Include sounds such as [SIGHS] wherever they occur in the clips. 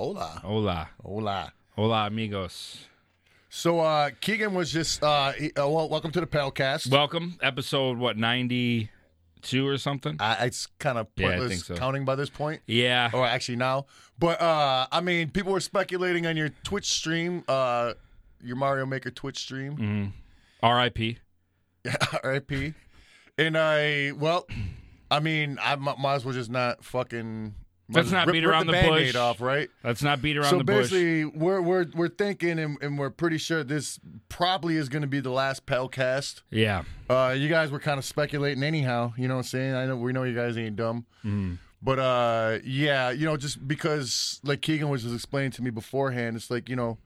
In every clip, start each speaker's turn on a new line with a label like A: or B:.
A: Hola.
B: Hola.
A: Hola, amigos.
B: So uh, Keegan was just uh, he, uh, well, welcome to the Palcast.
A: Welcome. Episode, what, 92 or something?
B: I, it's kind of
A: Yeah, I
B: pointless
A: think so.
B: counting by this point,
A: Yeah.
B: or actually now. But uh, I mean, people were speculating on your Twitch stream, uh, your Mario Maker Twitch stream,
A: Mm. RIP. Mm.
B: [LAUGHS] RIP. And I, well, I mean, I mi- might as well just not fucking.
A: Let's not
B: rip,
A: beat
B: rip
A: around
B: the,
A: the
B: Band-Aid
A: bush.
B: off, right?
A: Let's not beat around
B: so
A: the bush.
B: basically, we're we're we're thinking, and, and we're pretty sure this probably is going to be the last Pelcast.
A: yeah.
B: Uh, you guys were kind of speculating, anyhow. You know what I'm saying? I know we know you guys ain't dumb,
A: Mm-hmm.
B: but uh, yeah, you know, just because like Keegan was just explaining to me beforehand, it's like you know,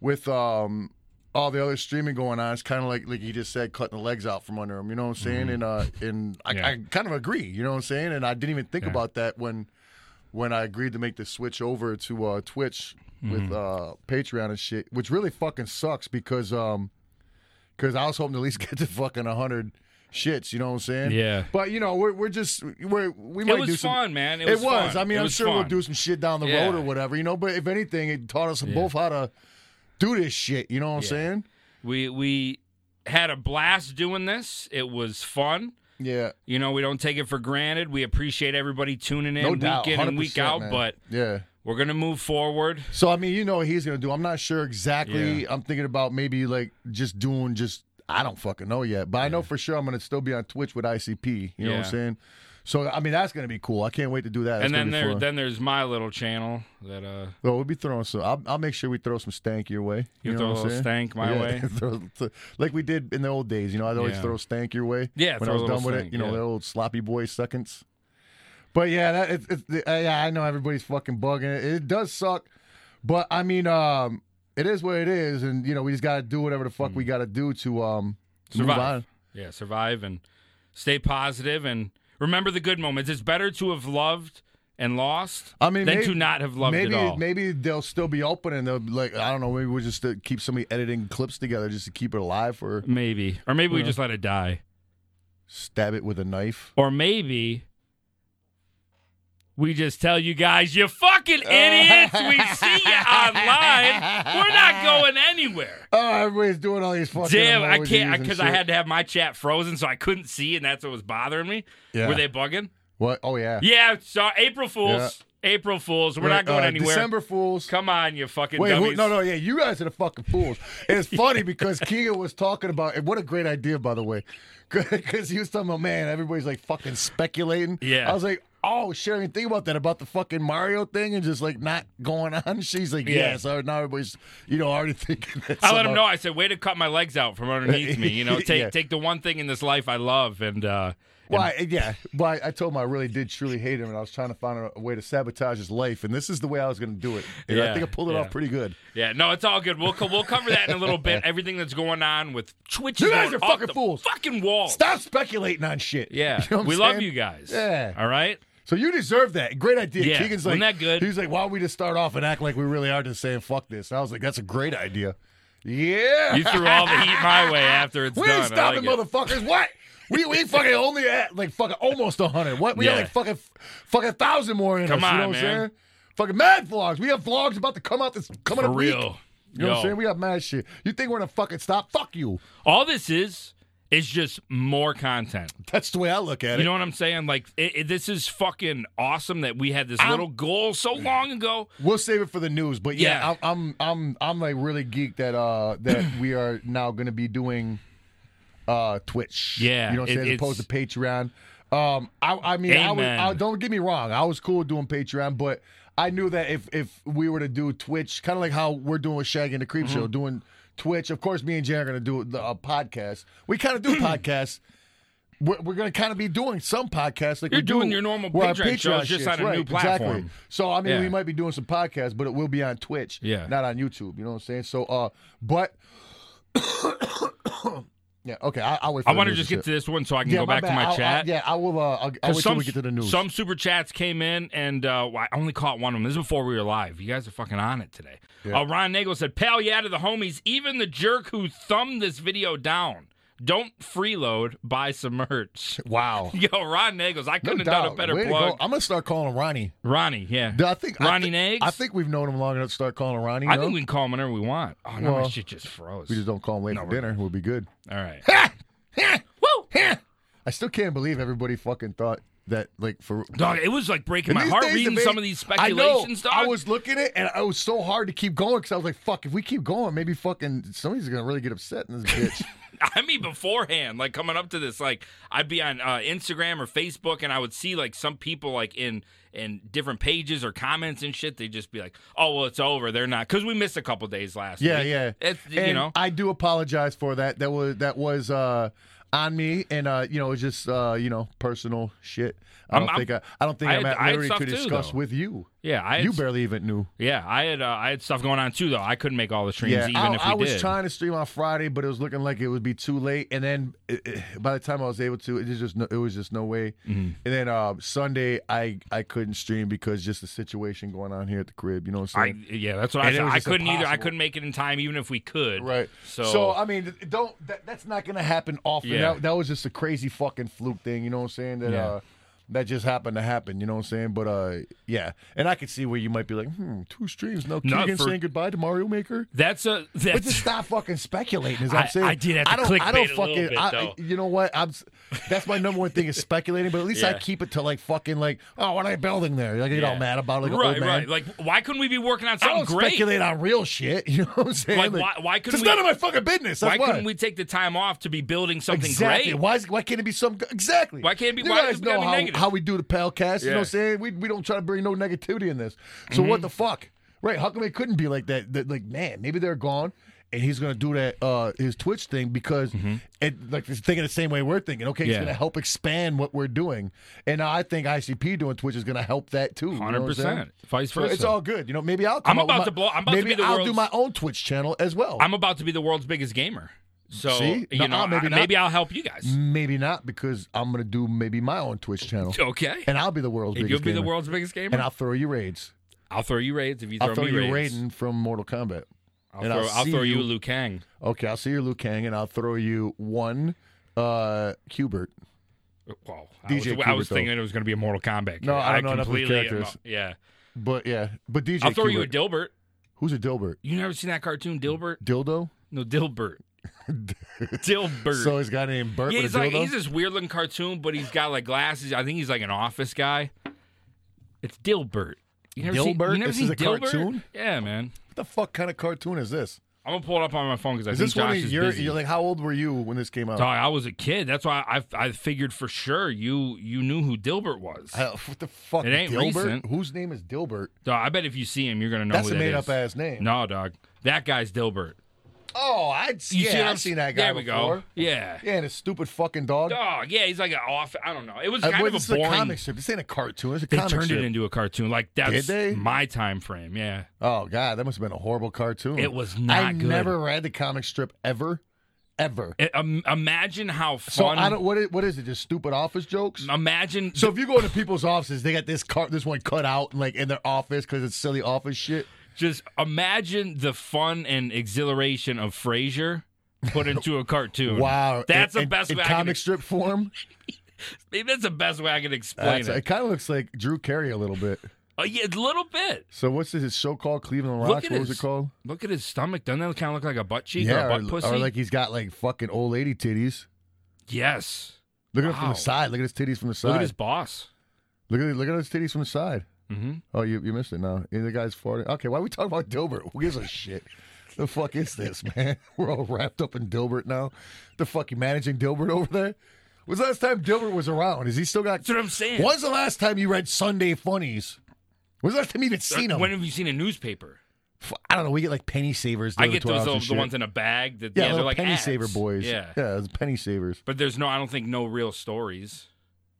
B: with um all the other streaming going on, it's kind of like like he just said, cutting the legs out from under him. You know what I'm saying? And uh, and I,
A: Mm-hmm. Yeah.
B: I kind of agree. You know what I'm saying? And I didn't even think
A: Yeah.
B: about that when when I agreed to make the switch over to uh, Twitch
A: Mm-hmm.
B: with uh, Patreon and shit, which really fucking sucks because um because I was hoping to at least [LAUGHS] get to fucking hundred shits. You know what I'm saying?
A: Yeah.
B: But you know we're we're just we're we
A: It
B: might do
A: was
B: some.
A: fun, man. It
B: It
A: was,
B: was.
A: fun.
B: I mean,
A: It
B: I'm
A: was
B: sure we'll
A: fun.
B: do some shit down the
A: Yeah.
B: road or whatever, you know. But if anything, it taught us both how to do this shit. You know what I'm
A: Yeah.
B: saying?
A: We we had a blast doing this. It was fun.
B: Yeah.
A: You know, we don't take it for granted. We appreciate everybody tuning in
B: No
A: week
B: doubt.
A: in and
B: 100%,
A: week out,
B: man.
A: but
B: Yeah.
A: we're gonna move forward.
B: So I mean, you know what he's gonna do. I'm not sure exactly. I'm thinking about maybe like just doing just I don't fucking know yet, but I know for sure I'm gonna still be on Twitch with ICP. You know what I'm
A: Yeah.
B: saying? So I mean, that's gonna be cool. I can't wait to do that. That's
A: and
B: gonna
A: then
B: be
A: there
B: fun.
A: then there's my little channel that uh
B: Well, we'll be throwing some. I'll, I'll make sure we throw some stank your way.
A: You
B: know
A: throw a
B: what I'm
A: little
B: saying? [LAUGHS]
A: stank my way.
B: Throw- th- like we did in the old days. You know, I'd always
A: Yeah.
B: throw stank your way.
A: Yeah,
B: when
A: throw
B: I
A: a
B: was
A: little
B: done with
A: stank,
B: it, you know,
A: yeah.
B: the old sloppy boy seconds. But yeah, that it's it's the- uh, yeah, I know everybody's fucking bugging it. It does suck, but I mean, um, it is what it is, and you know, we just got to do whatever the fuck we got to do to um to move
A: Hmm. survive.
B: on.
A: Yeah, survive and stay positive and remember the good moments. It's better to have loved and lost
B: I mean,
A: than
B: may-
A: to not have loved
B: maybe
A: at all.
B: maybe they'll still be open and they'll be like I don't know maybe we'll just uh, keep somebody editing clips together just to keep it alive or
A: Maybe. Or maybe we
B: Yeah.
A: just let it die.
B: stab it with a knife.
A: Or maybe we just tell you guys,
B: [LAUGHS]
A: you fucking idiots, we see you online. We're not going anywhere.
B: Oh, everybody's doing all these fucking.
A: Damn, I
B: emojis
A: can't
B: and
A: because I
B: shit.
A: had to have my chat frozen, so I couldn't see, and that's what was bothering me.
B: Yeah.
A: Were they bugging?
B: What? Oh yeah.
A: Yeah, sorry. April Fools. April Fools. We're not
B: Right,
A: going
B: uh,
A: anywhere.
B: December fools.
A: Come on, you fucking
B: Wait,
A: dummies.
B: who, no, no, yeah, you guys are the fucking fools. And
A: [LAUGHS]
B: it's funny because Keegan was talking about and what a great idea, by the way, because he was talking about man, everybody's like fucking speculating.
A: Yeah.
B: I was like, oh, shit, I didn't think about that about the fucking Mario thing and just like not going on. [LAUGHS] She's like,
A: Yeah.
B: yeah, so now everybody's you know already [LAUGHS] thinking. This
A: I let him know. I said, "Way to cut my legs out from underneath me.
B: [LAUGHS]
A: You know, take
B: Yeah.
A: take the one thing in this life I love, and uh,
B: Why? yeah, why? I told him I really did truly hate him, and I was trying to find a way to sabotage his life, and this is the way I was going to do it. And
A: Yeah,
B: I think I pulled it
A: yeah.
B: off pretty good.
A: yeah, no, it's all good. We'll co- we'll cover that in a
B: [LAUGHS]
A: little bit. Everything that's going on with Twitch. is
B: You guys
A: going
B: are
A: off
B: fucking
A: the
B: fools.
A: Fucking wall.
B: Stop speculating on shit. [LAUGHS]
A: Yeah,
B: You know what
A: we
B: I'm
A: love
B: saying?
A: you guys.
B: Yeah.
A: all right.
B: So you deserve that. Great idea.
A: Yeah,
B: Keegan's like,
A: wasn't that good?
B: He's like, why don't we just start off and act like we really are just saying fuck this? And I was like, that's a great idea. Yeah.
A: You threw all the heat my way after
B: [LAUGHS]
A: it's
B: we
A: done.
B: ain't
A: I like
B: stopping,
A: it.
B: motherfuckers. What? We, we fucking only at like fucking almost a hundred. What? We
A: Yeah.
B: got like fucking fucking thousand more in us.
A: Come on,
B: you know what
A: man.
B: I'm saying? Fucking mad vlogs. We have vlogs about to come out this coming
A: For
B: up week.
A: real.
B: You know what
A: Yo.
B: I'm saying? We got mad shit. You think we're gonna fucking stop? Fuck you.
A: All this is is just more content.
B: That's the way I look at it.
A: You know what I'm saying? Like it, it- this is fucking awesome that we had this little goal so long ago.
B: We'll save it for the news, but yeah,
A: Yeah.
B: I'm, I'm I'm I'm like really geeked that uh
A: [CLEARS THROAT]
B: that we are now going to be doing uh Twitch.
A: Yeah,
B: you know what I'm
A: it-
B: saying, as opposed to Patreon. Um, I I mean, I, was,
A: Amen.
B: I don't get me wrong, I was cool doing Patreon, but I knew that if if we were to do Twitch, kind of like how we're doing with Shaggy and the Creep
A: Mm-hmm.
B: Show, doing Twitch. Of course, me and Jen are going to do a podcast. We kind of
A: [CLEARS THROAT]
B: do podcasts. We're, we're going to kind of be doing some podcasts like
A: You're
B: we do
A: doing your normal
B: where our
A: Patreon shows, just
B: shit's,
A: on a new
B: right,
A: platform.
B: Exactly. So I mean,
A: Yeah.
B: we might be doing some podcasts, but it will be on Twitch,
A: Yeah.
B: not on YouTube. You know what I'm saying? So, uh, but [COUGHS] yeah, okay. I, I'll wait. For
A: I
B: the
A: want to
B: news
A: just
B: and shit.
A: get to this one so I can
B: yeah,
A: go
B: my
A: back
B: bad.
A: to my
B: I'll- I'll-
A: chat.
B: yeah, I will. Uh, I'll, I'll wait
A: Because
B: till we get to the news.
A: Some super chats came in, and uh, well, I only caught one of them. This is before we were live. You guys are fucking on it today. Uh, Ron Nagel said, "Pal, yeah to the homies, even the jerk who thumbed this video down." Don't freeload, buy some merch. [LAUGHS]
B: Wow.
A: Yo, Ron Nagels, I
B: No
A: couldn't have
B: doubt.
A: done a better
B: Way to go.
A: plug.
B: I'm gonna start calling him Ronnie.
A: Ronnie, yeah.
B: Dude, I think
A: Ronnie
B: I
A: Nags?
B: think, I think we've known him long enough to start calling him Ronnie.
A: I
B: no?
A: think we can call him whenever we want. Oh, no, my
B: Well,
A: shit just froze.
B: we just don't call him late
A: No,
B: for
A: we're-
B: dinner. We'll be good.
A: All
B: [LAUGHS]
A: right.
B: Woo! I still can't believe everybody fucking thought that like for
A: Dog, it was like breaking
B: In
A: my
B: these
A: heart
B: days,
A: reading
B: it
A: some
B: made-
A: of these
B: I know.
A: speculations, dog.
B: I was looking at it, and it was so hard to keep going because I was like, "Fuck! If we keep going, maybe fucking somebody's gonna really get upset in this bitch."
A: [LAUGHS] I mean, beforehand, like coming up to this, like I'd be on uh, Instagram or Facebook, and I would see like some people like in in different pages or comments and shit. They'd just be like, "Oh, well, it's over. They're not." Because we missed a couple days
B: [LAUGHS]
A: last.
B: yeah,
A: week.
B: yeah.
A: It's you
B: And
A: know,
B: I do apologize for that. That was that was uh, on me, and uh, you know, it's just uh, you know, personal shit. I
A: I'm-
B: don't think I, I don't think
A: I
B: I'm
A: had-
B: at
A: I had
B: liberty
A: stuff
B: to
A: too,
B: discuss
A: though.
B: with you.
A: yeah, I had,
B: You barely even knew.
A: yeah, I had uh, I had stuff going on too though. I couldn't make all the streams
B: Yeah,
A: even
B: I,
A: if we
B: I was
A: did.
B: trying to stream on Friday, but it was looking like it would be too late. And then eh, eh, by the time I was able to, it was just no, it was just no way.
A: Mm-hmm.
B: And then uh, Sunday, I I couldn't stream because just the situation going on here at the crib. You know what I'm
A: I
B: saying?
A: yeah, that's what I
B: And it
A: said.
B: was
A: I
B: just
A: couldn't either. I
B: impossible.
A: couldn't make it in time, even if we could.
B: right. uh,
A: So,
B: I mean, th- don't that, that's not going to happen often.
A: Yeah.
B: That, that was just a crazy fucking fluke thing. You know what I'm saying? That
A: Yeah.
B: uh, that just happened to happen. You know what I'm saying? But uh, yeah. And I could see where you might be like, hmm, two streams. No,
A: No,
B: Keegan
A: for-
B: saying goodbye to Mario Maker.
A: that's a
B: But
A: that's
B: just
A: [LAUGHS]
B: stop fucking speculating. Is what
A: I-
B: I'm saying.
A: I did have to
B: I don't, I
A: clickbait
B: don't
A: a
B: fucking.
A: little bit,
B: I-
A: though.
B: you know what? I'm. s- That's my number one thing is speculating. But at least I
A: Yeah.
B: keep it to like fucking like. Oh, what are they building there? Like I get
A: Yeah.
B: all mad about it, like an
A: right,
B: old man.
A: right. Like, why couldn't we be working on
B: I
A: something
B: don't
A: great?
B: speculate on real shit. [LAUGHS] You know what I'm saying?
A: Like, why- why couldn't
B: It's
A: we-
B: none of my fucking business. That's
A: Why
B: why.
A: couldn't we take the time off to be building something
B: Exactly.
A: great?
B: Why, is, why can't it be some exactly?
A: Why can't it be-
B: You
A: why does
B: guys
A: it gotta
B: know
A: be
B: how,
A: negative?
B: how we do the palcast. You know
A: Yeah. Mm-hmm.
B: what I'm saying? We, we don't try to bring no negativity in this. So what the fuck? Right? How come it couldn't be like that? That, like man, maybe they're gone, and he's gonna do that uh his Twitch thing because it like he's thinking the same way we're thinking. Okay, it's
A: Mm-hmm. Yeah.
B: gonna help expand what we're doing, and I think ICP doing Twitch is gonna help that too. you know what I'm
A: Hundred
B: saying?
A: percent. Vice
B: So
A: versa.
B: it's all good, you know. Maybe I'll. Come
A: I'm
B: up with
A: about
B: my-
A: to blow- I'm about to
B: maybe
A: be the
B: I'll do
A: world's-
B: my own Twitch channel as well.
A: I'm about to be the world's biggest gamer. So
B: See?
A: you know,
B: Nuh-uh, maybe not.
A: I,
B: Mm.
A: maybe I'll help you guys.
B: Maybe not because I'm gonna do maybe my own Twitch channel,
A: [LAUGHS] Okay.
B: and I'll be the world's
A: And
B: biggest.
A: you'll be the
B: gamer.
A: world's biggest gamer.
B: and
A: I'll,
B: I'll throw you raids.
A: throw you raids if you throw,
B: I'll throw
A: me
B: you
A: raids.
B: Raiden from Mortal Kombat.
A: I'll
B: and
A: throw,
B: I'll
A: I'll
B: see
A: throw you
B: you-
A: Liu Kang.
B: Okay, I'll see your Liu Kang, and I'll throw you one uh Hubert.
A: Wow.
B: DJ
A: I was, I was
B: Kubert, though.
A: thinking it was going to be a Mortal Kombat.
B: No,
A: game.
B: I don't know enough of the
A: completely am-
B: characters.
A: yeah.
B: But yeah, but DJ,
A: I'll throw you a
B: Kubert.
A: Dilbert.
B: Who's a Dilbert?
A: You never seen that cartoon Dilbert?
B: Dildo. [LAUGHS]
A: No, Dilbert. Dilbert.
B: So he's got named Bert
A: yeah,
B: with
A: he's
B: a
A: like
B: dildo.
A: he's this weird looking cartoon, but he's got like glasses. I think he's like an office guy. It's Dilbert. You never Seen,
B: Dilbert?
A: you never
B: This
A: seen
B: is a
A: Dilbert?
B: cartoon?
A: Yeah, man.
B: what the fuck kind of cartoon is this?
A: I'm gonna pull it up on my phone because I
B: Is
A: think
B: this
A: Josh
B: one of
A: is
B: your?
A: busy.
B: You're like, how old were you when this came out?
A: Dog, I was a kid. That's why I I figured for sure you you knew who Dilbert was.
B: I- what the fuck?
A: It ain't
B: Dilbert?
A: recent.
B: Whose name is Dilbert?
A: Dog, I bet if you see him, you're gonna know
B: That's
A: who
B: a
A: that
B: made up
A: is.
B: ass name.
A: No, dog. That guy's Dilbert.
B: Oh, I'd
A: You
B: yeah,
A: see what I'm-
B: I've seen that guy
A: There we
B: before.
A: go. Yeah.
B: Yeah, and his stupid fucking dog.
A: Dog, yeah, he's like an off. I don't know. It was
B: Uh,
A: kind
B: wait,
A: of
B: this
A: a
B: is
A: boring.
B: a comic strip. This ain't a cartoon. It's a
A: they
B: comic
A: turned
B: strip.
A: it into a cartoon. Like that's
B: they?
A: my time frame. Yeah.
B: Oh god, that must have been a horrible cartoon.
A: It was not
B: I
A: good.
B: never read the comic strip ever, ever.
A: I- um, imagine how fun.
B: So I don't. What is, what is it? Just stupid office jokes.
A: imagine.
B: So if you go into people's offices, they got this car, this one cut out, like in their office because it's silly office shit.
A: just imagine the fun and exhilaration of Frasier put into a
B: [LAUGHS]
A: cartoon.
B: Wow,
A: that's
B: in,
A: the best
B: in,
A: way.
B: in
A: I can,
B: comic strip form.
A: maybe that's the best way I can [LAUGHS] explain
B: That's,
A: it.
B: it kind of looks like Drew Carey a little bit.
A: Oh, yeah, a little bit.
B: So what's this his show called? Cleveland
A: Look
B: Rocks.
A: at
B: What was
A: his
B: it called?
A: Look at his stomach. Doesn't that kind of look like a butt cheek or a
B: Yeah,
A: butt
B: or,
A: pussy?
B: or like he's got like fucking old lady titties.
A: yes.
B: Look at it from
A: Wow.
B: the side. Look at his titties from the side.
A: Look at his boss.
B: Look at look at those titties from the side.
A: Mhm.
B: Oh, you, you missed it now. Yeah, The guy's farting. Okay, why are we talking about Dilbert? Who gives a shit? The fuck is this, man? [LAUGHS] We're all wrapped up in Dilbert now. The fuck you managing Dilbert over there? When's the last time Dilbert was around? Is he still got?
A: That's what I'm saying.
B: When's the last time you read Sunday Funnies? When's the last time you even seen them?
A: When have you seen a newspaper?
B: I don't know. We get like penny savers.
A: I
B: delivered
A: get
B: to our house
A: those little,
B: and
A: the
B: shit.
A: ones in a bag. That,
B: Yeah,
A: yeah, they're
B: little
A: like
B: penny
A: ads.
B: saver boys.
A: Yeah.
B: yeah, it's penny savers.
A: But there's no, I don't think, no real stories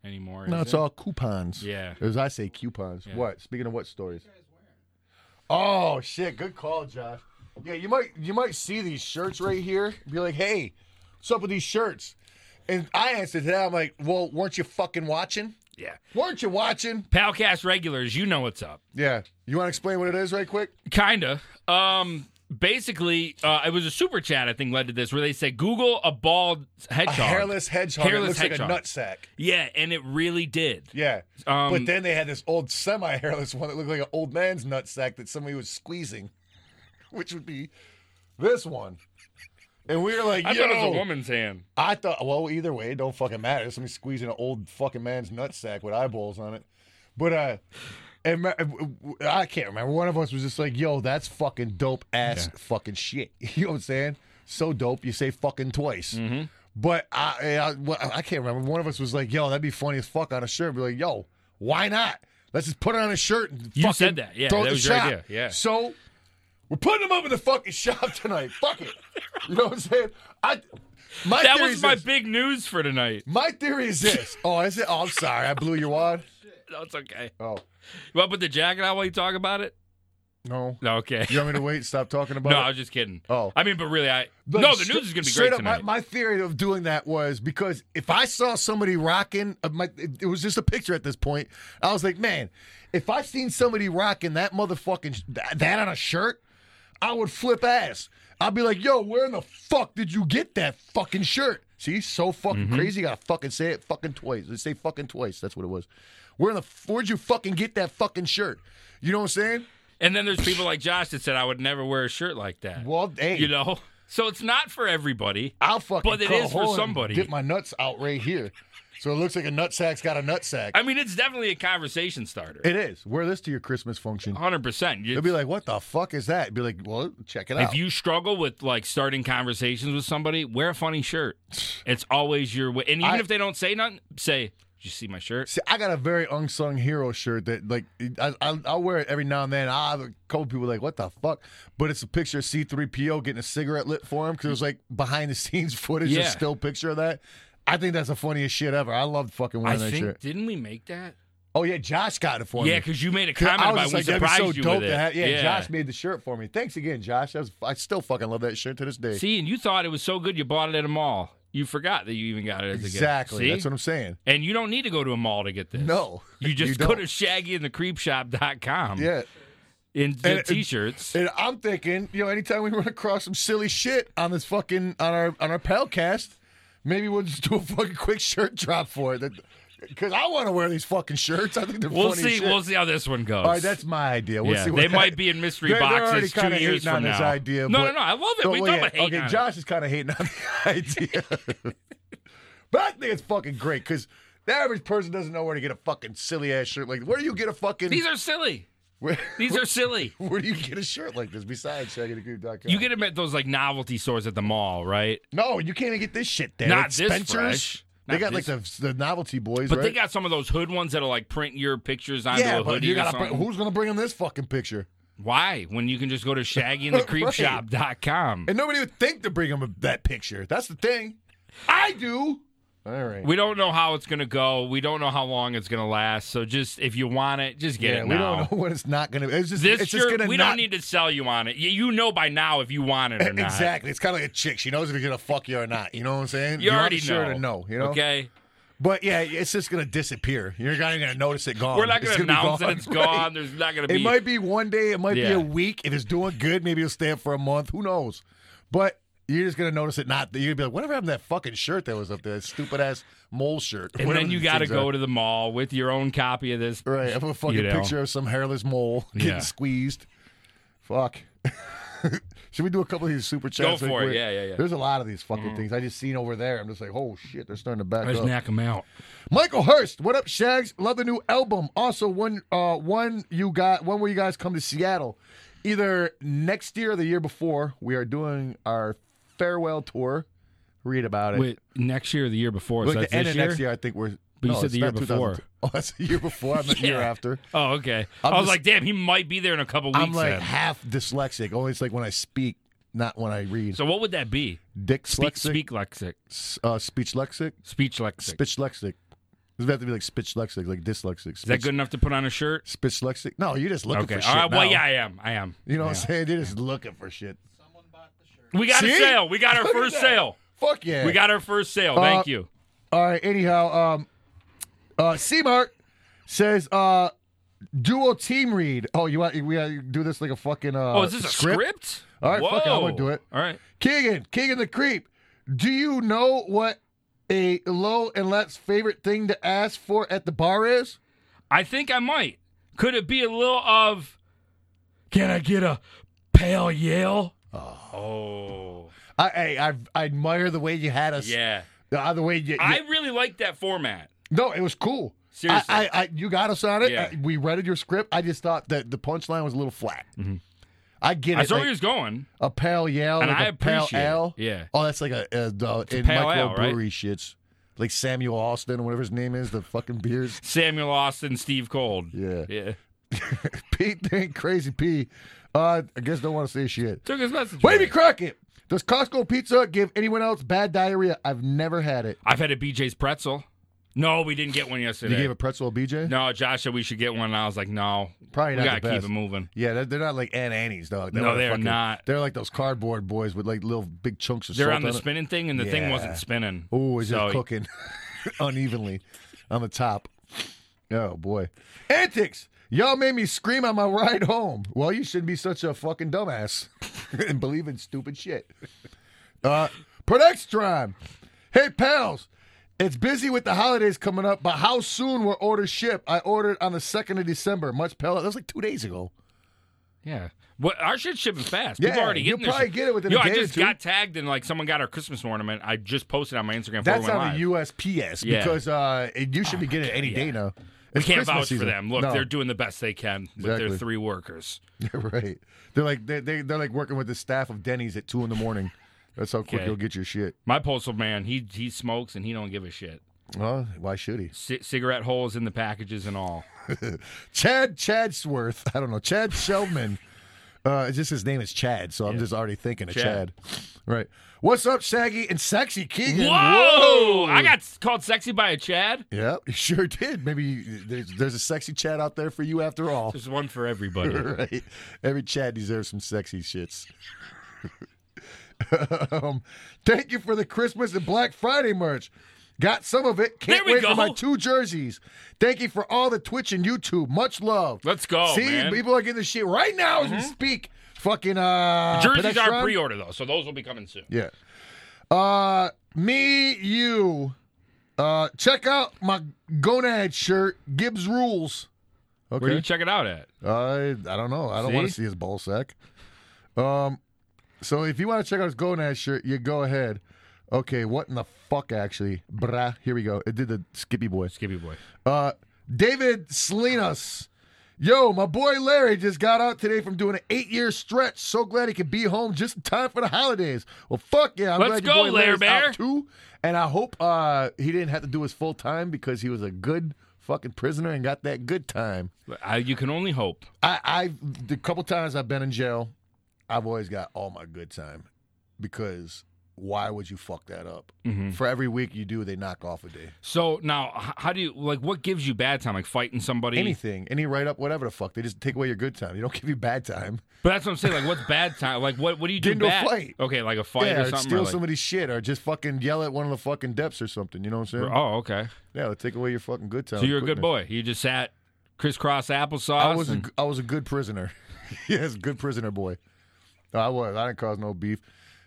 A: anymore.
B: No,
A: is
B: it's
A: it?
B: all coupons.
A: Yeah.
B: As I say, coupons.
A: Yeah.
B: What? Speaking of what stories? Oh shit! Good call, Josh. Yeah, you might you might see these shirts right here. and Be like, hey, what's up with these shirts? And I answered to that. I'm like, well, weren't you fucking watching?
A: Yeah.
B: Weren't you watching?
A: Palcast regulars, you know what's up.
B: Yeah. You want to explain what it is right quick?
A: Kinda. Um, basically, uh, it was a super chat I think led to this where they said Google a bald
B: A
A: hedgehog.
B: hairless hedgehog.
A: Hairless
B: it looks
A: hedgehog.
B: like a nutsack.
A: Yeah, and it really did.
B: Yeah.
A: Um,
B: but then they had this old semi hairless one that looked like an old man's nutsack that somebody was squeezing, [LAUGHS] which would be this one. And we were like,
A: I
B: yo.
A: thought it was a woman's hand.
B: [LAUGHS] I thought, well, either way, it don't fucking matter. Somebody squeezing an old fucking man's nutsack with eyeballs on it. But, uh, and ma- I can't remember. One of us was just like, yo, that's fucking dope ass fucking shit. [LAUGHS] You know what I'm saying? So dope, you say fucking twice.
A: Mm-hmm.
B: But I, I, well, I can't remember. One of us was like, yo, that'd be funny as fuck on a shirt. Be like, yo, why not? Let's just put it on a shirt and
A: You
B: fucking
A: said that. Yeah,
B: throw
A: that
B: it in
A: was
B: the
A: your
B: shop.
A: idea. Yeah.
B: So we're putting them up in the fucking [LAUGHS] shop tonight. Fuck it. You know what I'm saying? I my
A: That
B: theory
A: was
B: is
A: my
B: this.
A: big news for tonight.
B: my theory is this. Oh, is it? Oh, I'm sorry. I blew your wad.
A: That's okay.
B: Oh
A: You want to put the jacket on while you talk about it?
B: no.
A: No, okay.
B: You want me to wait? Stop talking about
A: No, I
B: it.
A: was just kidding.
B: Oh.
A: I mean, but really, I
B: Like,
A: no. The
B: stra-
A: news is going to be
B: straight
A: great
B: up, my-
A: tonight.
B: My, theory of doing that was because if I saw somebody rocking, uh, my, it, it was just a picture at this point. I was like, man, if I seen somebody rocking that motherfucking sh- th- that on a shirt, I would flip ass. I'd be like, yo, where in the fuck did you get that fucking shirt? See, so fucking
A: Mm-hmm.
B: crazy. Gotta fucking say it fucking twice. Let's say fucking twice. That's what it was. Where in the f- where'd you fucking get that fucking shirt? You know what I'm saying?
A: and then there's people like Josh that said I would never wear a shirt like that.
B: Well, hey,
A: You know, so it's not for everybody.
B: I'll fucking
A: But it
B: crawl
A: is for
B: home and
A: somebody.
B: Get my nuts out right here, so it looks like a nutsack's got a nutsack.
A: I mean, it's definitely a conversation starter.
B: it is. Wear this to your Christmas function.
A: Hundred percent.
B: They'll be like, "What the fuck is that?" Be like, "Well, check it out."
A: If you struggle with like starting conversations with somebody, wear a funny shirt. It's always your way. And even
B: I-
A: if they don't say nothing, say, "Did you see my shirt?"
B: See, I got a very unsung hero shirt that, like, I, I, I'll wear it every now and then. I have a couple people like, "What the fuck?" But it's a picture of C-3PO getting a cigarette lit for him because it was like behind the scenes [LAUGHS] footage,
A: Yeah.
B: a still picture of that. I think that's the funniest shit ever. I loved fucking
A: I
B: wearing that
A: think
B: shirt.
A: didn't we make that?
B: Oh yeah, Josh got it for me.
A: Yeah, because you made a
B: I was
A: comment about
B: just
A: we
B: like, that'd be
A: surprised
B: so
A: you
B: dope
A: with it.
B: to have- yeah, Josh made the shirt for me. Thanks again, Josh. That was, I still fucking love that shirt to this day.
A: See, and you thought it was so good you bought it at a mall. You forgot that you even got it as a gift.
B: exactly.
A: See?
B: That's what I'm saying.
A: and you don't need to go to a mall to get this.
B: No, [LAUGHS]
A: You just
B: don't.
A: go to shaggyandthecreepshop.com
B: Yeah,
A: and
B: And
A: the
B: it-
A: t-shirts.
B: and I'm thinking, you know, anytime we run across some silly shit on this fucking on our on our palcast, maybe we'll just do a fucking quick shirt drop for it. Because I want to wear these fucking shirts. I think they're
A: we'll
B: funny.
A: see.
B: as shit.
A: We'll see how this one goes.
B: All right, that's my idea. We'll
A: yeah,
B: see. What
A: they
B: that-
A: might be in mystery
B: They're- they're already
A: boxes two
B: kinda
A: years
B: hating on
A: from
B: this
A: now.
B: idea,
A: no,
B: but-
A: no, no. I love it.
B: Oh,
A: we
B: well,
A: talk
B: yeah.
A: about hating
B: Okay,
A: on it.
B: Josh is kind of hating on the [LAUGHS] idea, but I think it's fucking great because the average person doesn't know where to get a fucking silly ass shirt like. Where do you get a fucking?
A: These are silly.
B: where, [LAUGHS]
A: These are silly.
B: where do you get a shirt like this besides shaggythegroup.com?
A: You get them at those like novelty stores at the mall, right?
B: no, you can't even get this shit there.
A: Not
B: It's
A: this
B: Spencer's.
A: fresh.
B: They
A: Not
B: got
A: this-
B: like the, the novelty boys,
A: But
B: right?
A: they got some of those hood ones that'll like print your pictures onto
B: yeah,
A: a
B: but
A: hoodie
B: you
A: or
B: gotta.
A: something.
B: bring- Who's gonna bring them this fucking picture?
A: Why? When you can just go to
B: [LAUGHS]
A: shaggyandthecreepshop.com.
B: And nobody would think to bring them that picture. That's the thing. I do. All right.
A: We don't know how it's gonna go. We don't know how long it's gonna last. So just if you want it, just get
B: yeah,
A: it
B: we
A: now.
B: don't know [LAUGHS] what it's not gonna. It's just.
A: This
B: it's just
A: shirt,
B: gonna
A: we
B: not
A: don't need to sell you on it. You, you know by now if you want it or not.
B: Exactly. It's kind of like a chick. She knows if you're gonna fuck you or not. You know what I'm saying?
A: You,
B: You're
A: already
B: sure
A: know.
B: to know. You know.
A: Okay.
B: But yeah, it's just gonna disappear. You're not even gonna notice it gone.
A: We're not
B: It's
A: gonna,
B: be
A: announce that
B: [LAUGHS]
A: it's
B: Right.
A: gone. There's not gonna be.
B: It might be one day. It might be
A: Yeah.
B: a week. If it's doing good, maybe it'll stay up for a month. Who knows? But you're just gonna notice it. Not you're gonna be like, whatever happened to that fucking shirt that was up there? That stupid ass mole shirt. [LAUGHS]
A: and
B: Whatever
A: then you
B: these
A: got to
B: things
A: go
B: are.
A: to the mall with your own copy of this.
B: right. I have a fucking
A: you know.
B: picture of some hairless mole [LAUGHS] getting
A: Yeah.
B: squeezed. Fuck. [LAUGHS] Should we do a couple of these super chats?
A: for
B: real
A: it.
B: quick?
A: Yeah, yeah, yeah. Mm.
B: There's a lot of these fucking things I just seen over there. I'm just like, oh shit, they're starting to back
A: Let's
B: up.
A: knock them out.
B: Michael Hurst, what up, Shags? Love the new album. Also, one uh one you got when will you guys come to Seattle? Either next year or the year before, we are doing our farewell tour. Read about it.
A: Wait, next year or the year before?
B: Like
A: so that's
B: the end
A: this
B: of
A: year?
B: next year, I think we're.
A: But you
B: no,
A: said
B: it's
A: the year
B: not 2000.
A: before.
B: [LAUGHS] Oh, that's the year before. I
A: [LAUGHS]
B: meant the year
A: Yeah.
B: after.
A: Oh, okay. i
B: I'm
A: was
B: just-
A: like, damn, he might be there in a couple weeks.
B: I'm like
A: then.
B: half dyslexic. Only it's like when I speak, not when I read.
A: so what would that be?
B: Dick
A: Speak,
B: dyslexic,
A: speak lexic,
B: uh, speech lexic,
A: speech lexic.
B: speech lexic. Does it have to be like speech lexic, like dyslexic?
A: Is that good enough to put on a shirt?
B: Speech lexic? No, you're just looking
A: Okay.
B: for shit.
A: All right. Well,
B: now.
A: yeah, I am. I am.
B: You know what I'm saying? They're just looking for shit.
A: We got a
B: See?
A: sale. We got our
B: Look at
A: first
B: that.
A: sale.
B: Fuck yeah.
A: We got our first sale.
B: Uh,
A: Thank you.
B: All right, anyhow, um uh C Mart says uh Duo team read. Oh, you want we gotta do this like a fucking uh,
A: Oh, is this a script?
B: All right, fuck it, I'm
A: Whoa.
B: gonna do it.
A: All right.
B: Keegan, Keegan the creep. Do you know what a low and let's favorite thing to ask for at the bar is?
A: I think I might. Could it be a little of? Can I get a pale Yale? Oh,
B: I I, I, I admire the way you had us.
A: yeah.
B: The other way you, you-
A: I really like that format.
B: no, it was cool.
A: Seriously.
B: I, I, I you got us on it.
A: Yeah.
B: I- we read your script. I just thought that the punchline was a little flat. I get it.
A: Mm-hmm. I saw
B: like
A: where he was going.
B: a pale yell,
A: And
B: like
A: I
B: a pale
A: appreciate it.
B: L.
A: Yeah.
B: Oh, that's like a, a, the- in
A: pale ale,
B: microbrewery
A: right?
B: shits, like Samuel Austin or whatever his name is. The fucking beers.
A: Samuel Austin, Steve Cold.
B: Yeah.
A: Yeah.
B: [LAUGHS] Pete think crazy P. Uh, I guess don't want to say shit.
A: Took his message.
B: Wavy
A: away.
B: Crockett. Does Costco pizza give anyone else bad diarrhea? I've never had it.
A: I've had a BJ's pretzel. No, we didn't get one yesterday.
B: You gave a pretzel to BJ?
A: no, Josh said we should get one. And I was like, no,
B: Probably
A: we
B: not
A: gotta
B: the
A: keep
B: best.
A: it moving.
B: Yeah, they're, they're not like Aunt Annie's, dog.
A: No,
B: like
A: they are
B: fucking-
A: not.
B: They're like those cardboard boys with like little big chunks of
A: They're
B: salt
A: on the
B: on it.
A: spinning thing, and the thing
B: Yeah.
A: wasn't spinning.
B: Oh, it's
A: So-
B: just cooking [LAUGHS] unevenly on the top. Oh boy, antics! Y'all made me scream on my ride home. Well, you shouldn't be such a fucking dumbass [LAUGHS] and believe in stupid shit. Uh, Production. Hey pals, it's busy with the holidays coming up, but how soon will orders ship? I ordered on the second of December. Much pal, that was like two days ago.
A: Yeah. What our shit's shipping fast. People
B: Yeah,
A: already
B: you'll
A: getting their
B: probably
A: shit.
B: get it within
A: Yo,
B: a
A: I
B: day or
A: just
B: two.
A: got tagged and like someone got our Christmas ornament. I just posted on my Instagram. before
B: That's
A: we went
B: on
A: live.
B: the USPS
A: Yeah.
B: because uh, you should be getting it any day now.
A: We can't
B: Christmas
A: vouch
B: season.
A: for them. Look,
B: No.
A: they're doing the best they can with their
B: Exactly.
A: three workers.
B: Yeah, [LAUGHS] right. They're like they they they're like working with the staff of Denny's at two in the morning. That's how quick
A: Okay.
B: you'll get your shit.
A: My postal man, he he smokes and he don't give a shit.
B: Well, why should he?
A: C- cigarette holes in the packages and all.
B: Chad Chadsworth. [LAUGHS] I don't know. Chad Sheldman. Uh, it's just his name is Chad, so I'm just already thinking of
A: Chad.
B: Chad. Right. What's up, Shaggy and Sexy Keegan?
A: Whoa! I got s- called sexy by a Chad.
B: Yeah, [LAUGHS] you sure did. Maybe you- there's, there's a sexy Chad out there for you after all.
A: There's one for everybody.
B: [LAUGHS] Right. Every Chad deserves some sexy shits. [LAUGHS] um, thank you for the Christmas and Black Friday merch. Got some of it. Can't
A: There we
B: wait
A: go.
B: for my two jerseys. Thank you for all the Twitch and YouTube. Much love.
A: Let's go,
B: See,
A: Oh, man. Mm-hmm.
B: people are getting the shit right now as we speak. Fucking uh
A: Jerseys are
B: Pedestron.
A: pre-order though, so those will be coming soon.
B: Yeah. Uh me, you. Uh check out my gonad shirt, Gibbs Rules. Okay.
A: Where do you check it out at?
B: I I don't know. I don't want to
A: See?
B: see his ball sack. Um, so if you want to check out his gonad shirt, you go ahead. Okay, what in the fuck actually? Brah, here we go. It did the Skippy boy.
A: Skippy boy.
B: Uh, David Salinas. Yo, my boy Larry just got out today from doing an eight-year stretch. So glad he could be home just in time for the holidays. Well, fuck yeah! I'm
A: Let's
B: glad your
A: go,
B: boy
A: Lair
B: Larry's
A: Bear.
B: out too. And I hope uh, he didn't have to do his full time because he was a good fucking prisoner and got that good time.
A: I, you can only hope.
B: I, I've the couple times I've been in jail, I've always got all my good time because why would you fuck that up?
A: Mm-hmm. Mm.
B: For every week you do, they knock off a day.
A: So now, h- how do you like? What gives you bad time? Like fighting somebody?
B: Anything, any write up, whatever the fuck, they just take away your good time. They don't [LAUGHS] give you bad time.
A: But that's what I'm saying. Like, what's bad time? Like, what what do you do
B: Get into a
A: bad?
B: fight.
A: Okay, like a fight
B: yeah,
A: or
B: or
A: something.
B: steal
A: or like-
B: somebody's shit, or just fucking yell at one of the fucking depths or something. You know what I'm saying?
A: Oh, okay.
B: Yeah, they take away your fucking good time.
A: So you're a good
B: Quickness.
A: boy. You just sat crisscross applesauce.
B: Oh, I was a,
A: and-
B: g- I was a good prisoner. [LAUGHS] yes, good prisoner boy. I was. I didn't cause no beef.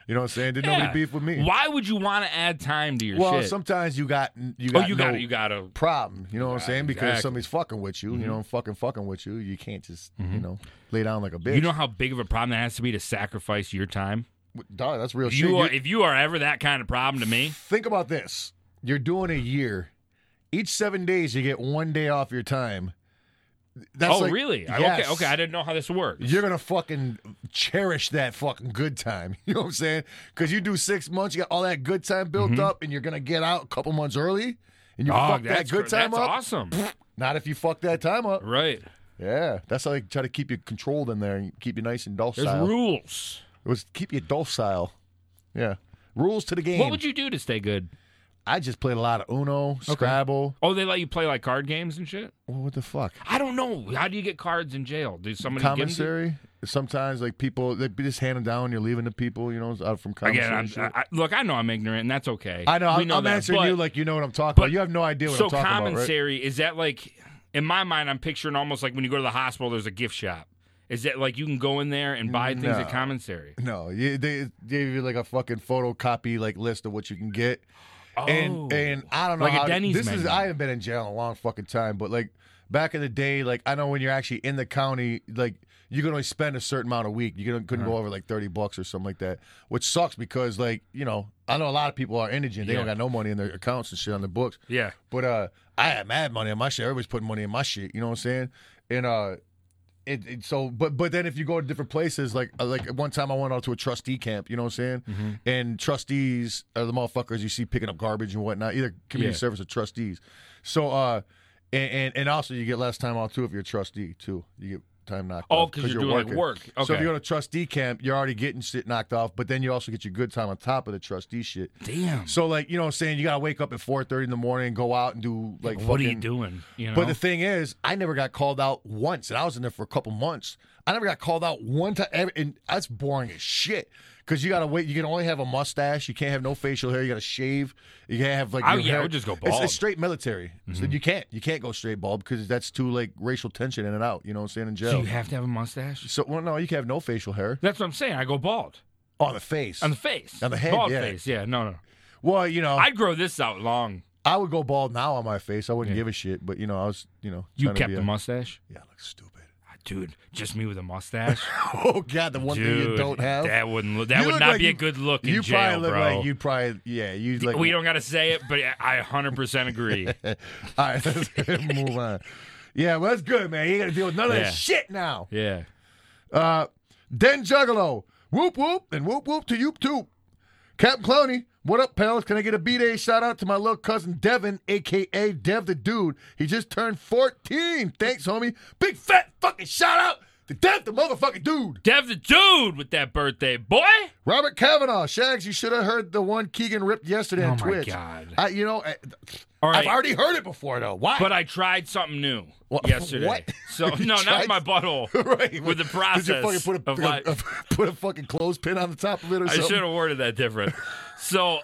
B: You know what I'm saying? Didn't
A: Yeah.
B: nobody beef with me.
A: Why would you want to add time to your
B: Well,
A: shit?
B: sometimes you got you
A: oh,
B: got
A: you
B: no,
A: got to you got to.
B: problem. You know what I'm saying? Because
A: exactly. Mm-hmm.
B: somebody's fucking with you. You know, fucking fucking with you. You can't just you know lay down like a bitch.
A: You know how big of a problem that has to be to sacrifice your time.
B: Dog, that's real Oh, shit.
A: You are,
B: You-
A: if you are ever that kind of problem to me,
B: think about this. You're doing a year. Each seven days, you get one day off your time. That's
A: oh
B: like-
A: really? I-
B: Yes.
A: Okay, okay. I didn't know how this worked.
B: You're gonna fucking cherish that fucking good time. [LAUGHS] You know what I'm saying? Because you do six months, you got all that good time built
A: Mm-hmm.
B: up, and you're gonna get out a couple months early, and you
A: Dog,
B: fuck that
A: that's
B: good
A: cr-
B: time
A: that's
B: up.
A: awesome.
B: Not if you fuck that time up.
A: Right.
B: Yeah, that's how they try to keep you controlled in there and keep you nice and docile.
A: There's rules.
B: It was keep you docile. Yeah, rules to the game.
A: What would you do to stay good?
B: I just played a lot of Uno, Scrabble.
A: Oh, they let you play like card games and shit.
B: Well, what the fuck?
A: I don't know. How do you get cards in jail? Did somebody give them?
B: Commissary. Sometimes like people they just hand them down. You're leaving the people. You know out from
A: to-
B: commissary.
A: Again, I'm,
B: and shit.
A: I, I, look, I know I'm ignorant, and that's okay.
B: I know.
A: We
B: I'm, I'm
A: that,
B: answering
A: but-
B: you like you know what I'm talking
A: but-
B: about. You have no idea what
A: so
B: I'm talking about, right?
A: commissary is that like in my mind, I'm picturing almost like when you go to the hospital, there's a gift shop. Is that like you can go in there and buy things at
B: No.
A: commissary?
B: No, you, they they give you like a fucking photocopy like list of what you can get,
A: Oh.
B: and and I don't know
A: Like a
B: how
A: Denny's
B: this is.
A: menu.
B: I haven't been in jail in a long fucking time, but like back in the day, like I know when you're actually in the county, like you can only spend a certain amount a week. You couldn't couldn't
A: Uh-huh.
B: go over like thirty bucks or something like that, which sucks because like you know I know a lot of people are indigent. They
A: Yeah.
B: don't got no money in their accounts and shit on their books.
A: Oh. Yeah.
B: But uh, I had mad money in my shit. Everybody's putting money in my shit. You know what I'm saying? And uh, it, it so but but then if you go to different places, like uh, like one time I went out to a trustee camp. You know what I'm saying? And trustees are the motherfuckers you see picking up garbage and whatnot. Either community
A: Yeah.
B: service or trustees. So uh, and, and and also you get less time off too if you're a trustee too. You get time knocked
A: Oh,
B: off
A: because you're, doing like work. Okay.
B: So if you go to trustee camp, you're already getting shit knocked off, but then you also get your good time on top of the trustee shit.
A: Damn.
B: So like you know what I'm saying, you gotta wake up at four thirty in the morning, go out and do like
A: what are you
B: fucking-
A: doing? You know.
B: But the thing is, I never got called out once, and I was in there for a couple months. I never got called out one time, ever, and that's boring as shit. Because you gotta wait. You can only have a mustache. You can't have no facial hair. You gotta shave. You can't have like.
A: I-
B: your
A: Oh, yeah, I
B: hair-
A: would just go
B: It's- It's,
A: bald. Mm-hmm.
B: straight military. So you can't. You can't go straight bald because that's too like racial tension in and out. You know what I'm saying in
A: do
B: jail.
A: you have to have a mustache?
B: so well, no, you can have no facial hair
A: That's what I'm saying. I go bald
B: on the face.
A: on the face,
B: On the head,
A: bald
B: yeah. Oh.
A: face. Yeah. No, no.
B: well, you know, I,
A: I'd grow this out long.
B: would go bald now on my face. I wouldn't
A: Yeah.
B: give a shit. But you know, I was, you know,
A: You
B: trying to
A: kept
B: be
A: the
B: a-
A: mustache,
B: Yeah, I look stupid. [LAUGHS]
A: Ah, dude. Just me with a mustache.
B: Oh God, the one thing you
A: Dude,
B: don't have.
A: That wouldn't look. That
B: You
A: would
B: look
A: not
B: like
A: be a
B: you-
A: good look in
B: you
A: jail,
B: probably look
A: bro.
B: like you probably yeah you like
A: we don't got to say it, but I
B: [LAUGHS]
A: 100% agree.
B: all right let's [LAUGHS] move on yeah well that's good man you gotta deal with none of
A: Yeah.
B: that shit now
A: yeah.
B: uh den juggalo whoop whoop and whoop whoop to yoop toop Captain Clowney, what up, pals? Can I get a B-Day shout out to my little cousin Devin, aka Dev the Dude? He just turned 14. Thanks, homie. Big fat fucking shout out to Dev the motherfucking dude.
A: Dev the dude with that birthday, boy.
B: Robert Kavanaugh, Shags, you should have heard the one Keegan ripped yesterday
A: Oh
B: on
A: my
B: Twitch.
A: God.
B: I, you know, I,
A: All right.
B: I've already heard it before though. Why?
A: but I tried something new
B: What-
A: yesterday.
B: what?
A: So
B: [LAUGHS] You
A: no, not
B: tried-
A: my butthole.
B: [LAUGHS] right
A: With the
B: Did
A: process
B: you fucking put a,
A: of
B: put
A: life.
B: a, put a fucking clothespin on the top of it or
A: I
B: something?
A: should have worded that different. So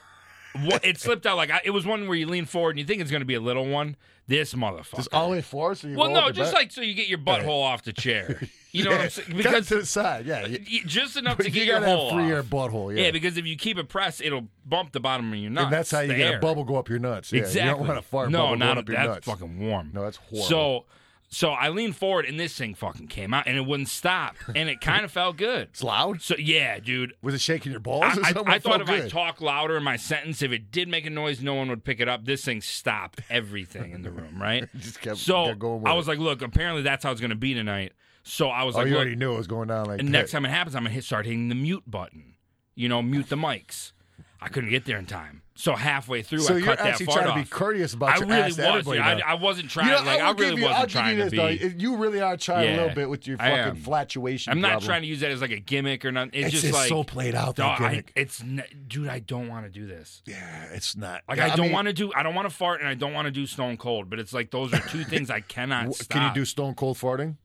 A: what, it slipped out like I, it was one where you lean forward and you think it's going to be a little one. This motherfucker.
B: Just all the way forward. So you
A: well,
B: roll
A: no,
B: your
A: just
B: back?
A: like so you get your butthole off the
B: [LAUGHS]
A: chair. You know
B: yeah.
A: what I'm saying?
B: cut
A: Because
B: to the side. Yeah, you,
A: y- just enough to
B: you
A: get your
B: gotta
A: hole
B: have free air
A: off.
B: butthole.
A: Yeah.
B: Yeah,
A: because if you keep it pressed, it'll bump the bottom of your nuts.
B: and that's how you
A: the
B: get
A: air.
B: a bubble go up your nuts. Yeah,
A: Exactly.
B: you don't want a fart
A: no,
B: bubble
A: not
B: going up your
A: that's
B: nuts.
A: fucking warm.
B: No, that's horrible.
A: So, so I leaned forward and this thing fucking came out and it wouldn't stop and
B: [LAUGHS]
A: it kind of felt good.
B: it's loud.
A: So yeah, dude.
B: Was it shaking your balls or
A: I,
B: something?
A: I, I
B: It
A: thought
B: felt
A: if I
B: good.
A: talk louder in my sentence, if it did make a noise, no one would pick it up. This thing stopped everything in the room, right?
B: [LAUGHS] Just kept-
A: so
B: kept going with
A: I
B: it.
A: was like, look, apparently that's how it's going to be tonight. So I was
B: oh,
A: like,
B: you
A: look,
B: already knew it was going down like
A: and
B: that.
A: next time it happens, I'm gonna hit start hitting the mute button. You know, mute the mics. I couldn't get there in time. So halfway through,
B: So
A: I
B: you're
A: cut that
B: actually
A: fart
B: trying
A: off.
B: to be courteous about
A: I
B: your
A: really
B: ass
A: was.
B: to everybody.
A: yeah,
B: now.
A: I, I wasn't trying.
B: You know, I,
A: like I,
B: will
A: really
B: give you,
A: wasn't
B: I'll
A: trying
B: give you
A: to
B: this,
A: be.
B: Though. You really are trying
A: Yeah.
B: a little bit with your
A: I
B: fucking
A: am.
B: flatuation.
A: I'm not
B: problem.
A: trying to use that as like a gimmick or nothing. It's,
B: It's
A: just like
B: so played out.
A: "Dog,
B: That
A: I-
B: gimmick.
A: it's n- dude. I don't want to do this.
B: yeah, it's not.
A: Like
B: Yeah,
A: I don't
B: mean,
A: want to do. I don't want to fart, and I don't want to do Stone Cold. But it's like those are two
B: [LAUGHS]
A: things I cannot.
B: w-
A: stop.
B: Can you do stone cold farting?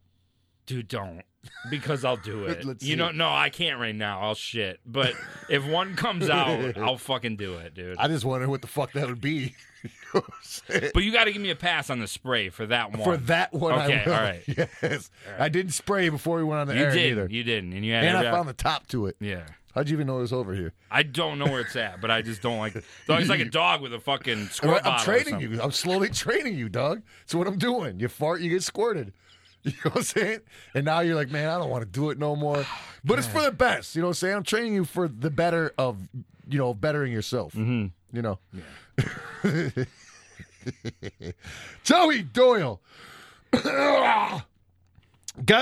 A: dude don't because
B: [LAUGHS]
A: i'll do it
B: Let's
A: you
B: see
A: know
B: it.
A: no i can't right now i'll shit but if one
B: [LAUGHS]
A: comes out i'll fucking do it dude
B: I just wonder what the fuck that would be. [LAUGHS] You know what I'm saying?
A: but you got to give me a pass on the spray for that one
B: For that one,
A: Okay,
B: I will.
A: all right.
B: [LAUGHS] Yes, I didn't spray before we went on the
A: you
B: air
A: didn't
B: either,
A: you didn't and you had
B: and
A: every-
B: I found the top to it.
A: yeah
B: How'd you even know it was over here?
A: i don't know where it's at but i just don't like so
B: [LAUGHS]
A: it's like a dog with a fucking squirt
B: I'm,
A: bottle or
B: training
A: something.
B: you. I'm slowly [LAUGHS] training you, dog. That's what I'm doing. You fart, you get squirted. [LAUGHS] You know what I'm saying? And now you're like, man, I don't want to do it no
A: [SIGHS]
B: more. But it's for the best. You know what I'm saying? I'm training you for the better of, you know, bettering yourself.
A: Mm-hmm.
B: You know? [LAUGHS] Joey Doyle. [COUGHS] God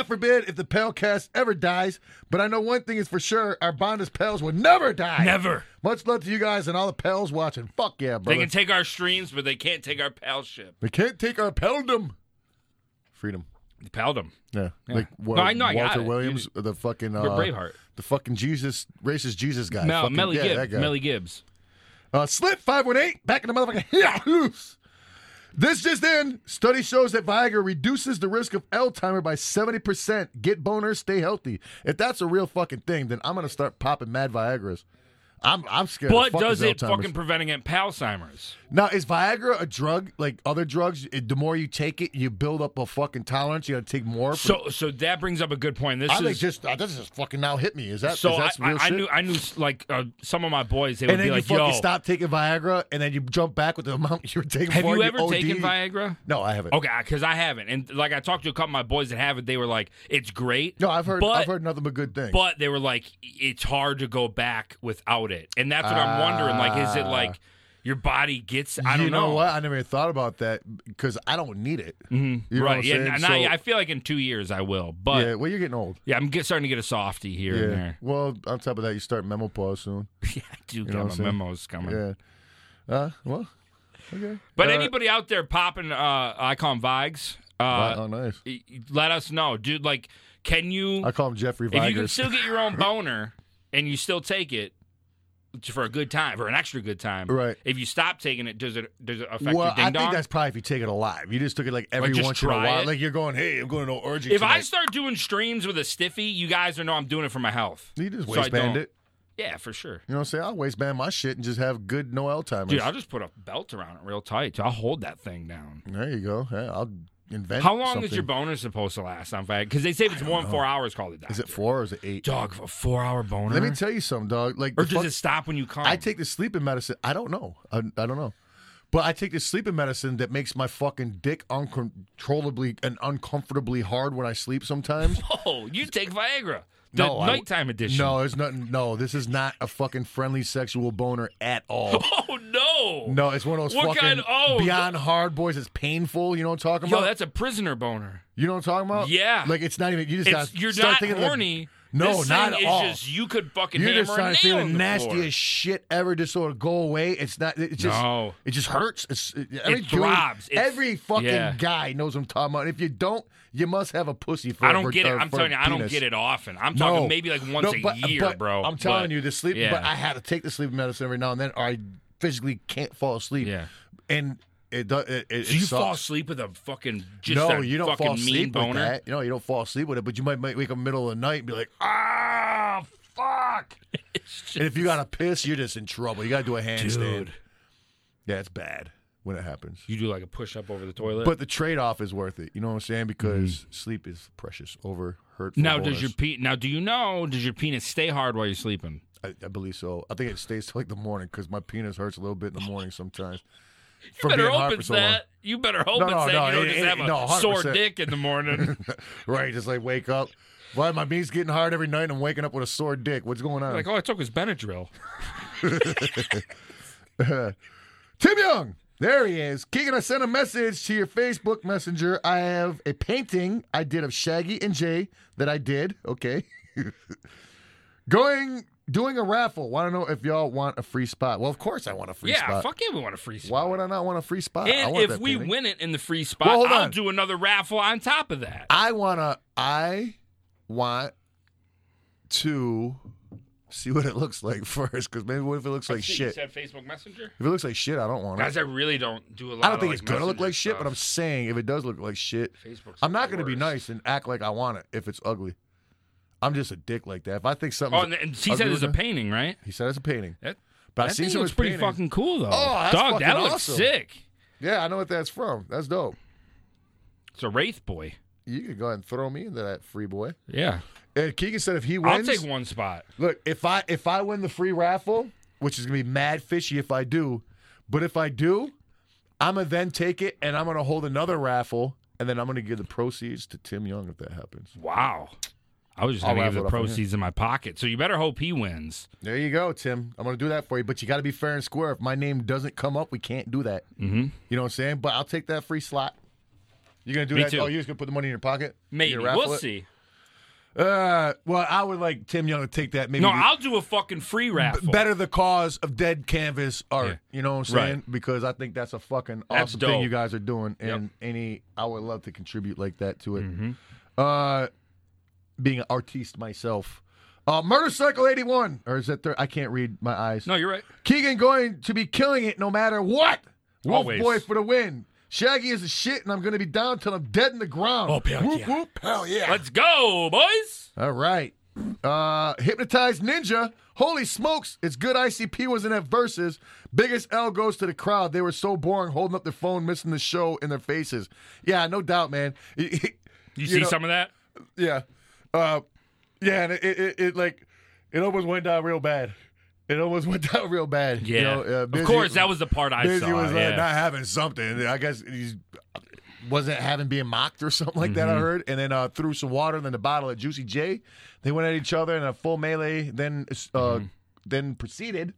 B: forbid if the Pale cast ever dies, but I know one thing is for sure our bond as pals will never die.
A: never
B: Much love to you guys and all the pals watching. Fuck yeah, brother.
A: they can take our streams but they can't take our palship
B: They can't take our peldom. Freedom.
A: paldom
B: Yeah. Like what,
A: No, I know, I got
B: Walter
A: it.
B: Williams, the fucking uh,
A: Or braveheart
B: the fucking Jesus, racist Jesus guy.
A: no
B: Fucking-
A: melly
B: yeah, that
A: gibbs
B: guy.
A: melly gibbs
B: Uh, Slip five one eight back in the motherfucking [LAUGHS] yeah, loose. This just in: study shows that Viagra reduces the risk of Alzheimer by seventy percent. Get boners, stay healthy. If that's a real fucking thing, then I'm gonna start popping mad Viagra's. I'm I'm scared.
A: But
B: the fuck
A: does
B: is
A: it
B: Alzheimer's.
A: fucking prevent against Alzheimer's?
B: Now, is Viagra a drug like other drugs? It- the more you take it, you build up a fucking tolerance. You got to take more. for-
A: So, so that brings up a good point. This
B: I think
A: is
B: just uh, this is fucking now hit me. Is that
A: so
B: is
A: I,
B: that
A: I,
B: real
A: I
B: shit?
A: knew I knew like uh, some of my boys they would
B: and then
A: be
B: you
A: like,
B: fucking
A: "Yo,
B: stop taking Viagra, and then you jump back with the [LAUGHS] amount you were taking.
A: have
B: before,
A: you ever
B: OD.
A: taken Viagra?"
B: No, I haven't.
A: Okay, because I haven't, and like I talked to a couple of my boys that have it, they were like, "It's great."
B: No, I've heard
A: But-
B: I've heard nothing but good things.
A: but they were like, "It's hard to go back without it," and that's what I'm wondering. Like, is it like your body gets? I don't
B: Ah. you know. what? I never even thought about that because I don't need it. You know what
A: Mm-hmm. right?
B: I'm
A: Yeah,
B: saying?
A: and
B: So-
A: I, I feel like in two years I will, but
B: yeah.
A: yeah,
B: Well, you're getting old.
A: I'm get, starting to get a softie here and
B: Yeah.
A: there. [LAUGHS]
B: Well, on top of that, you start menopause soon.
A: yeah, I do
B: know what
A: got
B: I'm
A: my
B: saying?
A: memos coming.
B: Yeah. Uh. Well. Okay.
A: But
B: Uh,
A: anybody out there popping, uh, I call them Vigs. Uh,
B: oh, nice.
A: y- y- let us know, dude. Like, can you
B: I call him Jeffrey
A: if you can
B: Vigers.
A: still get
B: [LAUGHS]
A: your own boner and you still take it for a good time, for an extra good time,
B: Right.
A: If you stop taking it, does it does it affect
B: well,
A: your
B: I
A: ding
B: think
A: dong?
B: that's probably if you take it alive. You just took it like every
A: just
B: once in a
A: try
B: while.
A: it?
B: Like you're going, hey, I'm going to an orgy.
A: If I
B: tonight."
A: start doing streams with a stiffy, you guys know I'm doing it for my health.
B: you just
A: So I
B: waistband
A: don't-
B: it.
A: Yeah, for sure.
B: You know what I'm saying? I'll waistband my shit and just have good no L timers.
A: Dude, I'll just put a belt around it real tight. I'll hold that thing down.
B: there you go. Yeah, I'll invent.
A: How long
B: something.
A: is your boner supposed to last on Viagra? Because they say if it's one four hours, call the doctor.
B: Is it four or is it eight?
A: Dog, a four hour boner?
B: Let me tell you something, dog. Like
A: or
B: the
A: does
B: fuck-
A: it stop when you come?
B: I take the sleeping medicine. I don't know. I, I don't know. But I take the sleeping medicine that makes my fucking dick uncontrollably and uncomfortably hard when I sleep sometimes.
A: Oh, you take Viagra, the
B: No, I-
A: nighttime edition.
B: No, there's nothing. No, this is not a fucking friendly sexual boner at
A: [GASPS]
B: all.
A: Oh no.
B: No, it's one of those
A: What
B: fucking
A: kind- oh,
B: beyond hard boys. It's painful. You know what I'm talking
A: Yo,
B: about?
A: that's a prisoner boner.
B: you know what I'm talking about?
A: Yeah.
B: oh, Like it's not even. You just
A: It's,
B: gotta
A: you're
B: start
A: not
B: thinking
A: horny.
B: No,
A: This
B: not
A: thing
B: at
A: is
B: all.
A: Just you could fucking
B: Like, you're just
A: hammer
B: trying
A: a
B: to feel
A: nail
B: the
A: in the floor.
B: nastiest shit ever, just sort of go away. It's not. It just.
A: No.
B: It just hurts. It's it, every dude-
A: throbs. It's-
B: every fucking
A: yeah.
B: guy knows what I'm talking about. If you don't, you must have a pussy. For
A: I don't
B: for-
A: get it.
B: uh,
A: I'm
B: for
A: telling you, I don't
B: penis.
A: get it often. I'm
B: No,
A: talking maybe like
B: No,
A: once
B: but-
A: a year,
B: but
A: bro.
B: I'm telling
A: But-
B: you, the sleep.
A: yeah.
B: But I had to take the sleeping medicine every now and then, or I physically can't fall asleep.
A: Yeah.
B: and it does. It, it,
A: Do
B: it
A: you
B: sucks.
A: fall asleep with a fucking just
B: no,
A: a
B: you don't
A: fucking
B: fall
A: mean
B: asleep
A: boner?
B: with that. No, you don't fall asleep with it, but you might, might wake up middle of the night and be like, ah,
A: [LAUGHS]
B: fuck. and if you got to piss, you're just in trouble. You got to do a handstand.
A: Dude.
B: Yeah, it's bad when it happens.
A: You do like a push up over the toilet.
B: But the trade off is worth it. You know what I'm saying? Because sleep is precious over hurtful.
A: Mm-hmm. now does
B: bonus.
A: your pe- now do you know does your penis stay hard while you're sleeping?
B: I, I believe so. I think it stays till like the morning because my penis hurts a little bit in the morning sometimes.
A: [LAUGHS] You
B: From
A: better
B: being hard
A: hope
B: for
A: it's
B: so long.
A: that. You better hope
B: No,
A: it's
B: no,
A: that.
B: no,
A: you don't
B: it-
A: just
B: it-
A: have a
B: no, 100%.
A: sore dick in the morning.
B: [LAUGHS] right, just like wake up. Why my knees getting hard every night and I'm waking up with a sore dick? What's going on?
A: [LAUGHS] like, oh, I took his Benadryl.
B: Tim Young. There he is. Keegan, I sent a message to your Facebook Messenger. I have a painting I did of Shaggy and Jay that I did. Okay. [LAUGHS] Going, doing a raffle. Want to know if y'all want a free spot? Well, of course I want a free
A: yeah,
B: spot.
A: fuck yeah, we want a free
B: Why
A: spot.
B: would I not want a free spot? I
A: and
B: want
A: if
B: that
A: we
B: painting.
A: win it in the free spot,
B: Well, hold
A: I'll
B: on.
A: do another raffle on top of that.
B: I wanna. I want to see what it looks like [LAUGHS] first, because maybe what if it looks like
A: You
B: shit?
A: said Facebook Messenger?
B: If it looks like shit, I don't want it.
A: Guys, I really don't do a lot
B: I don't think
A: of,
B: it's
A: like,
B: gonna look
A: Messenger
B: like shit, but I'm
A: stuff.
B: saying if it does look like shit,
A: Facebook's
B: I'm not
A: the
B: gonna be
A: worst.
B: nice and act like I want it if it's ugly. I'm just a dick like that. If I think something,
A: Oh, and, and she said
B: ugly
A: it's a
B: looking-
A: painting, right?
B: He said it's a painting,
A: That,
B: but I
A: that
B: seen
A: thing
B: some
A: looks pretty
B: paintings.
A: fucking cool,
B: Oh,
A: though.
B: that's
A: Dog, that
B: fucking
A: looks
B: awesome.
A: sick.
B: Yeah, I know what that's from. That's dope.
A: It's a Wraith Boy.
B: You could go ahead and throw me into that free boy.
A: Yeah.
B: And Keegan said if he
A: I'll
B: wins,
A: take one spot.
B: Look, if I if I win the free raffle, which is gonna be mad fishy if I do, but if I do, I'm gonna then take it and I'm gonna hold another raffle and then I'm gonna give the proceeds to Tim Young if that happens.
A: Wow. I was just
B: I'll
A: going to give
B: raffle it
A: the
B: off in
A: proceeds in my pocket. So you better hope he wins.
B: There you go, Tim. I'm gonna do that for you, but you got to be fair and square. If my name doesn't come up, we can't do that. Mm-hmm. You know what I'm saying? But I'll take that free slot. You're gonna do
A: Me
B: that?
A: too.
B: Oh, you're just gonna put the money in your pocket? You're
A: Maybe.
B: gonna raffle
A: We'll
B: it?
A: see.
B: Uh, well, I would like Tim Young to take that. Maybe
A: No,
B: the-
A: I'll do a fucking free raffle.
B: better the cause of dead canvas art.
A: Yeah.
B: You know what I'm
A: Right.
B: saying? Because I think that's a fucking
A: That's
B: awesome thing
A: dope.
B: you guys are doing, and any I would love to contribute like that to it.
A: Mm-hmm.
B: Uh, being an artiste myself, uh, Murder Cycle 81, or is that there? I can't read my eyes.
A: No, you're right.
B: Keegan going to be killing it no matter what. Wolf
A: Always.
B: boy for the win. Shaggy is a shit, and I'm gonna be down till I'm dead in the ground.
A: Oh, hell
B: whoop,
A: yeah.
B: whoop, hell yeah!
A: Let's go, boys.
B: All right. Uh, Hypnotized Ninja. Holy smokes! It's good ICP was in that versus. Biggest L goes to the crowd. They were so boring, holding up their phone, missing the show in their faces. Yeah, no doubt, man. [LAUGHS]
A: You, see
B: know-
A: some of that?
B: Yeah, uh, yeah, and it, it, it, it like it almost went down real bad. It almost [LAUGHS] went down real bad.
A: Yeah.
B: you know, uh, Busy-
A: of course, that was the part I
B: Busy
A: saw.
B: was uh,
A: yeah.
B: not having something.
C: I guess he wasn't having being mocked or something like
A: Mm-hmm.
C: that. I heard, and then uh, threw some water and then the bottle at Juicy J. They went at each other in a full melee. Then, uh,
A: Mm-hmm.
C: then proceeded,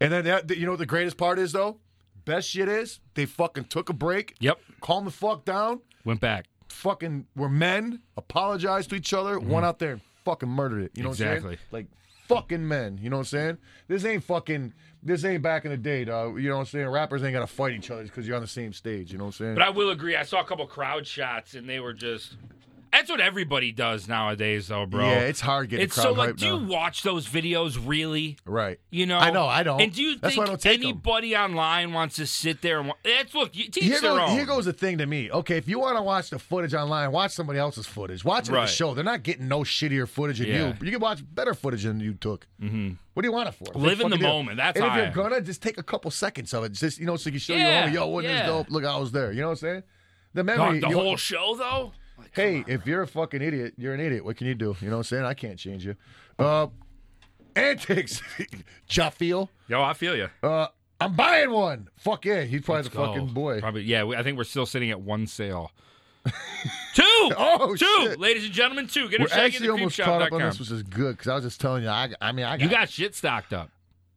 C: and then that, you know what the greatest part is though. Best shit is they fucking took a break,
A: Yep.
C: calmed the fuck down,
A: Went back.
C: fucking were men, apologized to each other, went out there and fucking murdered it. You know what I'm
A: Mm-hmm. Exactly.
C: saying? Like fucking men. You know what I'm saying? This ain't fucking. This ain't back in the day, dog. You know what I'm saying? Rappers ain't gotta fight each other because you're on the same stage. You know what I'm saying?
A: But I will agree. I saw a couple crowd shots, and they were just. That's what everybody does nowadays, though, bro.
C: Yeah, it's hard getting
A: It's
C: crowd
A: so like,
C: hype
A: do
C: now.
A: you watch those videos really?
C: Right.
A: You know,
C: I know, I don't.
A: And do you
C: That's
A: think
C: why I don't take 'em.
A: anybody online wants to sit there and wa- that's look? You, teach
C: Here
A: their
C: goes,
A: own.
C: here goes the thing to me. Okay, if you want to watch the footage online, watch somebody else's footage. Watch it at
A: Right.
C: the show. They're not getting no shittier footage than
A: Yeah.
C: you. You can watch better footage than you took. Mm-hmm. What do you want it for?
A: Live in the
C: Fucking do it.
A: moment. That's
C: and if
A: how I
C: you're
A: am.
C: gonna just take a couple seconds of it, just you know, so you can show
A: Yeah,
C: your homie, yo, wasn't
A: yeah.
C: this dope? Look, I was there. You know what I'm saying? The
A: God,
C: memory.
A: the
C: you-
A: whole show though.
C: hey, if you're a fucking idiot, you're an idiot. What can you do? You know what I'm saying? I can't change you. Uh, antics, [LAUGHS] Jaffiel.
A: Yo, I feel you.
C: Uh, I'm buying one. Fuck yeah, he's probably the fucking boy.
A: Probably, yeah. We, I think we're still sitting at one sale.
C: [LAUGHS]
A: two,
C: Oh,
A: oh, two,
C: shit.
A: ladies and gentlemen, two. Get a
C: We're
A: check at
C: actually almost caught up on this,
A: thecreepshop.com.
C: which is good because I was just telling you. I, I mean, I got,
A: You got shit stocked up.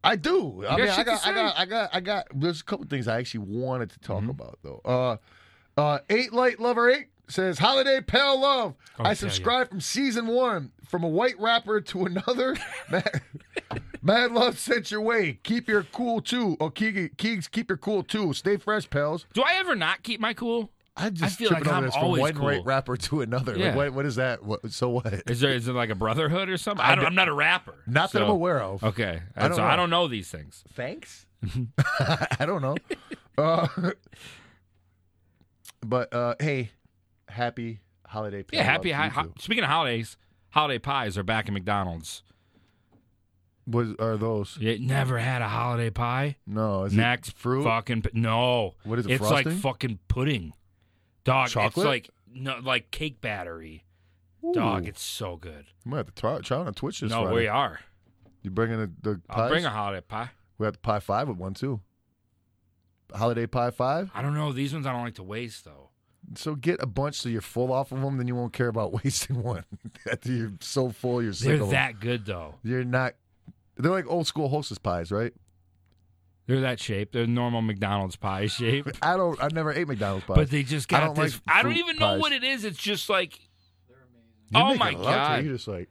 C: I do. I
A: got
C: mean, I
A: shit to
C: got,
A: say.
C: I got, I got, I got. There's a couple things I actually wanted to
A: Mm-hmm.
C: talk about though. Uh, uh, eight light lover eight says holiday pal love.
A: tell
C: I
A: ya.
C: subscribed from season one from a white rapper to another. [LAUGHS] Mad, Mad love sent your way. Keep your cool too. Oh, Keeg, Keegs, keep your cool too. Stay fresh, pals.
A: Do I ever not keep my cool?
C: I just
A: feel
C: tripping
A: like
C: over
A: I'm
C: this from
A: always
C: one
A: cool.
C: white rapper to another.
A: Yeah.
C: Like, what, what is that? What, so what?
A: Is there is it like a brotherhood or something? I don't, I'm not a rapper.
C: Not that I'm
A: so-
C: aware of.
A: Okay,
C: I don't
A: so
C: know.
A: I don't know these things.
C: thanks.
B: [LAUGHS]
A: Mm-hmm.
C: I don't
A: [LAUGHS]
C: know. Uh, but uh, hey, happy holiday.
A: Yeah, happy.
C: Love
A: Hi-
C: to you
A: ho-
C: too.
A: speaking of holidays, holiday pies are back at McDonald's.
C: What are those?
A: You never had a holiday pie?
C: No, is
A: Next
C: it fruit?
A: fucking p- no.
C: What is it,
A: It's like
C: frosting?
A: fucking pudding, dog. It's
C: Chocolate?
A: like no, like cake battery,
C: Ooh.
A: dog. It's so good.
B: I'm gonna have to try, try it on Twitch this
A: no,
B: Friday.
A: we are.
B: You bringing the, the
A: I'll
B: pies?
A: bring a holiday pie.
B: we have the pie five with one too. Holiday pie five.
A: I don't know these ones. I don't like to waste though.
B: So get a bunch so you're full off of them, then you won't care about [LAUGHS] wasting one. After you're so full, you're sick
A: They're
B: of 'em.
A: that good though.
B: You're not. They're like old school hostess pies, right?
A: They're that shape. They're normal
B: [LAUGHS]
A: McDonald's pie shape.
B: I don't. I never ate McDonald's pies.
A: But they just
B: I
A: got
B: don't
A: this.
B: like
A: I don't
B: fruit
A: even know
B: pies.
A: what it is. It's just like,
B: You
A: oh
B: make
A: my
B: a latte,
A: god!
B: You just like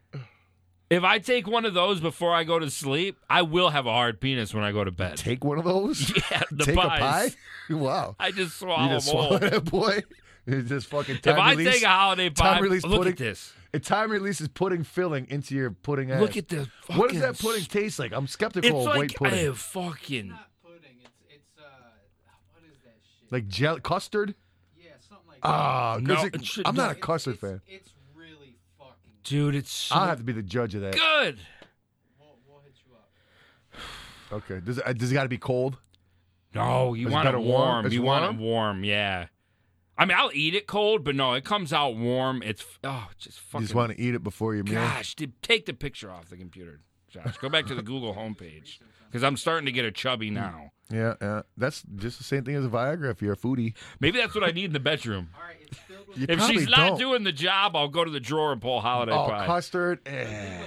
A: If I take one of those before I go to sleep, I will have a hard penis when I go to bed.
B: take one of those.
A: [LAUGHS] yeah, the
B: take
A: pies.
B: a pie. [LAUGHS] Wow.
A: I just
B: You
A: swallow
B: just
A: them
B: swallow [LAUGHS]
A: all.
B: that boy. It's just fucking time
A: If I
B: release.
A: take a holiday pie,
B: time release
A: look
B: pudding.
A: at this.
B: And time release is putting filling into your pudding ass.
A: Look at the. Fucking,
B: What does that pudding taste like? I'm skeptical
A: It's
B: of
A: like uh,
B: white pudding.
A: a fucking.
D: not pudding. It's it's uh, what is that shit?
B: Like gel custard?
D: yeah, something like
B: Ah, 'cause
A: No,
B: it-
A: it should-
B: I'm
A: no.
B: not a
D: that. It's-
B: custard
D: it's,
B: fan.
D: It's really fucking.
A: Dude, it's so
B: I'll have to be the judge of that.
A: good.
D: We'll, we'll hit you up.
B: Okay. Does it, uh, does it got to be cold?
A: No, you
B: Is it
A: want it
B: better
A: warm.
B: warm? It's
A: You want
B: warm?
A: it warm, yeah. I mean, I'll eat it cold, but no, it comes out warm. It's oh, just
B: You
A: fucking.
B: just want to eat it before your meal.
A: Gosh, dude, take the picture off the computer, Josh. Go back to the Google homepage because I'm starting to get a chubby
B: Hmm.
A: now.
B: Yeah, yeah. That's just the same thing as a Viagra if you're a foodie.
A: Maybe that's what I need in the bedroom.
D: All right, it's
B: [LAUGHS]
D: filled with
B: You
A: If
B: probably
A: she's not
B: don't.
A: doing the job, I'll go to the drawer and pull holiday
B: oh,
A: pie.
B: custard. eh.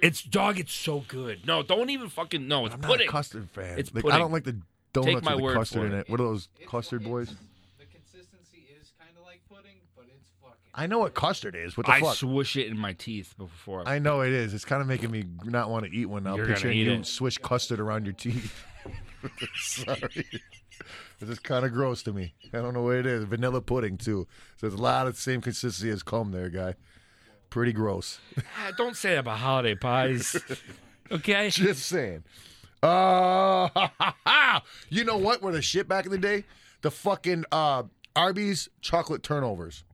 A: It's dog. It's so good. No, don't even fucking. No, it's
B: I'm not
A: pudding.
B: a custard fan.
A: It's
B: like, I
A: pudding.
B: don't like the donuts
A: my
B: with
A: word
B: the
A: for
B: custard in
A: it.
B: it. What are those
D: it's-
B: custard
D: it's-
B: boys?
D: The consistency is kind of like pudding, but it's fucking.
B: I know what custard is. What the
A: I
B: fuck?
A: swish it in my teeth before. I,
B: I know it is. It's kind of making me not want to eat one now.
A: You're gonna
B: picturing
A: eat
B: you
A: it.
B: swish custard around your teeth. [LAUGHS] Sorry. [LAUGHS] This is kind of gross to me. I don't know what it is. Vanilla pudding, too. So it's a lot of the same consistency as cum there, guy. Pretty gross. [LAUGHS]
A: Ah, don't say that about holiday pies. okay.
B: Just saying. Uh, [LAUGHS] you know what were the shit back in the day? The fucking uh, Arby's chocolate turnovers.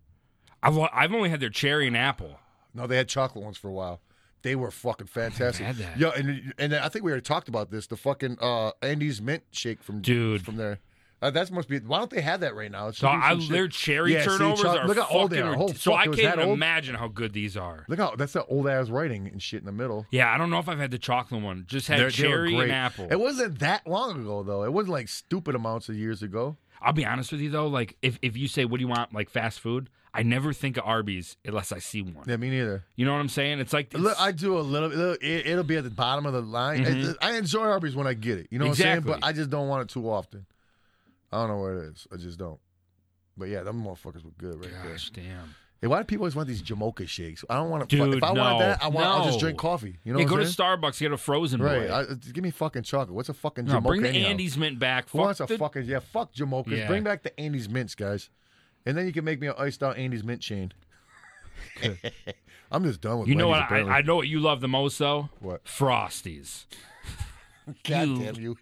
A: I've, I've only had their cherry and apple.
B: No, they had chocolate ones for a while. They were fucking fantastic.
A: had that.
B: Yeah, and and I think we already talked about this. The fucking uh, Andy's mint shake from
A: Dude.
B: from there. Uh, that must be. Why don't they have that right now? It's
A: So
B: some
A: I,
B: shit.
A: their cherry
B: Yeah, see,
A: turnovers
B: Chuck,
A: are
B: look how
A: fucking.
B: old they are. Holy
A: rid- so
B: fuck,
A: I
B: it was
A: can't
B: that
A: even
B: old?
A: imagine how good these are.
B: Look how that's that old ass writing and shit in the middle.
A: Yeah, I don't know if I've had the chocolate one. Just had
B: They're- they were
A: cherry and
B: great.
A: apple.
B: It wasn't that long ago though. It wasn't like stupid amounts of years ago.
A: I'll be honest with you though, like if, if you say what do you want, like fast food, I never think of Arby's unless I see one.
B: Yeah, me neither.
A: You know what I'm saying? It's like
B: Look,
A: it's-
B: I do a little. little- It, it'll be at the bottom of the line. It- I enjoy Arby's when I get it. You know what I'm saying?
A: Mm-hmm. Exactly.
B: But I just don't want it too often. I don't know where it is. I just don't. But yeah, them motherfuckers were good right there.
A: gosh damn.
B: Hey, why do people always want these Jamocha shakes? I don't want to.
A: Dude,
B: if I
A: no.
B: want that, I want. I'll just
A: No.
B: drink coffee. You know
A: yeah,
B: what
A: go
B: I'm
A: to
B: saying?
A: Starbucks, get a frozen
B: Right.
A: boy.
B: I, give me fucking chocolate. What's a fucking
A: no,
B: Jamocha?
A: bring the
B: anyhow?
A: Andy's mint back.
B: Who
A: Fuck
B: wants a
A: the-
B: fucking yeah? Fuck Jamokers.
A: Yeah.
B: Bring back the Andy's mints, guys, and then you can make me an iced out Andy's mint
A: [LAUGHS]
B: chain. [LAUGHS] I'm just done with
A: You know
B: Wendy's,
A: what? I,
B: apparently.
A: I know what you love the most though.
B: What?
A: Frosties.
B: God
A: you-
B: damn you!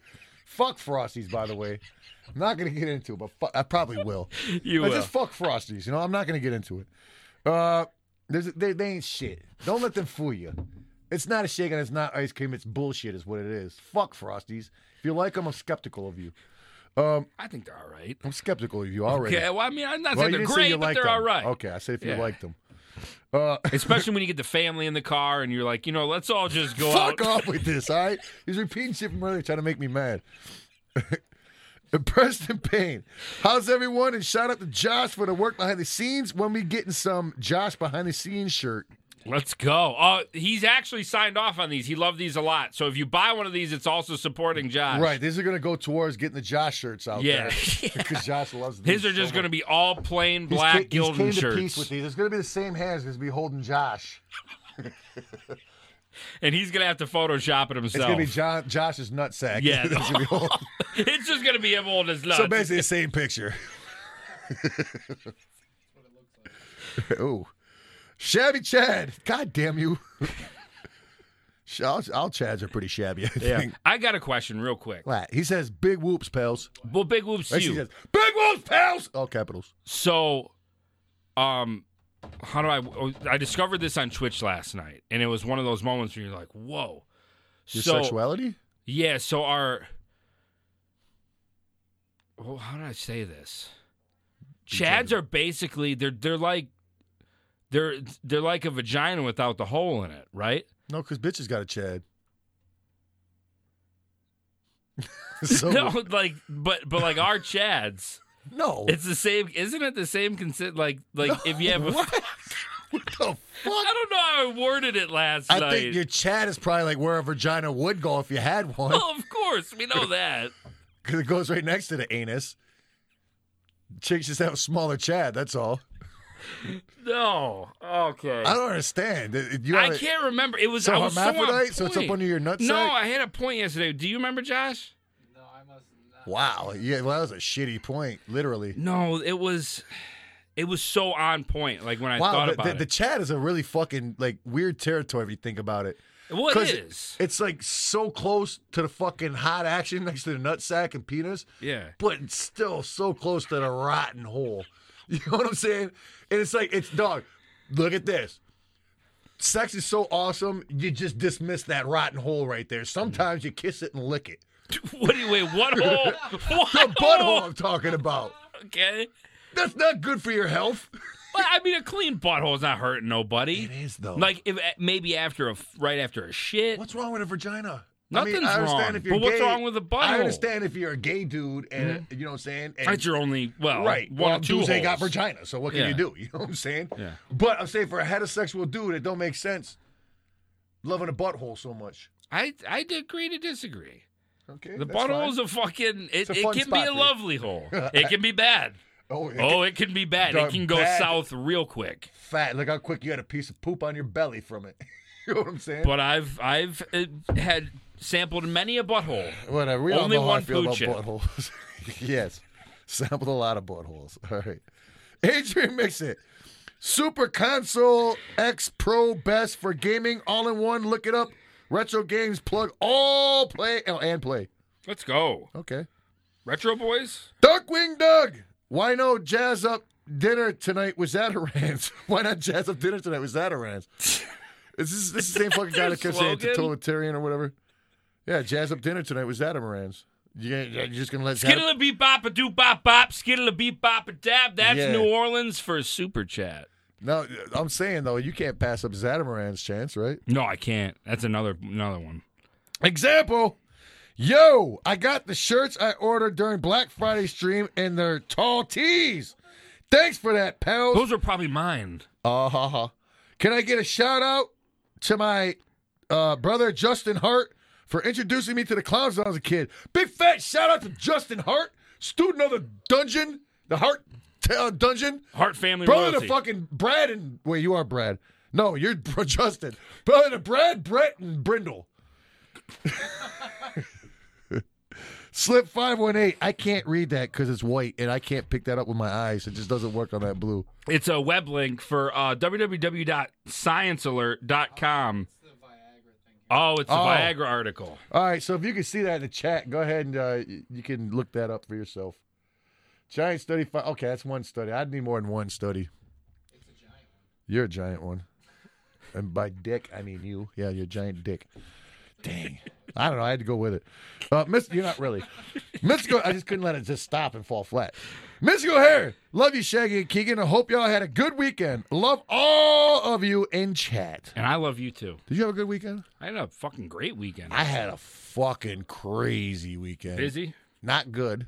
B: Fuck Frosties, by the way. I'm not gonna get into it, but fuck, I probably will.
A: [LAUGHS] You
B: But
A: will.
B: just fuck Frosties. You know, I'm not gonna get into it. Uh, there's, they, they ain't shit. Don't let them fool you. It's not a shake and it's not ice cream. It's bullshit, is what it is. Fuck Frosties. If you like them, I'm skeptical of you.
A: I think they're all right.
B: I'm skeptical of you already.
A: Okay, well, I mean, I'm not
B: Well,
A: saying
B: you
A: they're
B: didn't say
A: great,
B: you
A: but
B: liked
A: they're
B: them.
A: all right.
B: Okay, [LAUGHS] I said if
A: Yeah.
B: you liked them.
A: Especially when you get the family in the car and you're like, you know, let's all just go
B: Fuck
A: out.
B: off with this, all right? He's repeating shit from earlier, trying to make me mad. [LAUGHS] Preston Payne, how's everyone? And shout out to Josh for the work behind the scenes. When we getting some Josh behind the scenes shirt,
A: Let's go. Uh, he's actually signed off on these. He loved these a lot. So if you buy one of these, it's also supporting Josh.
B: right? These are gonna go towards getting the Josh shirts out
A: Yeah.
B: there
A: [LAUGHS]
B: [LAUGHS] because Josh loves these.
A: His are just
B: so
A: going to
B: much.
A: be all plain
B: He's
A: black
B: ca- he's came
A: Gildan
B: to peace
A: shirts.
B: with these. It's gonna be the same hands because be holding Josh.
A: and he's going to have to Photoshop it
B: It's
A: himself. [LAUGHS]
B: gonna be John, Josh's nutsack. [LAUGHS]
A: Yeah.
B: It's
A: [LAUGHS]
B: gonna be holding-
A: It's just going to be him holding his nuts.
B: so basically the same picture. [LAUGHS]
D: what it looks like.
B: Oh, shabby Chad. God damn you. [LAUGHS] Sh- all, all Chads are pretty shabby, I
A: yeah.
B: think.
A: I got a question real quick.
B: What? He says big whoops, pals.
A: Well, big whoops to
B: Actually, he
A: you.
B: says, big whoops, pals. All capitals.
A: So, um, how do I? oh, I discovered this on Twitch last night, and it was one of those moments where you're like, "Whoa!"
B: Your
A: so
B: sexuality?
A: yeah, so our. Well, how did I say this? Chads are basically they're they're like they're they're like a vagina without the hole in it, right? [LAUGHS]
B: No, because bitches got a Chad. [LAUGHS] so,
A: [LAUGHS] no, like but but like our Chads,
B: no.
A: it's the same, isn't it? The same consent like like if you have
B: [LAUGHS]
A: a,
B: What?
A: [LAUGHS]
B: what the fuck?
A: I don't know how I worded it last
B: I
A: night.
B: think your Chad is probably like where a vagina would go if you had
A: [LAUGHS]
B: one,
A: Well, Oh, of course, we know that.
B: because it goes right next to the anus. Chicks just have a smaller Chad, that's all.
A: No, okay.
B: I don't understand. It- it- You have
A: I
B: a-
A: can't remember. It was
B: So
A: I was
B: hermaphrodite,
A: So,
B: so
A: on
B: it's up
A: point.
B: under your nutsack?
A: No, I had a point yesterday. Do you remember, Josh?
D: No, I must not.
B: Wow. Yeah, well, that was a shitty point, literally.
A: No, it was. It was so on point. Like when I
B: wow,
A: thought
B: the,
A: about
B: the, the
A: it.
B: chat is a really fucking like weird territory if you think about it.
A: well, it
B: 'cause
A: is.
B: It's like so close to the fucking hot action next to the nutsack and penis,
A: yeah. [LAUGHS]
B: but it's still so close to the rotten hole. [LAUGHS] You know what I'm saying? And it's like it's dog. Look at this. Sex is so awesome, you just dismiss that rotten hole right there. Sometimes you kiss it and lick it.
A: What do you
B: [LAUGHS]
A: wait? What hole? What [LAUGHS]
B: The butthole
A: hole?
B: I'm talking about.
A: Okay.
B: That's not good for your health.
A: But I mean, a clean butthole's not hurting nobody.
B: It is though.
A: Like if eh, maybe after a right after a shit.
B: What's wrong with a vagina? I mean,
A: Nothing's
B: I understand
A: wrong,
B: If you're
A: but what's
B: gay-
A: wrong with a butthole? Mm-hmm.
B: I understand if you're a gay dude, and you know what I'm saying. And,
A: That's your only well.
B: right.
A: One
B: well,
A: or two
B: dudes ain't got
A: holes.
B: vagina, so what can
A: Yeah.
B: you do? [LAUGHS] You know what I'm saying?
A: Yeah.
B: But I'm saying for a heterosexual dude, it don't make sense loving a butthole so much.
A: I I agree to disagree.
B: Okay.
A: The
B: that's
A: butthole
B: fine.
A: is a fucking. It,
B: a
A: it
B: fun
A: can be
B: spot
A: a
B: for you. [LAUGHS]
A: lovely hole. It can be bad.
B: Oh, it
A: Oh,
B: gets
A: it can be bad. It
B: Dog,
A: can go
B: bad.
A: south real quick.
B: fat. Look how quick you had a piece of poop on your belly from it. [LAUGHS] you know what I'm saying?
A: But I've I've uh, had sampled many a butthole.
B: Whatever. We
A: Only
B: all know how I
A: one
B: feel about
A: pooch in.
B: buttholes. [LAUGHS] yes. Sampled a lot of buttholes. [LAUGHS] All right. Adrian Mixit. Super Console X Pro Best for gaming. All in one. Look it up. Retro games. Plug all play. Oh, and play.
A: Let's go,
B: Okay.
A: retro boys.
B: Duckwing Doug. Why no [LAUGHS] jazz up dinner tonight with Zatarans? Why not jazz up dinner tonight with Zatarans? Is this, this the same fucking guy
A: their
B: that kept saying
A: slogan?
B: totalitarian or whatever? Yeah, jazz up dinner tonight was that a Moran's. You, you're just gonna let that
A: Skittle a beep bop a doo bop bop. Skittle a beep bop a dab. That's
B: Yeah.
A: New Orleans for a super chat.
B: No, I'm saying though, you can't pass up Zatamaran's chance, right?
A: No, I can't. That's another another one.
B: Example. Yo, I got the shirts I ordered during Black Friday stream and they're tall tees. Thanks for that, pals.
A: Those are probably mine.
B: Uh huh. Can I get a shout out to my uh, brother Justin Hart for introducing me to the clowns when I was a kid? Big fat shout out to Justin Hart, student of the dungeon, the Hart uh, dungeon.
A: Heart family
B: Brother
A: royalty.
B: to fucking Brad and wait, you are Brad. No, you're [LAUGHS] Br- Justin. Brother to Brad, Brett, and Brindle. [LAUGHS] Slip five one eight. I can't read that because it's white and I can't pick that up with my eyes. It just doesn't work on that blue.
A: It's a web link for uh, www.sciencealert.com.
D: It's the Viagra thing.
A: Oh, it's a
B: Oh.
A: Viagra article.
B: All right, so if you can see that in the chat, go ahead and uh, y- you can look that up for yourself. Giant study five. Okay, that's one study. I'd need more than one study.
D: It's a giant one.
B: You're a giant one. And by dick, I mean you. Yeah, you're a giant dick. Dang. I don't know. I had to go with it. Uh, Miss, you're not really. Mystical, I just couldn't let it just stop and fall flat. Mystical Hair, love you, Shaggy and Keegan. I hope y'all had a good weekend. Love all of you in chat.
A: And I love you too.
B: Did you have a good weekend?
A: I had a fucking great weekend.
B: I had a fucking crazy weekend.
A: Busy?
B: Not good.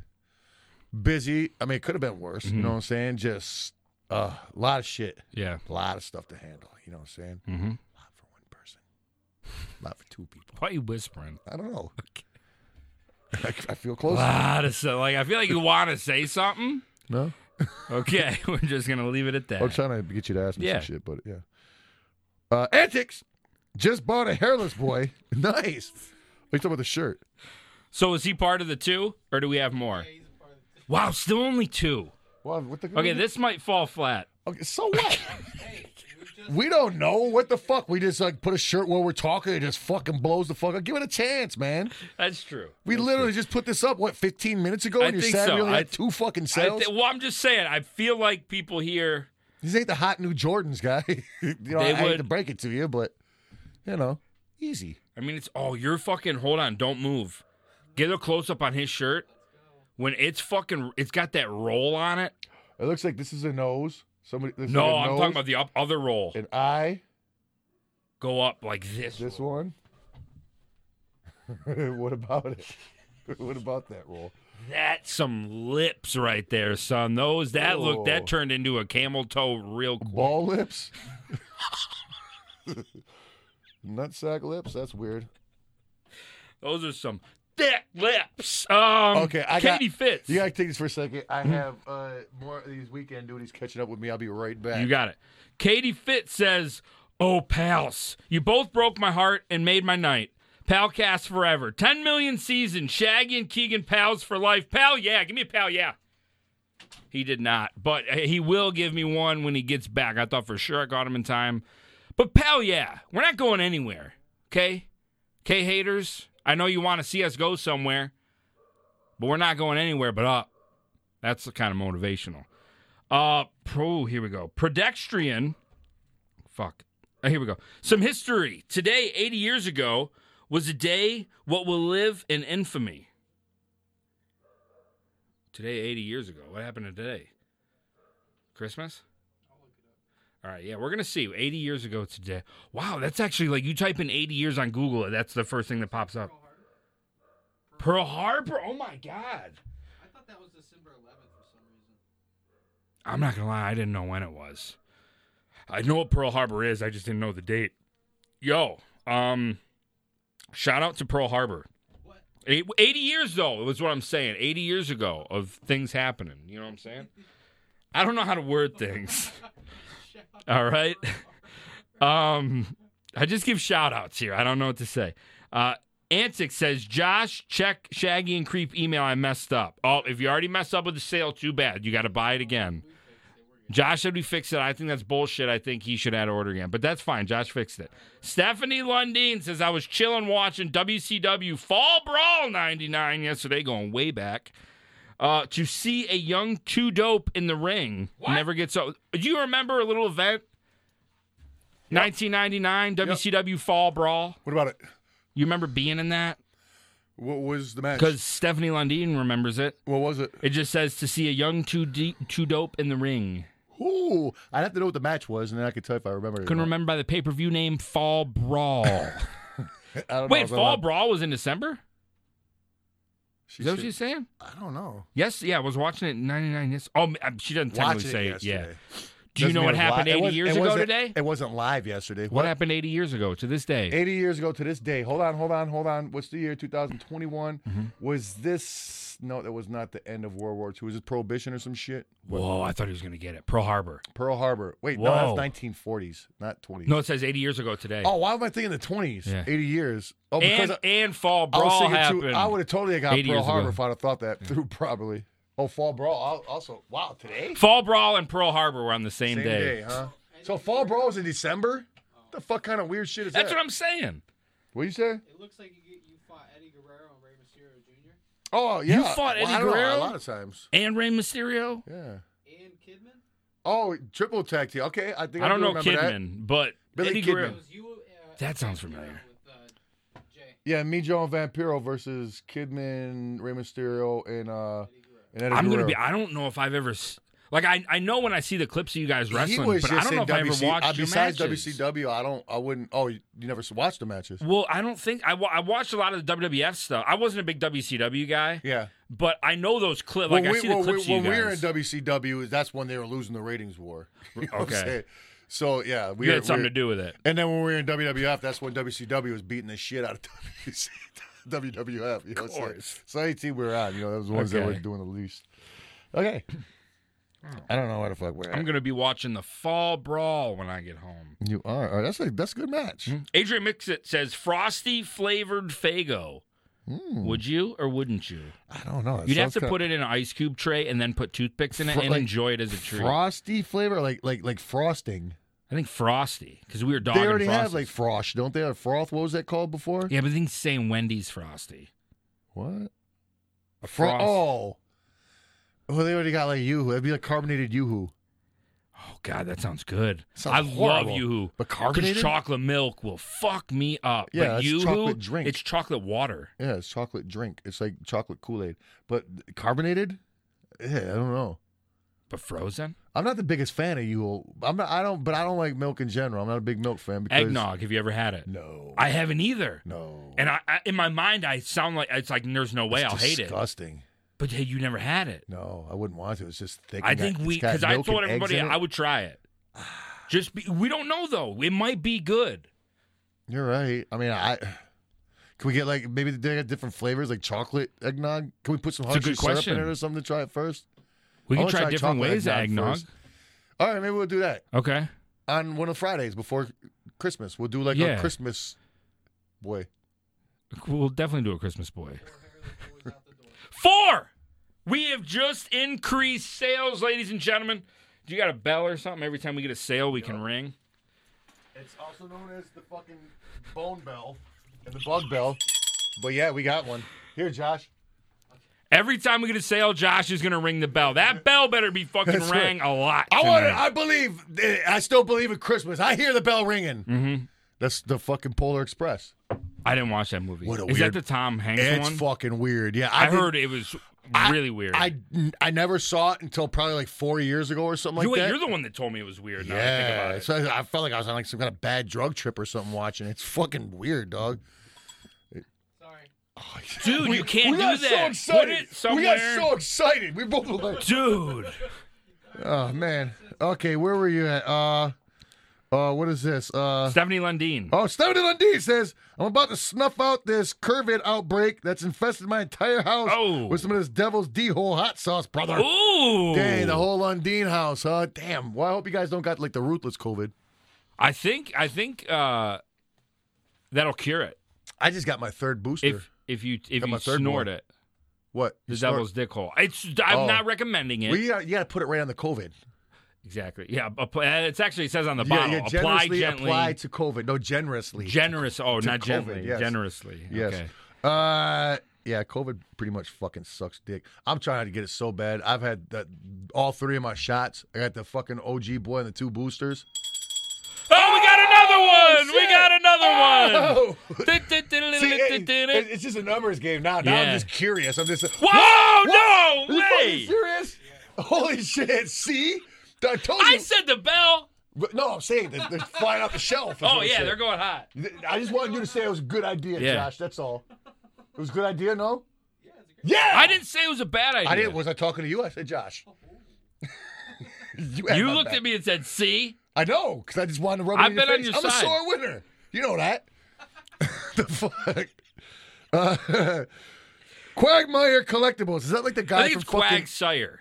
B: Busy. I mean, it could have been worse.
A: Mm-hmm.
B: You know what I'm saying? Just uh, a lot of shit.
A: Yeah.
B: A lot of stuff to handle. You know what I'm saying?
A: Mm-hmm.
B: A lot for one person. A lot for two people.
A: Why are you whispering?
B: I don't know.
A: Okay.
B: I, [LAUGHS] I feel close.
A: lot of stuff. Like I feel like you want to say something.
B: No?
A: Okay, [LAUGHS] we're just gonna leave it at that.
B: I'm trying to get you to ask me
A: Yeah.
B: some shit, but yeah. Uh, antics. Just bought a hairless boy. [LAUGHS] nice. Are you talking about the shirt?
A: So is he part of the two, or do we have more?
D: Yeah, he's a part of the
A: Wow, still only two.
B: Well, what the
A: Okay, this might fall flat.
B: Okay, so
A: [LAUGHS]
B: what?
D: Hey, we just
B: we don't know. What the fuck? We just like put a shirt while we're talking. It just fucking blows the fuck up. Give it a chance, man.
A: That's true.
B: We literally just put this up, what, 15 minutes ago?
A: I
B: And you're
A: think
B: sad
A: so.
B: we only
A: I
B: had two fucking
A: I
B: sales?
A: thi- well, I'm just saying. I feel like people here.
B: These ain't the hot new Jordans, guy. [LAUGHS] you know,
A: They
B: I hate
A: would-
B: to break it to you, but you know, easy.
A: I mean, it's oh, you're fucking. Hold on, don't move. Get a close up on his shirt. When it's fucking, it's got that roll on it.
B: It looks like this is a nose. Somebody. This
A: No,
B: is a
A: I'm
B: nose,
A: talking about the up, other roll.
B: an eye.
A: Go up like this.
B: This
A: roll.
B: one. [LAUGHS] what about it? [LAUGHS] What about that roll?
A: That's some lips right there, son. Those that look
B: Whoa.
A: that turned into a camel toe real quick.
B: Ball lips. [LAUGHS] Nutsack lips. That's weird.
A: Those are some thick lips. Um,
B: Okay, I got-
A: Katie Fitz.
B: You gotta take this for a second. I
A: Mm-hmm.
B: have uh, more of these weekend duties catching up with me. I'll be right back.
A: You got it. Katie Fitz says, "Oh pals, you both broke my heart and made my night. Palcast forever. Ten million season. Shaggy and Keegan pals for life. Pal, yeah. Give me a pal, yeah." He did not, but uh, he will give me one when he gets back. I thought for sure I got him in time, but pal, yeah. We're not going anywhere. Okay, K haters. I know you want to see us go somewhere, but we're not going anywhere but up. That's the kind of motivational. Uh, pro. Here we go. Pedestrian. Fuck. Uh, here we go. Some history. Today, 80 years ago, was a day what will live in infamy. Today, 80 years ago. What happened to today? Christmas? All right, yeah, we're gonna see. 80 years ago today. Wow, that's actually like you type in 80 years on Google, that's the first thing that pops up. Pearl Harbor. Oh my God.
D: I thought that was December 11th for some reason.
A: I'm not gonna lie, I didn't know when it was. I know what Pearl Harbor is, I just didn't know the date. Yo, um, shout out to Pearl Harbor.
D: What?
A: Eight, 80 years though, was what I'm saying. 80 years ago of things happening. You know what I'm saying? I don't know how to word things. All right. Um, I just give shout outs here. I don't know what to say. Uh, Antic says, Josh, check Shaggy and Creep email. I messed up. Oh, if you already messed up with the sale, too bad. You got to buy it again. Josh said we fixed it. I think that's bullshit. I think he should add order again, but that's fine. Josh fixed it. Stephanie Lundeen says I was chilling watching WCW Fall Brawl '99 yesterday, going way back. Uh, to see a young two dope in the ring never gets old. Do you remember a little event? 1999 WCW Fall Brawl.
E: What about it?
A: You remember being in that?
E: What was the match?
A: Because Stephanie Lundeen remembers it.
E: What was it?
A: It just says to see a young two deep, two dope in the ring.
B: Ooh, I'd have to know what the match was, and then I could tell if I remember. it.
A: Couldn't remember by the pay per view name
B: [LAUGHS]
A: Fall Brawl.
B: I don't know
A: Wait,
B: if I
A: Fall
B: remember.
A: Brawl was in December.
E: She
A: Is that what
E: said-
A: she's saying?
E: I don't know.
A: Yes, yeah, I was watching it in '99. Yes, oh, m- she doesn't technically
E: Watching it
A: say it. Yeah.
E: yesterday.
A: Do you
B: Doesn't mean
A: know what
B: it was
A: happened
B: li- it
A: 80
B: wasn't- it
A: years ago
B: wasn't-
A: today?
B: It wasn't live yesterday.
A: What happened 80 years ago to this day?
B: 80 years ago to this day. Hold on, hold on, hold on. What's the year? 2021.
A: Mm-hmm.
B: Was this? No, that was not the end of World War II. Was it Prohibition or some shit?
A: Whoa, I thought he was going to get it. Pearl Harbor.
B: Pearl Harbor. Wait,
A: Whoa.
B: no, that's 1940s, not 20s.
A: No, it says 80 years ago today.
B: Oh, why am I thinking the 20s?
A: Yeah.
B: 80 years. Oh, because
A: and and Fall
B: I, I was
A: Brawl
B: thinking
A: happened.
B: too, I would have totally got
A: 80
B: Pearl
A: years
B: Harbor
A: ago.
B: if I'd have thought that through properly. Oh, Fall Brawl. I'll- Also, wow, today?
A: Fall Brawl and Pearl Harbor were on the same,
B: Same
A: day.
B: day, huh? So Fall Brawl was in December? What the fuck kind of weird shit is
A: That's
B: that?
A: what I'm saying.
B: what you say?
D: It looks like you, you fought Eddie Guerrero and Rey Mysterio Jr.
B: Oh, yeah.
A: fought Eddie
B: I don't know, a
A: Guerrero?
B: lot of times.
A: And Rey Mysterio.
B: Yeah.
D: and Kidman.
B: Oh, triple tag team. Okay, I think I,
A: I don't
B: do
A: know
B: remember That.
A: Kidman, but
B: Billy
A: Eddie
B: Kidman.
A: Guerrero.
D: It was you. Uh,
A: That sounds
D: Mysterio
A: familiar.
D: With uh, Jay.
B: Yeah, me, Joe, and Vampiro versus Kidman, Rey Mysterio, and uh, and Eddie
A: I'm gonna
B: Guerrero.
A: be. I don't know if I've ever. s- Like I, I know when I see the clips of you guys
B: He
A: wrestling,
B: was
A: but I
B: just
A: don't know if
B: in
A: I ever
B: WC
A: watched
B: uh,
A: your
B: besides
A: matches.
B: WCW. I don't. I wouldn't. Oh, you you never s- watched the matches?
A: Well, I don't think I, wa- I watched a lot of the WWF stuff. I wasn't a big WCW guy,
B: Yeah.
A: but I know those clips. Like
B: when
A: I
B: we,
A: see the
B: when we-
A: clips
B: when
A: of you
B: we were in
A: guys.
B: WCW, that's when they were losing the ratings war. [LAUGHS] You know what I'm
A: Okay.
B: saying? So yeah, we
A: you
B: were-
A: had something
B: we
A: to
B: were-
A: do with it.
B: And then when we were in WWF, that's when WCW was beating the shit out of [LAUGHS] WCW, WWF. You know of
A: course.
B: So AT we were on. You know, that was the ones that were
A: Okay.
B: doing the least. Okay. I don't know where the fuck we're at.
A: I'm gonna be watching the Fall Brawl when I get home.
B: You are. All right, that's a that's a good match.
A: Adrian Mixit says frosty flavored Fago. Hmm.
B: Hmm.
A: Would you or wouldn't you?
B: I don't know.
A: You'd have to put it in an ice cube tray and then put toothpicks in it
B: Fro-
A: and
B: like
A: enjoy it as a treat.
B: frosty flavor, like like like frosting.
A: I think frosty because we were dog.
B: they already have like
A: frosties.
B: frosh, don't they? Or froth? What was that called before?
A: yeah, but I think saying Wendy's frosty.
B: What?
A: A
B: Fro-
A: frost.
B: Oh. Well, they already got like yoo-hoo. That'd be like carbonated yoo-hoo.
A: Oh God, that sounds good.
B: Sounds
A: I
B: horrible.
A: love YooHoo.
B: But carbonated?
A: chocolate milk will fuck me up.
B: Yeah,
A: but
B: it's
A: YooHoo,
B: chocolate drink.
A: It's chocolate water.
B: Yeah, it's chocolate drink. It's like chocolate Kool-Aid, but carbonated. Yeah, I don't know.
A: But frozen
B: I'm not the biggest fan of yoo-hoo. I'm not. I don't. But I don't like milk in general. I'm not a big milk fan. Because,
A: eggnog. Have you ever had it?
B: No.
A: I haven't either.
B: no.
A: And I, I, in my mind, I sound like it's like there's no way
B: It's
A: I'll hate it.
B: Disgusting.
A: But hey, you never had it.
B: No, I wouldn't want to. It's just thick.
A: I
B: and got-
A: think
B: it's
A: we
B: got
A: because I
B: milk
A: told
B: and eggs
A: everybody
B: in it.
A: I would try it. Just be, we don't know though. It might be good.
B: You're right. I mean, I. Can we get like maybe they got different flavors like chocolate eggnog? Can we put some
A: It's a
B: honey syrup
A: good question.
B: in it or something to try it first? I
A: We can
B: wanna
A: try,
B: try
A: different
B: chocolate
A: ways of
B: eggnog
A: eggnog.
B: first. All right, maybe we'll do that
A: Okay.
B: on one of Fridays before Christmas. We'll do like
A: Yeah.
B: a Christmas boy.
A: We'll definitely do a Christmas boy. Four. We have just increased sales, ladies and gentlemen. Do you got a bell or something? Every time we get a sale, we can ring.
B: It's also known as the fucking bone bell and the bug bell. But yeah, we got one. Here, Josh.
A: Every time we get a sale, Josh is gonna ring the
B: [LAUGHS]
A: bell. That bell better be fucking
B: That's right.
A: rang a lot.
B: I want it.
A: tonight.
B: I believe. eh, I still believe in Christmas. I hear the bell ringing. Mm-hmm. That's the fucking Polar Express.
A: I didn't watch that movie.
B: What a
A: is
B: weird-
A: that the Tom Hanks
B: It's
A: one?
B: fucking weird. Yeah,
A: I,
B: did-
A: heard it was
B: I-
A: really weird.
B: I, I never saw it until probably like four years ago or something
A: you,
B: like
A: wait,
B: that.
A: you're the one that told me it was weird. Now that I think
B: yeah,
A: about it.
B: so I, I felt like I was on like some kind of bad drug trip or something watching. it. It's fucking weird, dog.
D: Sorry.
A: Dude, you can't
B: we
A: do
B: got
A: that.
B: So excited.
A: Put it
B: we
A: somewhere.
B: got so excited. We both were like,
A: Dude,
B: oh man. Okay, where were you at? Uh, uh, what is this? [LAUGHS] Uh,
A: Stephanie Lundeen.
B: oh, Stephanie Lundeen says I'm about to snuff out this COVID outbreak that's infested my entire house
A: Oh.
B: with some of this devil's d hole hot sauce, brother.
A: Ooh,
B: Dang, the whole Lundeen house, huh? Damn. Well, I hope you guys don't got like the ruthless COVID.
A: I think I think uh, that'll cure it.
B: I just got my third booster.
A: if if you if
B: Got
A: you
B: my third
A: snort
B: one.
A: it,
B: what?
A: the
B: You snort-
A: devil's dick hole. It's I'm
B: Oh.
A: not recommending it.
B: Well, you, gotta, you gotta put it right on the COVID.
A: exactly. Yeah, apply, it's actually it says on the
B: Yeah,
A: bottle.
B: yeah,
A: apply
B: generously
A: gently.
B: apply to COVID. No, generously.
A: generous. Oh, not
B: COVID,
A: gently.
B: yes.
A: Generously.
B: yes.
A: Okay.
B: Uh, yeah, COVID pretty much fucking sucks dick. I'm trying to get it so bad. I've had the, all three of my shots. I got the fucking OG boy and the two boosters.
A: Oh, we got one.
B: [LAUGHS]
A: [LAUGHS]
B: Oh! See, it- it-
A: Du-du-du-du-du-du-du-du.
B: it's just a numbers game now. Now
A: Yeah.
B: I'm just curious. I'm just.
A: Whoa, no
B: You fucking
A: way.
B: serious? Holy shit! See, I told you.
A: I said the bell.
B: But no, I'm saying they're, they're flying off the shelf. is
A: Oh,
B: what I
A: yeah,
B: said.
A: they're going hot.
B: I just wanted you to say it was a good idea,
A: Yeah.
B: Josh. That's all. It was a good idea, no? Yeah.
A: I didn't say it was a bad idea.
B: I didn't. Was I talking to you? I said, Josh. [LAUGHS] you had
A: You
B: my
A: looked
B: back.
A: at me and said, "See,
B: I know, because I just wanted to rub it
A: I've
B: in your
A: been on
B: face.
A: your
B: I'm
A: side.
B: a sore winner. You know that. [LAUGHS] the fuck. Uh, [LAUGHS] Quagmire Collectibles. Is that like the
A: I
B: guy
A: think
B: from
A: it's Quag
B: fucking?
A: Sire."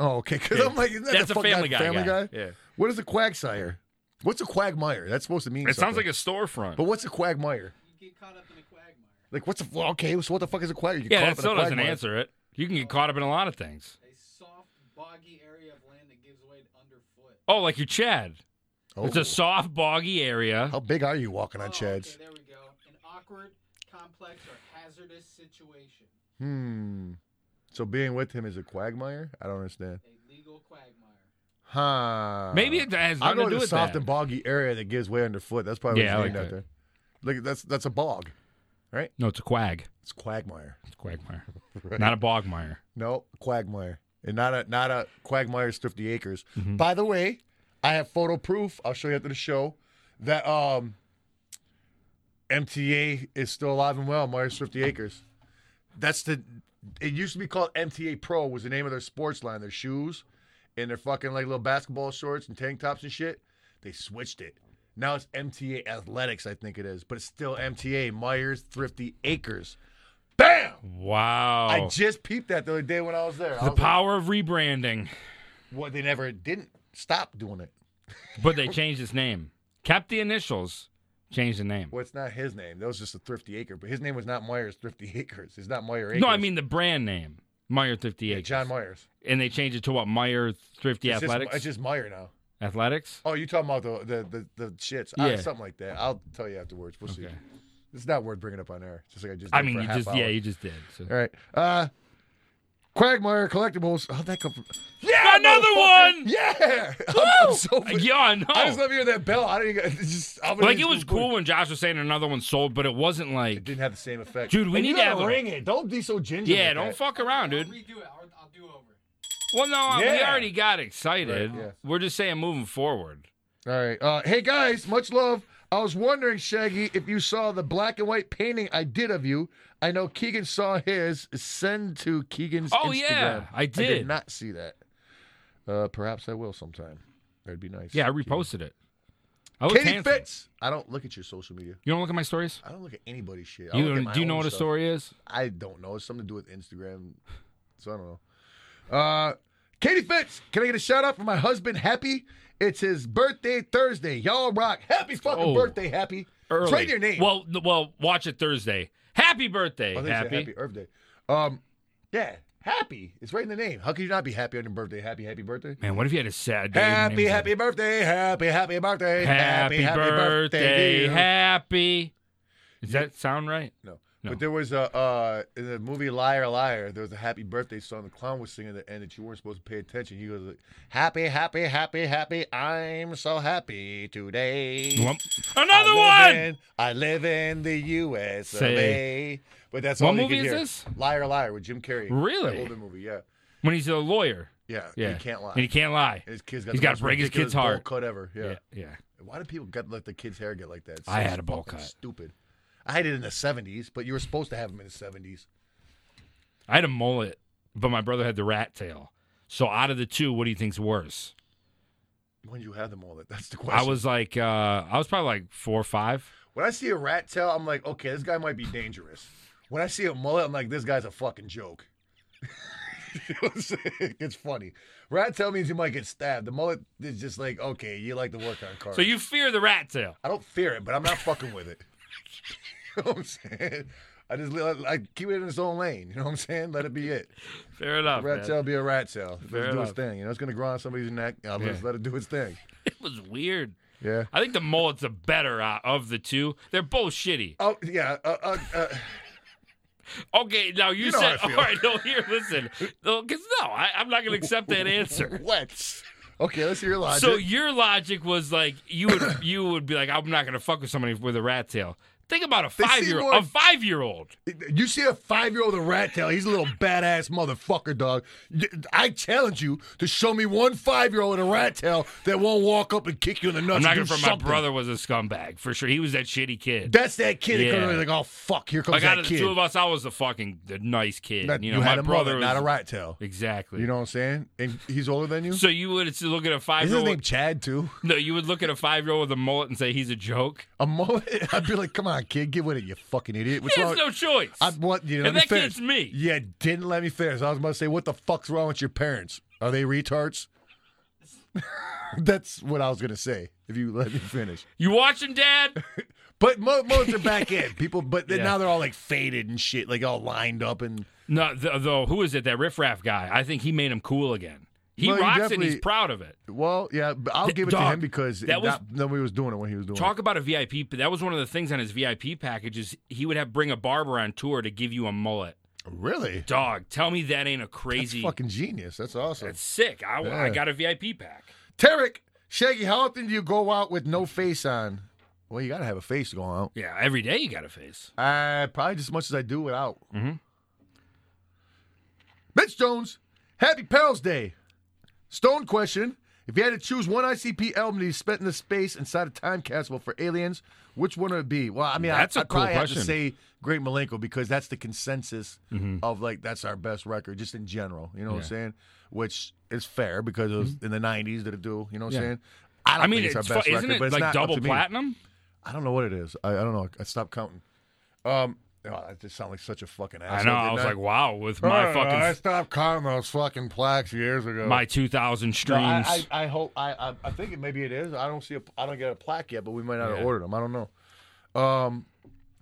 B: Oh, okay. Because I'm like, isn't that
A: That's
B: the
A: a
B: fuck
A: Family
B: guy,
A: Guy
B: Family
A: guy.
B: guy.
A: Yeah.
B: What is a quagsire? What's a quagmire? That's supposed to mean.
A: It sounds
B: something.
A: like a storefront.
B: But what's a quagmire?
D: You get caught up in a quagmire.
B: Like, what's a well, okay? So what the fuck is a quagmire? You
A: yeah,
B: caught up
A: that
B: in a
A: still doesn't
B: quagmire.
A: answer it. You can get caught up in a lot of things.
D: A soft, boggy area of land that gives way to underfoot.
A: Oh, like your Chad.
B: Oh.
A: It's a soft, boggy area.
B: How big are you walking on
D: Oh,
B: Chad's?
D: Okay, there we go. An awkward, complex, or hazardous situation.
B: Hmm. So being with him is a quagmire? I don't understand.
D: A legal quagmire.
B: Huh.
A: Maybe it has
B: I
A: nothing
B: uh, go
A: to do
B: to the
A: with
B: soft
A: that.
B: and boggy area that gives way underfoot. That's probably
A: Yeah, I
B: what it's
A: like
B: named out there. Like that's that's a bog.
A: no, it's a quag.
B: It's quagmire.
A: It's quagmire,
B: [LAUGHS] Right.
A: not a bogmire.
B: No, quagmire. And not a not a quagmire's fifty acres. By the way, I have photo proof. I'll show you after the show that um MTA is still alive and well, Myers fifty acres. That's the it used to be called MTA Pro was the name of their sports line, their shoes and their fucking like little basketball shorts and tank tops and shit. They switched it. Now it's MTA Athletics, I think it is, but it's still MTA Myers Thrifty Acres. Bam!
A: Wow.
B: I just peeped that the other day when I was there. I
A: Oh. the
B: was like,
A: power of rebranding,
B: well, they never didn't stop doing it.
A: but they changed its name. Kept the initials, changed the name.
B: Well, it's not his name. That was just a thrifty acre, but his name was not Myers Thrifty [LAUGHS] Acres. It's not Meyer Acres.
A: No, I mean the brand name, Meyer Thrifty
B: Yeah,
A: Eight.
B: John Myers.
A: and they changed it to what Meyer Thrifty
B: It's just,
A: Athletics.
B: it's just Meyer now.
A: Athletics.
B: Oh, you talking about the the the, the shits?
A: Yeah.
B: Uh, something like that. I'll tell you afterwards. We'll see.
A: Okay.
B: It's not worth bringing up on air. Just like I just.
A: I
B: did
A: mean,
B: for a
A: you
B: half
A: just
B: hour.
A: yeah, you just did. So.
B: All right. Uh, Quagmire collectibles. How'd that come from?
A: Yeah, another
B: motherfucker!
A: one!
B: Yeah. [LAUGHS] [LAUGHS] I'm, I'm so.
A: [LAUGHS] Yeah, I know.
B: [LAUGHS] I just love hearing that bell. I don't even. [LAUGHS] it's Just, I'm gonna
A: like it
B: just
A: was
B: go-
A: cool when Josh was saying another one sold, but it wasn't
B: It
A: like,
B: didn't have the same effect.
A: dude, we
B: And
A: need
B: you
A: to
B: gotta
A: have a
B: ring it. Don't be so ginger.
A: yeah,
B: with
A: don't
B: that.
A: fuck around, dude.
D: I'll redo it. I'll, I'll do over.
A: Well, no, uh, we
B: Yeah.
A: already got excited.
B: Right, yeah.
A: We're just saying moving forward.
B: All right. Uh, hey guys, much love. I was wondering, Shaggy, if you saw the black and white painting I did of you. I know Keegan saw his. Send to Keegan's.
A: Oh,
B: Instagram.
A: yeah, I
B: I
A: did.
B: did not see that. Uh, perhaps I will sometime. That'd be nice.
A: Yeah, I reposted it. I look
B: Katie
A: handsome.
B: Fitz. I don't look at your social media.
A: You don't look at my stories.
B: I don't look at anybody's shit. I
A: You
B: look at
A: don't-
B: my
A: do you know
B: own
A: what a
B: stuff.
A: story is?
B: I don't know. It's something to do with Instagram. So I don't know. Uh, Katie Fitz, can I get a shout out for my husband, Happy? It's his birthday Thursday. Y'all rock. Happy fucking
A: Oh.
B: birthday, Happy.
A: Early.
B: It's right in your name.
A: Well, n- well, watch it Thursday. Happy birthday,
B: I think it said
A: happy.
B: happy Earth Day. Um, yeah, Happy. It's right in the name. How could you not be happy on your birthday? Happy, happy birthday.
A: Man, what if you had a sad day? and
B: Happy,
A: your
B: happy
A: name
B: birthday. Happy, happy birthday.
A: was like, happy,
B: to
A: birthday,
B: you.
A: happy. Does that sound right?
B: No.
A: No.
B: But there was a uh, in the movie Liar Liar, there was a happy birthday song the clown was singing at the end that you weren't supposed to pay attention. He goes like, Happy, happy, happy, happy, I'm so happy today.
A: Lump.
B: I
A: Another
B: live
A: one.
B: in- I live in the US of
A: Say.
B: A. But that's
A: What
B: all you
A: movie
B: could
A: is
B: hear.
A: this?
B: Liar Liar with Jim Carrey.
A: Really?
B: That older movie, yeah.
A: when he's a lawyer.
B: Yeah.
A: Yeah,
B: He can't lie.
A: And he can't lie.
B: And his kids got
A: He's
B: the
A: gotta
B: most
A: break his
B: ridiculous
A: kid's heart.
B: bowl cut ever. Yeah.
A: yeah, yeah.
B: Why do people get let the kids' hair get like that? It's
A: I
B: so
A: had a bowl
B: fucking
A: cut.
B: Stupid. I had it in the '70s, but you were supposed to have them in the '70s.
A: I had a mullet, but my brother had the rat tail. So out of the two, what do you think's worse?
B: When did you have them all? That that's the question.
A: I was like, uh, I was probably like four or five.
B: when I see a rat tail, I'm like, okay, this guy might be dangerous. When I see a mullet, I'm like, this guy's a fucking joke. [LAUGHS] it's funny. Rat tail means you might get stabbed. The mullet is just like, okay, you like to work on cars.
A: So you fear the rat tail.
B: I don't fear it, but I'm not fucking with it. you know what I'm saying? I just let, I keep it in its own lane. You know what I'm saying? Let it be it.
A: Fair enough.
B: Rat
A: man.
B: tail be a rat tail. Let
A: Fair
B: it do its
A: enough.
B: thing. You know, it's gonna grow on somebody's neck. I'll just
A: Yeah.
B: let it do its thing.
A: It was weird.
B: Yeah.
A: I think the mullet's the better uh, of the two. They're both shitty.
B: Oh yeah. Uh, uh, uh,
A: Okay, now you,
B: You know
A: said,
B: how I feel. [LAUGHS]
A: all right, no, here, listen. Because no, I, I'm not going to accept that answer.
B: what? Okay, let's hear your logic.
A: So your logic was like you would you would be like, I'm not gonna fuck with somebody with a rat tail. Think about a
B: seem
A: five year
B: more-
A: old a five year old.
B: You see a five year old with a rat tail, he's a little badass motherfucker, dog. Y- I challenge you to show me one five year old with a rat tail that won't walk up and kick you in the nuts.
A: I'm
B: and
A: not gonna
B: do
A: front my
B: something.
A: brother was a scumbag for sure. He was that shitty kid.
B: That's that kid that comes
A: Yeah.
B: in like, oh fuck, here comes
A: like out
B: that
A: of the
B: kid.
A: two of us, I was the fucking the nice kid.
B: That-
A: you know,
B: had
A: my
B: a
A: brother
B: mother,
A: was
B: not a rat tail.
A: Exactly.
B: You know what I'm saying? And he's older than you.
A: so you would look at a five
B: Isn't
A: year
B: his name
A: old
B: Chad too?
A: No, you would look at a five year old with a mullet and say he's a joke.
B: A mullet? [LAUGHS] I'd be like, come on, kid, get with it, you fucking idiot. What's
A: He
B: wrong?
A: has no choice.
B: I want you. know,
A: And
B: let me
A: that kid's
B: finish.
A: me.
B: Yeah, didn't let me finish. I was about to say, what the fuck's wrong with your parents? Are they retards? [LAUGHS] That's what I was gonna say. If you let me finish,
A: you watching, Dad? [LAUGHS]
B: but mo- most are back in people, but then
A: Yeah.
B: now they're all like faded and shit, like all lined up and
A: No, th- though. Who is it? That riffraff guy. I think he made him cool again. He
B: Well, he
A: rocks and
B: definitely-
A: he's proud of it.
B: well, yeah. But I'll
A: Th-
B: give it to
A: dog,
B: him because
A: that was-
B: not- nobody was doing it when he was doing
A: Talk about a VIP. That was one of the things on his VIP packages. He would have bring a barber on tour to give you a mullet.
B: it. Really?
A: Dog, tell me that ain't a
B: That's
A: crazy.
B: fucking genius. That's awesome.
A: That's sick. I, I
B: Yeah.
A: got a VIP pack.
B: Tarek Shaggy, how often do you go out with no face on? Well, you gotta have a face to go out.
A: Yeah, every day you got a face.
B: Uh, probably just as much as I do without. Mm-hmm. Mitch Jones, happy Pals Day. Stone question. If you had to choose one ICP album to be spent in the space inside a time capsule for aliens, which one would it be? Well, I mean,
A: That's
B: I,
A: a
B: I'd
A: cool
B: probably have
A: question. Mm-hmm.
B: to say Great Malenko because that's the consensus of like that's our best record just in general. You know what I'm saying? Which is fair because it was in the '90s that it do. You know what I'm saying? I don't
A: Mm-hmm. I mean,
B: think
A: it's,
B: it's, our
A: fu-
B: best
A: isn't
B: record, but
A: it
B: it's
A: like
B: not up
A: double
B: to me.
A: platinum?
B: I don't know what it is. I, I don't know. I stopped counting. Um, oh, I just sound like such a fucking asshole.
A: I know. I
B: didn't
A: was like, wow, with my fucking
B: I stopped counting those fucking plaques years ago.
A: my 2,000
B: No,
A: streams.
B: I, I, I hope. I, I I think it maybe it is. I don't see. A, I don't get a plaque yet, but we might not
A: Yeah.
B: have ordered them. I don't know. Um,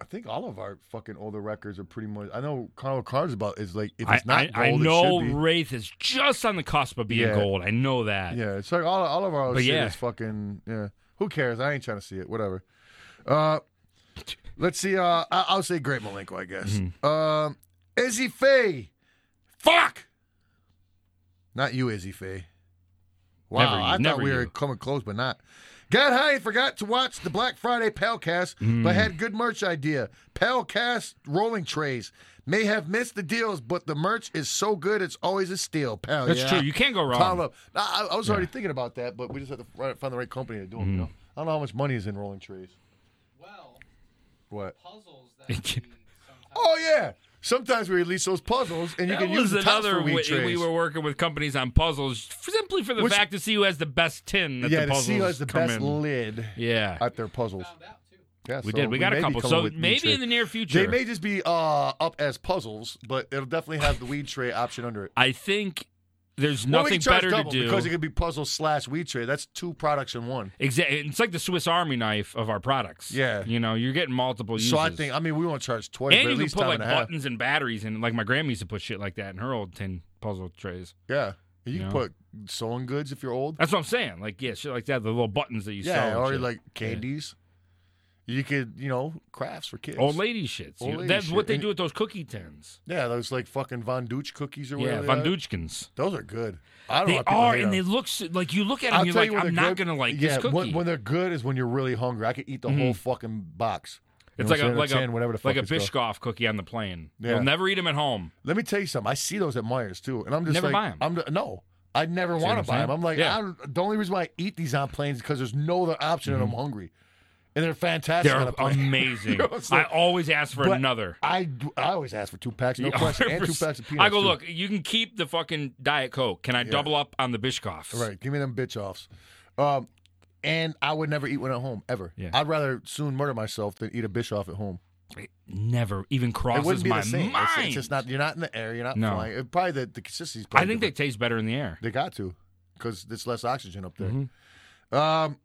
B: I think all of our fucking older records are pretty much. I know Carnival Cards about is like if
A: I,
B: it's not
A: I, I
B: gold,
A: know
B: it should be.
A: Wraith is just on the cusp of being
B: Yeah.
A: gold. I know that.
B: Yeah, it's like all, all of our
A: But
B: shit
A: yeah.
B: is fucking. Yeah, who cares? I ain't trying to see it. Whatever. Uh, let's see. Uh, I, I'll say Great Malenko, I guess.
A: Mm-hmm.
B: Um, Izzy Faye, fuck. Not you, Izzy Faye. Wow,
A: Never you,
B: I thought
A: never
B: we were
A: you.
B: coming close, but not. Got high and forgot to watch the Black Friday Palcast,
A: Mm.
B: but had good merch idea. Palcast rolling trays. May have missed the deals, but the merch is so good it's always a steal. Pal,
A: That's
B: yeah.
A: true. You can't go wrong.
B: Pile up. No, I, I was already thinking about that, but we just have to fi- find the right company to do
A: Mm.
B: them. You know, I don't know how much money is in rolling trees.
D: Well,
B: What?
D: puzzles that we sometimes
B: Oh yeah. Sometimes we release those puzzles, and you
A: That
B: can
A: was
B: use the tops
A: another
B: for weed
A: way
B: trays.
A: we were working with companies on puzzles f- simply for the
B: Which-
A: fact to see who has the best tin that
B: yeah,
A: the
B: to
A: puzzles
B: see who has the
A: come
B: best
A: in.
B: lid
A: yeah,
B: at their puzzles.
D: found out too.
B: Yeah,
A: we
B: so
A: did. We, got
B: may
A: a
B: be
A: couple.
B: coming
A: So
B: with weed
A: maybe
B: tray.
A: in the near future,
B: they may just be uh, up as puzzles, but it'll definitely have the weed tray option under it.
A: I think there's
B: Well, we
A: nothing
B: can charge
A: better to
B: double
A: do.
B: because it could be puzzle slash weed tray. That's two products in one.
A: Exactly. It's like the Swiss Army knife of our products.
B: Yeah.
A: You know, you're getting multiple uses.
B: So I think I mean we won't charge twice,
A: and
B: but
A: you
B: at
A: can
B: least
A: put
B: time
A: like
B: and a half.
A: buttons and batteries in. Like my grandma used to put shit like that in her old tin puzzle trays.
B: Yeah, you
A: You
B: can
A: know?
B: put sewing goods if you're old.
A: That's what I'm saying. Like yeah, shit like that. The little buttons that you sell.
B: Yeah,
A: and
B: or
A: shit.
B: like candies. You could, you know, crafts for kids.
A: old lady shits. you
B: Old
A: know?
B: lady
A: That's what
B: shit.
A: they
B: And-
A: do with those cookie tins.
B: Yeah, those like fucking Von Dutch cookies or
A: Yeah,
B: whatever. they
A: Von
B: are.
A: Dutchkins.
B: Those are good. uh, I don't know.
A: They
B: how people
A: are,
B: hate
A: and they
B: them.
A: look so, like you look at them.
B: I'll
A: you're
B: tell
A: like,
B: you when
A: I'm
B: they're
A: not
B: good-
A: gonna like
B: yeah,
A: this cookie. Hmm.
B: When, when they're good is when you're really hungry. I could eat the whole fucking box. You
A: it's
B: know
A: like a
B: what I'm
A: like
B: saying? Or
A: a
B: 10, whatever the fuck
A: like a
B: it's called.
A: Biscoff cookie on the plane.
B: Yeah.
A: You'll never eat them at home.
B: Let me tell you something. I see those at Myers too, and I'm just
A: Never
B: like,
A: buy 'em.
B: I'm the- no, I never
A: what
B: want
A: I'm
B: to buy
A: saying?
B: them. I'm like,
A: Yeah.
B: I don't- the only reason why I eat these on planes is because there's no other option, and I'm hungry, and they're fantastic. on
A: Mm-hmm. They're
B: a plane. [LAUGHS]
A: amazing.
B: know what I'm saying?
A: I always ask for
B: But
A: another.
B: I, I always ask for two packs,
A: [LAUGHS]
B: no question, and two packs of peanuts.
A: I go,
B: too.
A: look, you can keep the fucking Diet Coke. Can I double up on the Bishkoffs?
B: Right. Give me them bitch offs. Um, and I would never eat one at home ever.
A: Yeah.
B: I'd rather soon murder myself than eat a bitch off at home.
A: It never even
B: It
A: crosses
B: wouldn't be
A: my
B: the same.
A: mind.
B: It's, it's just not. You're not in the air. You're not
A: No.
B: flying. It, probably the the consistency's.
A: I
B: Probably
A: think they
B: different.
A: taste better in
B: [LAUGHS]
A: the air.
B: they got to because there's less oxygen up there. Um,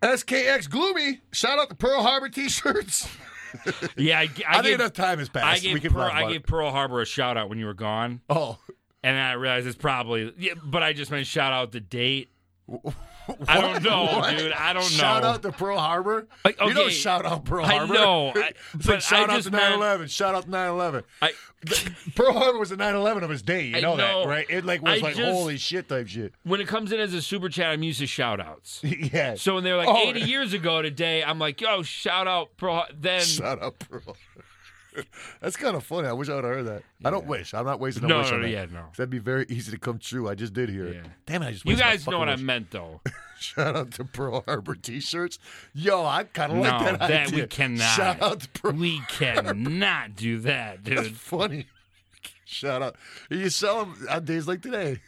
B: SKX Gloomy. Shout out to Pearl Harbor T-shirts.
A: Yeah, I, [LAUGHS]
B: I,
A: I,
B: think
A: gave,
B: enough time has passed.
A: I
B: we
A: gave
B: can
A: Pearl,
B: laugh
A: I
B: about
A: gave
B: it.
A: Pearl Harbor a shout out when you were gone,
B: Oh,
A: and then I realized it's probably. Yeah, but I just meant shout out the date. I don't know,
B: What?
A: dude. I don't know.
B: Shout out to Pearl Harbor.
A: Like,
B: You don't
A: okay,
B: shout out Pearl
A: I
B: Harbor.
A: know, I-
B: [LAUGHS] it's like
A: but
B: shout
A: I
B: out
A: just
B: to
A: meant-
B: 9 11. Shout out to 9 11.
A: I,
B: [LAUGHS] Pearl Harbor was the 9 11 of his day. You
A: I
B: know,
A: know.
B: that, right? It like was
A: I
B: like
A: just-
B: holy shit type shit. [LAUGHS]
A: when it comes in as a super chat, I'm used to shout outs.
B: yeah.
A: So when they were like
B: Oh.
A: 80 years ago today, I'm like, yo, shout out, bro. Then
B: Shut up, Pearl. [LAUGHS] That's kind of funny. I wish I would have heard that. I don't wish. I'm not wasting a
A: No,
B: wish
A: no,
B: on
A: no,
B: that.
A: yeah, no.
B: That'd be very easy to come true. I just did hear it.
A: Yeah.
B: Damn it! I just
A: you
B: wasted my
A: guys know
B: fucking
A: what I
B: wish.
A: meant, though.
B: [LAUGHS] Shout out to Pearl Harbor T-shirts. Yo, I kind of like
A: No,
B: that,
A: that
B: idea.
A: we cannot.
B: Shout out to Pearl.
A: [LAUGHS] We cannot do that,
B: That's
A: dude.
B: funny. Shout out. You sell them on days like today.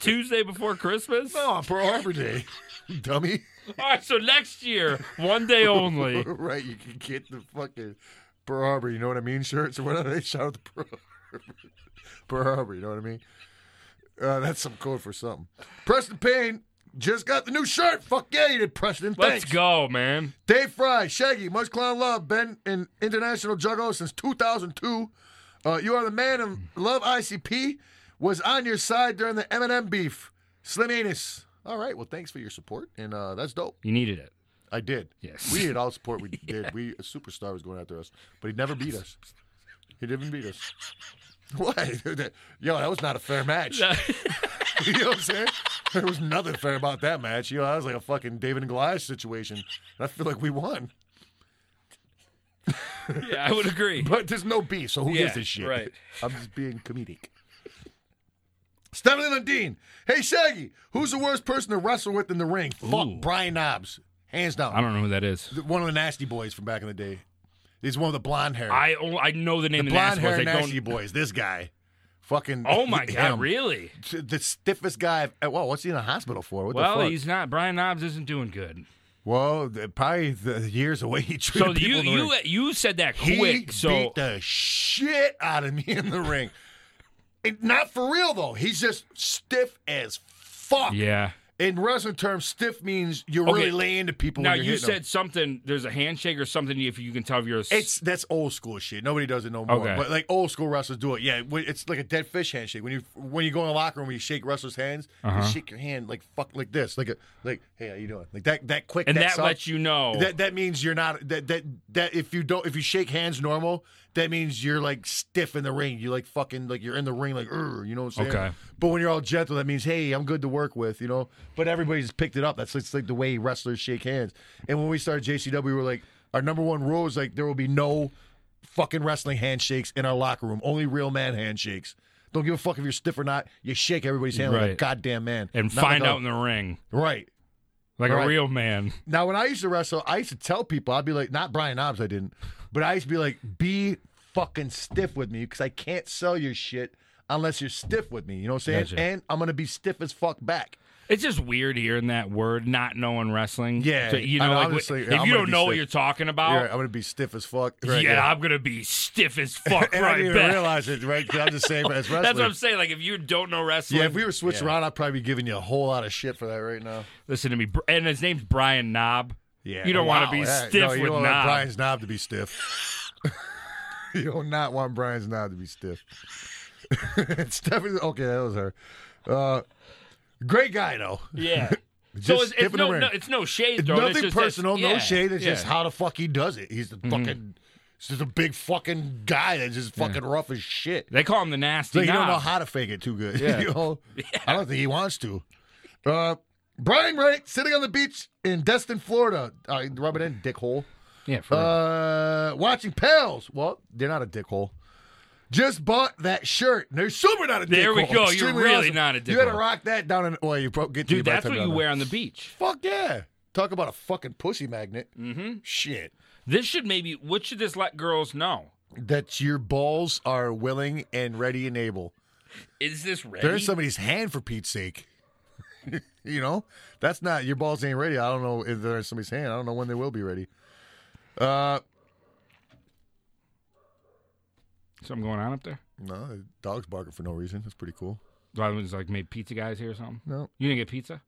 A: Tuesday before Christmas?
B: No, on Oh, Pearl Harbor Day, [LAUGHS] dummy.
A: All right, so next year, one day [LAUGHS] only.
B: [LAUGHS] right, you can get the fucking Pearl Harbor, you know what I mean, shirts [LAUGHS] or whatever. They shout out the Pearl Harbor. [LAUGHS] Pearl Harbor, you know what I mean? Uh, that's some code for something. Preston Payne just got the new shirt. Fuck yeah, you did, Preston.
A: Let's
B: Thanks.
A: go, man.
B: Dave Fry, Shaggy, much clown love. Been an international juggo since 2002. Uh, you are the man of love. ICP was on your side during the Eminem beef. Slim Anus. All right, well, thanks for your support, and uh, that's dope.
A: You needed [LAUGHS] it.
B: I did.
A: Yes.
B: We had all the support
A: [LAUGHS]
B: we did. We a superstar was going after us, but he never beat us. He didn't beat
A: [LAUGHS]
B: us. What? [LAUGHS] Yo, that was not a fair match. [LAUGHS] you know what I'm saying? There was nothing fair about that match. You know, that was like a fucking David and Goliath situation. And I feel like we won.
A: yeah, I would agree.
B: But there's no beef, so who
A: Yeah,
B: gives a shit?
A: right.
B: [LAUGHS] I'm just being comedic. Stephanie Lundeen. Hey Shaggy, who's the worst person to wrestle with in the ring? Fuck
A: Ooh.
B: Brian Knobs. Hands down.
A: I don't know who that is.
B: The- one of the nasty boys from back in the day. He's one of the blonde hair.
A: I only, I know the name of the
B: blonde
A: Nasty Boys.
B: hair
A: I don't.
B: nasty boys. This guy, fucking.
A: Oh [LAUGHS] my god,
B: him.
A: really?
B: The stiffest guy. I've- eh, Well, what's he in the hospital for? What
A: Well,
B: the fuck?
A: he's not. Brian Knobs isn't doing [LAUGHS] good.
B: well, the, probably the years away he treated
A: So
B: people.
A: you
B: in the
A: you
B: ring.
A: you said that
B: he
A: quick. So
B: beat
A: [LAUGHS]
B: the shit out of me in the ring. And not for real though. He's just stiff as fuck.
A: yeah.
B: In wrestling terms, stiff means you're
A: Okay.
B: really laying to people.
A: Now
B: when you're
A: you
B: hitting 'em.
A: said something. There's a handshake or something. If you can tell if you're a s-
B: It's that's old school shit. Nobody does it no more.
A: Okay.
B: But like old school wrestlers do it. Yeah, when- it's like a dead fish handshake. When you when you go in the locker room, when you shake wrestlers' hands,
A: Uh-huh.
B: you shake your hand like fuck like this, like a like hey how you doing like that that quick.
A: and
B: that,
A: that
B: soft-
A: lets you know.
B: That that means you're not that that that if you don't if you shake hands normal, that means you're like stiff in the ring. You like fucking like you're in the ring like "Urgh," you know what I'm saying?
A: Okay.
B: But when you're all gentle, that means hey, I'm good to work with, you know. But everybody's picked it up. That's like, it's like the way wrestlers shake hands. And when we started JCW, we were like our number one rule is like there will be no fucking wrestling handshakes in our locker room. Only real man handshakes. Don't give a fuck if you're stiff or not. You shake everybody's hand like a
A: Right.
B: goddamn man.
A: and
B: Not like
A: find
B: a-
A: out in the ring
B: right.
A: like
B: Right.
A: a real man.
B: Now, when I used to wrestle, I used to tell people, I'd be like, not Brian Knobs, I didn't, but I used to be like, be fucking stiff with me because I can't sell your shit unless you're stiff with me. You know what I'm saying?
A: Gotcha.
B: And I'm going to be stiff as fuck back.
A: It's just weird hearing that word, not knowing wrestling.
B: Yeah,
A: So, you
B: I
A: know,
B: mean,
A: like,
B: obviously,
A: if
B: I'm
A: you
B: gonna
A: don't
B: be
A: know what
B: sick.
A: you're talking
B: You're
A: about,
B: right, I'm going to be stiff as fuck. Right,
A: yeah, I'm gonna be
B: [LAUGHS]
A: stiff as fuck
B: And I
A: right
B: didn't even
A: back.
B: realize it, right? 'Cause I'm just saying, as wrestling.
A: [LAUGHS] That's what I'm saying. Like if you don't know wrestling,
B: yeah, if we were switched around, I'd probably be giving you a whole lot of shit for that right now.
A: listen to me. Br- And his name's Brian
B: [LAUGHS]
A: Knob.
B: Yeah,
A: You don't wanna
B: wow,
A: be
B: yeah,
A: stiff
B: no, you
A: with
B: don't want
A: knob.
B: Brian's knob to be stiff. [LAUGHS] you do not want Brian's knob to be stiff. [LAUGHS] it's definitely okay. That was her. Uh, great guy though.
A: Yeah.
B: Just
A: so it's,
B: stiff
A: it's
B: in the
A: no,
B: ring.
A: no, it's no shade though. It's
B: nothing
A: just-
B: personal,
A: yeah,
B: no shade. It's
A: yeah. Mm-hmm.
B: just how the fuck he does it. He's the fucking. He's just a big fucking guy that's just fucking rough as shit.
A: they call him the
B: So
A: nasty.
B: you don't
A: knob.
B: know how to fake it too good. [LAUGHS]
A: Yeah.
B: You know? I don't think he wants to. Uh, Brian Wright sitting on the beach in Destin, Florida. Uh, rub it in, dickhole.
A: yeah, for real.
B: Uh, watching pals. Well, they're not a dickhole. Just bought that shirt. They're super not a dickhole.
A: There we go. You're
B: Extremely
A: really
B: awesome.
A: not a
B: You gotta
A: dickhole.
B: rock that down in. Well, you pro- get to you
A: dude.
B: by the
A: That's
B: time
A: what
B: you're
A: you
B: down
A: wear on the beach.
B: there. Fuck yeah. Talk about a fucking pussy magnet. Mm-hmm. Shit.
A: This should maybe. What should this let girls know?
B: That your balls are willing and ready and able.
A: Is this ready?
B: They're in somebody's hand for Pete's sake. [LAUGHS] you know, that's not your balls ain't ready. I don't know if they're in somebody's hand. I don't know when they will be ready. Uh,
A: something going on up there?
B: no, the dog's barking for no reason. That's pretty cool.
A: Do I was like made pizza guys here or something?
B: No.
A: You didn't get pizza?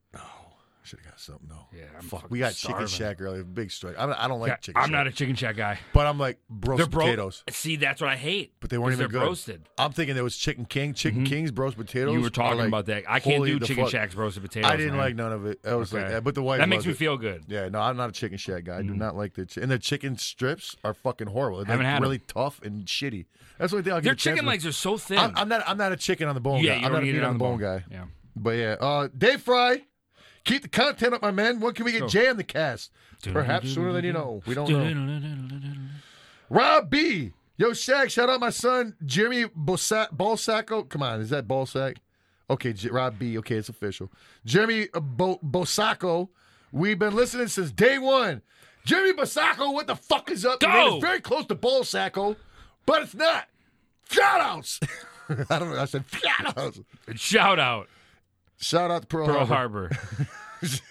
B: Should have got something though.
A: Yeah, I'm
B: Fuck,
A: fucking
B: we got
A: starving.
B: Chicken Shack earlier. Big strike. I'm, I don't like Chicken
A: I'm
B: Shack.
A: not a chicken shack guy.
B: but I'm like
A: They're
B: roast
A: bro-
B: potatoes.
A: See, that's what I hate.
B: But they weren't
A: 'cause
B: even
A: they're
B: good.
A: roasted.
B: I'm thinking there was Chicken King, Chicken King's roast potatoes.
A: Mm-hmm. You were talking
B: are, like,
A: about that. I can't
B: holy
A: do
B: the
A: chicken
B: fuck.
A: shacks roasted potatoes.
B: I didn't
A: man.
B: like none of it. I was like
A: Okay.
B: that, but the wife
A: That makes me
B: loved it.
A: feel good.
B: Yeah, no, I'm not a chicken shack guy. I do not like the ch- and the chicken strips are fucking horrible. They're
A: Haven't had 'em.
B: really tough and shitty. That's the only thing I'll give
A: Their
B: a chance
A: chicken
B: with.
A: legs are so thin.
B: I'm, I'm not. I'm not a chicken on the bone
A: yeah,
B: guy.
A: you
B: I'm
A: don't
B: not a
A: need
B: meat
A: it
B: on the bone, guy.
A: Yeah.
B: But yeah, uh, Dave Fry, keep the content up, my man. When can we get Jay on the cast? Perhaps sooner than you know. We don't know. Rob B. Yo, Shaq, shout out my son, Jimmy Bosa- Bolsacco. Come on, is that Bolsack? Okay, J- Rob B. Okay, it's official. Jimmy uh, Bo- Bosacco. We've been listening since day one. Jimmy Bosacco, what the fuck is up?
A: Go!
B: man? It's very close to Bolsacco, but it's not. Shout outs. [LAUGHS] I don't know. I said shout outs.
A: [LAUGHS] Shout out
B: Shout out to Pearl,
A: Pearl
B: Harbor. [LAUGHS]
A: Harbor.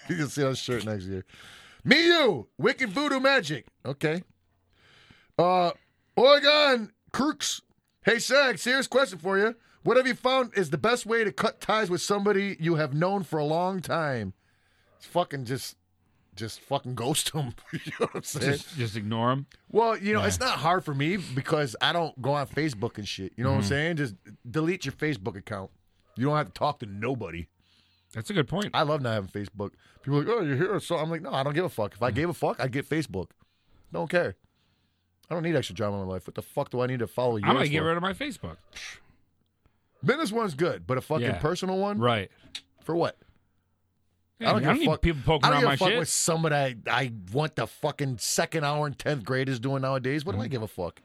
B: you can see our shirt next year. Me, you, Wicked Voodoo Magic. Okay. Uh, Oregon Crooks. Hey, Sag, serious question for you. What have you found is the best way to cut ties with somebody you have known for a long time? It's fucking just, just fucking ghost them. [LAUGHS] you know what I'm saying?
A: just, just ignore them.
B: Well, you know, it's not hard for me because I don't go on Facebook and shit. You know what I'm saying? Just delete your Facebook account. You don't have to talk to nobody.
A: That's a good point.
B: I love not having Facebook. People are like, oh, you're here. So I'm like, no, I don't give a fuck. If I gave a fuck, I'd get Facebook. Don't care. I don't need extra drama in my life. What the fuck do I need to follow you?
A: I'm gonna get rid of my Facebook.
B: Business one's good, but a fucking
A: Yeah.
B: personal one
A: Right.
B: for what?
A: Yeah, I don't,
B: give a
A: need
B: fuck.
A: people
B: I
A: poking
B: don't
A: around
B: give
A: my
B: a fuck
A: shit.
B: what somebody I, I want the fucking second hour and tenth grade is doing nowadays. What do
A: Mm-hmm.
B: I give a fuck?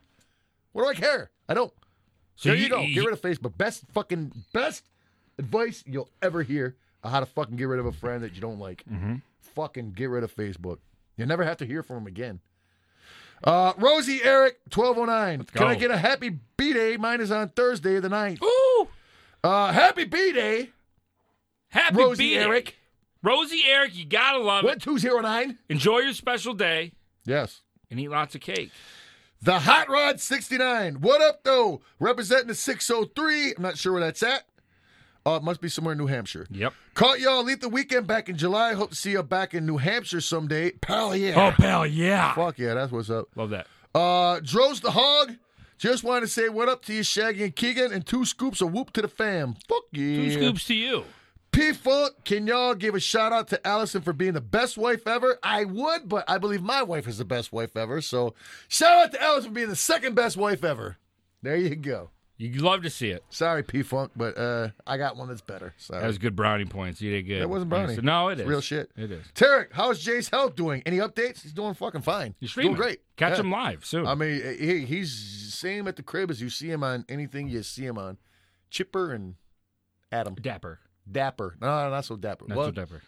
B: What do I care? I don't.
A: So
B: there you,
A: you-
B: go.
A: you-
B: get rid of Facebook. Best fucking best advice you'll ever hear on how to fucking get rid of a friend that you don't like.
A: Mm-hmm.
B: Fucking get rid of Facebook. You'll never have to hear from them again. Uh, Rosie Eric, 1209. Can I
A: go.
B: get a happy B day? Mine is on Thursday the 9th.
A: Ooh,
B: Uh, happy B day,
A: happy
B: Rosie
A: B-Day.
B: Eric.
A: Rosie Eric, you gotta love it.
B: 1209.
A: Enjoy your special day
B: Yes.
A: and eat lots of cake.
B: The Hot Rod 69. What up, though? Representing the 603. I'm not sure where that's at. Uh, it must be somewhere in New Hampshire.
A: Yep.
B: Caught y'all lethal weekend back in July. Hope to see you back in New Hampshire someday. Pal,
A: Oh,
B: yeah.
A: pal, yeah.
B: Fuck yeah, that's what's up.
A: Love that.
B: Uh, Droz the Hog. Just wanted to say what up to you, Shaggy and Keegan, and two scoops of whoop to the fam. Fuck yeah.
A: Two scoops to you.
B: P Funk, can y'all give a shout out to Allison for being the best wife ever? I would, but I believe my wife is the best wife ever. So shout out to Allison for being the second best wife ever. There you go.
A: You love to see it.
B: Sorry, P Funk, but uh, I got one that's better.
A: That
B: Sorry.
A: was good brownie points. You did good.
B: That wasn't brownie.
A: Thanks. No, it
B: It's
A: is
B: real shit.
A: It is.
B: Tarek, how's Jay's health doing? Any updates? He's doing fucking fine.
A: You're
B: He's
A: streaming.
B: Doing great.
A: Catch
B: Yeah.
A: him live soon.
B: I mean, he, he's same at the crib as you see him on anything you see him on. Chipper and Adam.
A: Dapper.
B: Dapper. No, not so dapper.
A: Not
B: well,
A: so dapper.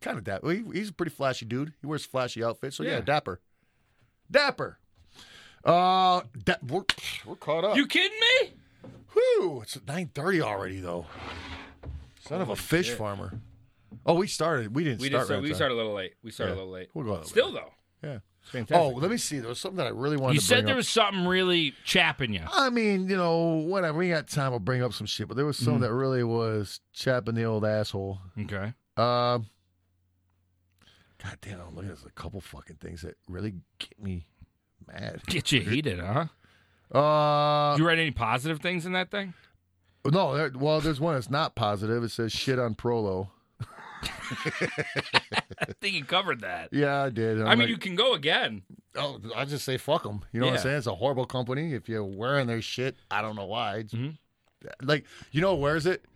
B: Kind of dapper. He, he's a pretty flashy dude. He wears flashy outfits. So yeah,
A: Yeah.
B: dapper. Dapper. Uh, da- we're, we're caught up.
A: You kidding me?
B: Whew, it's 9.30 already, though. Son of a fish farmer. Oh, we started. We didn't
A: We
B: start
A: did. So
B: right
A: we
B: time.
A: started a little late. We started
B: Yeah.
A: a little late.
B: We'll go that way.
A: Still though.
B: Yeah.
A: Fantastic.
B: Oh, let me see. There was something that I really wanted
A: you
B: to
A: said
B: bring
A: there
B: up.
A: was something really chapping you.
B: I mean, you know, whatever. We got time. We'll bring up some shit. But there was
A: Mm-hmm.
B: some that really was chapping the old asshole.
A: Okay.
B: Um, God damn! I'm looking at a couple fucking things that really get me mad.
A: Get you heated, huh?
B: Uh,
A: You read any positive things in that thing?
B: no. There, well, there's one that's not positive. It says shit on Prolo.
A: I think you covered that.
B: Yeah, I did.
A: I mean, you can go again.
B: oh, I just say fuck them. You know what I'm
A: Yeah.
B: saying? It's a horrible company. If you're wearing their shit, I don't know why. It's,
A: Mm-hmm.
B: Like, you know, where's it?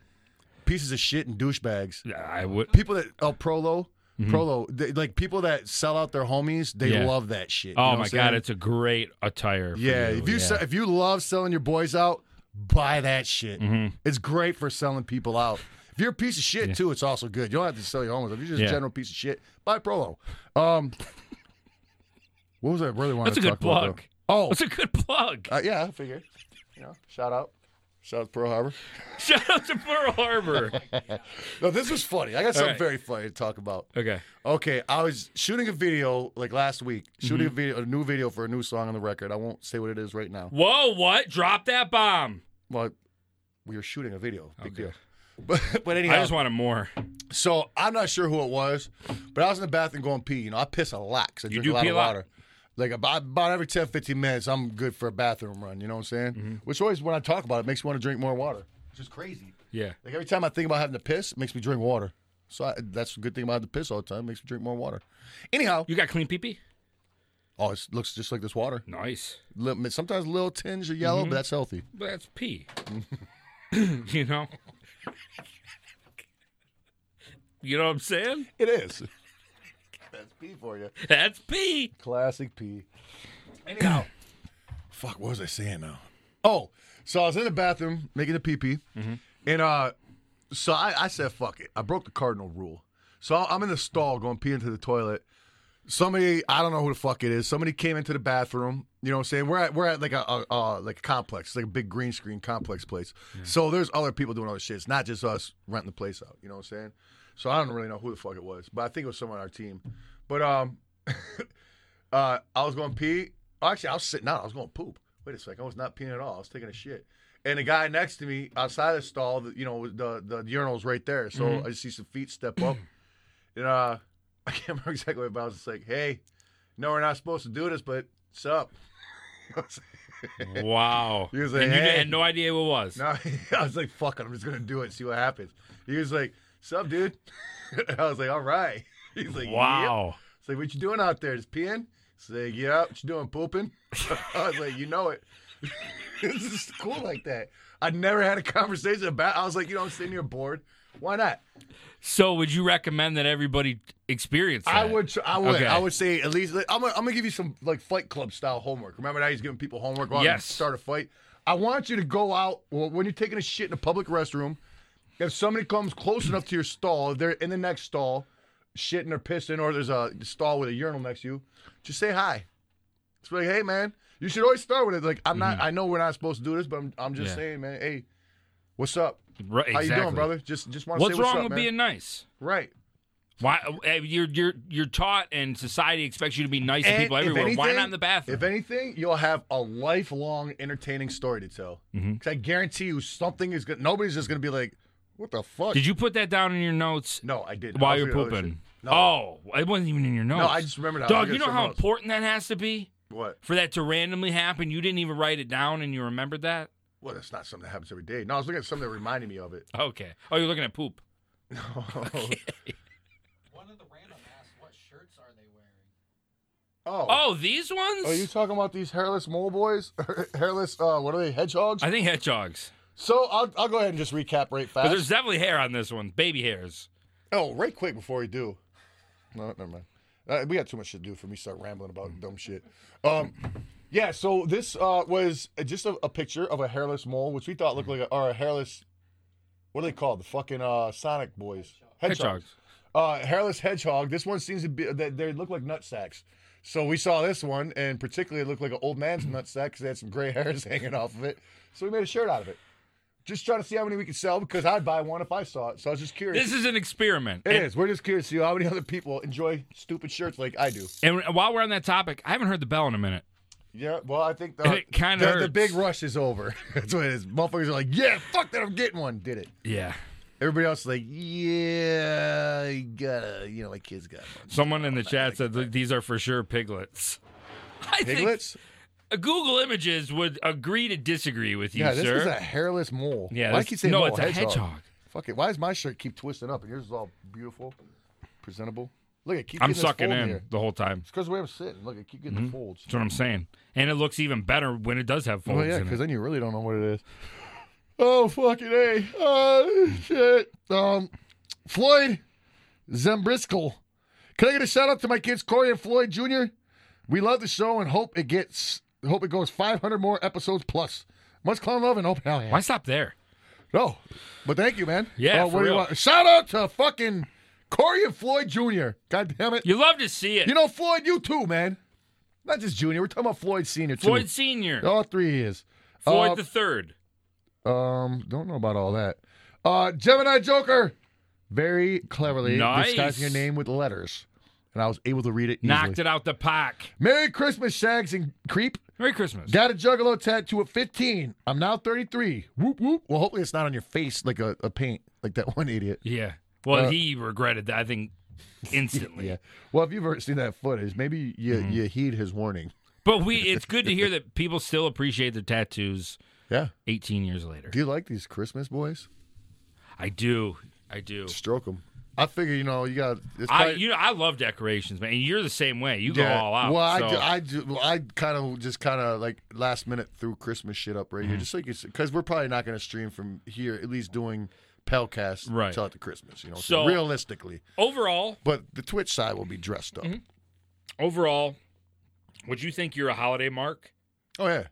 B: Pieces of shit and douchebags.
A: Yeah, I would.
B: people that oh prolo prolo they, like people that sell out their homies they
A: Mm-hmm. Yeah.
B: love that shit You know
A: Oh
B: what
A: my
B: I'm saying?
A: god, it's a great attire. for
B: yeah if you
A: yeah.
B: se- if you love selling your boys out buy that shit
A: Mm-hmm.
B: it's great for selling people out if you're a piece of shit too it's also good you don't have to sell your homies if you're just
A: Yeah.
B: a general piece of shit buy prolo um what was I really wanted
A: That's a
B: to
A: good
B: talk about,
A: plug.
B: though? oh
A: That's a good plug.
B: uh, yeah I figured you know shout out shout out to Pearl Harbor
A: [LAUGHS] Shout out to Pearl Harbor.
B: no this was funny I got something
A: right.
B: very funny to talk about
A: okay.
B: [LAUGHS] Okay, I was shooting a video like last week,
A: Mm-hmm.
B: shooting a video, a new video for a new song on the record. I won't say what it is right now.
A: Whoa, what? Drop that bomb.
B: Well, we were shooting a video. Big
A: Okay.
B: deal. But [LAUGHS] but anyhow,
A: Oh, I just wanted more.
B: so I'm not sure who it was, but I was in the bathroom going pee. You know, I piss a lot because I drink a
A: do
B: lot
A: pee
B: of
A: a lot?
B: water. Like about, about every 10, 15 minutes, I'm good for a bathroom run. You know what I'm saying?
A: Mm-hmm.
B: Which always, when I talk about it, makes me want to drink more water, which is crazy.
A: Yeah.
B: Like every time I think about having to piss, it makes me drink water. So I, that's the good thing about having to piss all the time. It makes me drink more water. Anyhow,
A: You got clean pee pee?
B: oh, it looks just like this water.
A: Nice.
B: Li- Sometimes a little tinge of yellow,
A: Mm-hmm.
B: but that's healthy.
A: But that's
B: [LAUGHS]
A: pee. [LAUGHS] you know? [LAUGHS] you know what I'm saying?
B: It is. [LAUGHS] that's pee for you.
A: That's pee.
B: Classic pee. Anyhow, [COUGHS] fuck, what was I saying now? Oh, so I was in the bathroom making a pee pee, and uh, so I, I said, fuck it. I broke the cardinal rule. So I'm in the stall going pee into the toilet. Somebody, I don't know who the fuck it is. Somebody came into the bathroom. You know what I'm saying? We're at we're at like a, a uh, like a complex, like a big green screen complex place. So there's other people doing other shit. It's not just us renting the place out. You know what I'm saying? So I don't really know who the fuck it was, but I think it was someone on our team. But um, uh, I was going to pee. Oh, Actually, I was sitting out. I was going to poop. Wait a second. I was not peeing at all. I was taking a shit. And the guy next to me outside the stall, the, you know, the the urinal's right there. So I just see some feet step up. [CLEARS THROAT] and uh, [LAUGHS] I can't remember exactly what, but I was just like, hey, no, we're not supposed to do this, but what's [LAUGHS] up? [LAUGHS]
A: Wow.
B: He was like,
A: and you
B: "Hey."
A: had no idea what it was.
B: No, [LAUGHS] I was like, fuck it. I'm just going to do it and see what happens. He was like, sup, dude? [LAUGHS] I was like, all right. [LAUGHS] He's like, "Yep."
A: wow.
B: It's like, what you doing out there? Just peeing? It's like, yeah, what you doing? Pooping? [LAUGHS] I was like, you know it. [LAUGHS] it's just cool like that. I never had a conversation about I was like, you know, I'm sitting here bored. Why not?
A: So would you recommend that everybody experience that?
B: I would tr- I would
A: Okay.
B: I would say at least like, I'm gonna, I'm gonna give you some like fight club style homework. Remember that he's giving people homework on
A: Yes.
B: start a fight. I want you to go out well, when you're taking a shit in a public restroom. If somebody comes close enough to your stall, if they're in the next stall, shitting or pissing, or there's a stall with a urinal next to you, just say hi. It's like, hey man, you should always start with it. Like, I'm not. I know we're not supposed to do this, but I'm, I'm just
A: Mm-hmm. Yeah.
B: saying, man. Hey, what's up?
A: Right,
B: How you doing,
A: exactly.
B: brother? Just just want to
A: What's
B: say what's up,
A: wrong with
B: man.
A: being nice?
B: right.
A: Why eh, you're you're you're taught and society expects you to be nice to
B: And
A: people
B: if
A: everywhere. Why
B: anything-
A: not in the bathroom?
B: If anything, you'll have a lifelong entertaining story to tell.
A: Mm-hmm.
B: Because I guarantee you, something is going. Nobody's just going to be like, "What the fuck?"
A: Did you put that down in your notes
B: No, I didn't. I
A: while
B: was
A: you're
B: doing other
A: pooping?
B: shit. No.
A: Oh, it wasn't even in your notes.
B: I just remembered how I
A: Dog,
B: did
A: you know
B: something
A: how
B: else.
A: important that has to be
B: What?
A: for that to randomly happen. You didn't even write it down, and you remembered that.
B: Well, that's not something that happens every day. No, I was looking at something that reminded me of
A: [LAUGHS]
B: it. [LAUGHS] Oh.
A: Okay. Oh, you're looking at poop.
D: One of the random asked, what shirts are they wearing?
B: oh.
A: Oh, these ones.
B: Are you talking about these hairless mole boys? [LAUGHS] hairless, uh, what are they? Hedgehogs?
A: I think hedgehogs.
B: so I'll, I'll go ahead and just recap right
A: But
B: fast.
A: there's definitely hair on this one. Baby hairs.
B: Oh, right quick before we do. No, never mind. Uh, we got too much to do for me to start rambling about dumb shit. Um, yeah, so this uh, was just a, a picture of a hairless mole, which we thought looked like a, or a hairless. What are they called? The fucking uh, Sonic boys.
A: Hedgehogs.
B: Uh, hairless hedgehog. This one seems to be they, they look like nut sacks. So we saw this one, and particularly it looked like an old man's nut sack because it had some gray [LAUGHS] hairs hanging off of it. So we made a shirt out of it. Just trying to see how many we could sell because I'd buy one if I saw it. So I was just curious.
A: This is an experiment.
B: It
A: and,
B: is. We're just curious to see how many other people enjoy stupid shirts like I do.
A: and while we're on that topic, I haven't heard the bell in a minute.
B: Yeah. Well, I think the,
A: And it kinda
B: the, the
A: hurts.
B: big rush is over. [LAUGHS] That's what it is. Motherfuckers are like, yeah, fuck that, I'm getting one. Did it.
A: Yeah.
B: Everybody else is like, yeah, I gotta, you know, my kids got one.
A: Someone in the chat said that these are for sure piglets. I
B: Piglets?
A: think Google Images would agree to disagree with you,
B: Yeah,
A: sir.
B: this is a hairless mole.
A: Yeah,
B: Why do
A: this-
B: I keep saying
A: no,
B: mole?
A: it's a hedgehog.
B: Fuck it. Why does my shirt keep twisting up and yours is all beautiful, presentable? Look, it keep
A: I'm
B: getting this
A: sucking
B: fold
A: in Mm-hmm.
B: Here.
A: the whole time.
B: It's because the way I'm sitting. Look, I keep getting the folds.
A: That's what I'm saying. And it looks even better when it does have folds
B: Oh yeah,
A: in
B: because
A: it.
B: then you really don't know what it is. Oh fucking a! Oh shit! Um, Floyd Zembriskel. Can I get a shout out to my kids Corey and Floyd Jr.? We love the show and hope it gets hope it goes 500 more episodes plus. Much clown love and hope hell yeah.
A: Why stop there?
B: No, but thank you, man.
A: Yeah,
B: Uh,
A: for
B: do you
A: real.
B: want? Shout out to fucking Corey and Floyd Jr. God damn it!
A: You love to see it.
B: You know Floyd, you too, man. Not just Jr. We're talking about Floyd Senior too.
A: Floyd Sr.,
B: all three he is.
A: Floyd
B: Uh,
A: the Third.
B: um, don't know about all that. Uh, Gemini Joker, very cleverly
A: Nice.
B: disguising your name with letters, and I was able to read it. Easily.
A: Knocked it out the park.
B: Merry Christmas, Shags and Creep.
A: Merry Christmas.
B: Got a Juggalo tattoo at 15. I'm now 33. Whoop whoop. Well, hopefully it's not on your face like a, a paint. like that [LAUGHS] one idiot.
A: Yeah. Well,
B: Uh,
A: he regretted that.
B: [LAUGHS]
A: I think instantly.
B: Yeah. Well, if you've ever seen that footage, maybe you
A: Mm-hmm.
B: you heed his warning.
A: But we, it's good to hear that people still appreciate their tattoos
B: Yeah.
A: 18 years later.
B: Do you like these Christmas boys?
A: I do. I do.
B: Stroke them. I figure you know you got. It's
A: I,
B: probably-
A: you know, I love decorations, man. And you're the same way. You
B: Yeah.
A: go all out.
B: Well, I
A: so-
B: do, I do, well, I kind of just kind of like last minute threw Christmas shit up
A: Mm-hmm.
B: right here, just like because we're probably not going to stream from here at least doing Pelcast
A: Right.
B: until after Christmas, you know.
A: So-
B: So, realistically,
A: overall,
B: but the Twitch side will be dressed
A: Mm-hmm.
B: up.
A: overall, would you think you're a holiday mark?
B: Oh yeah,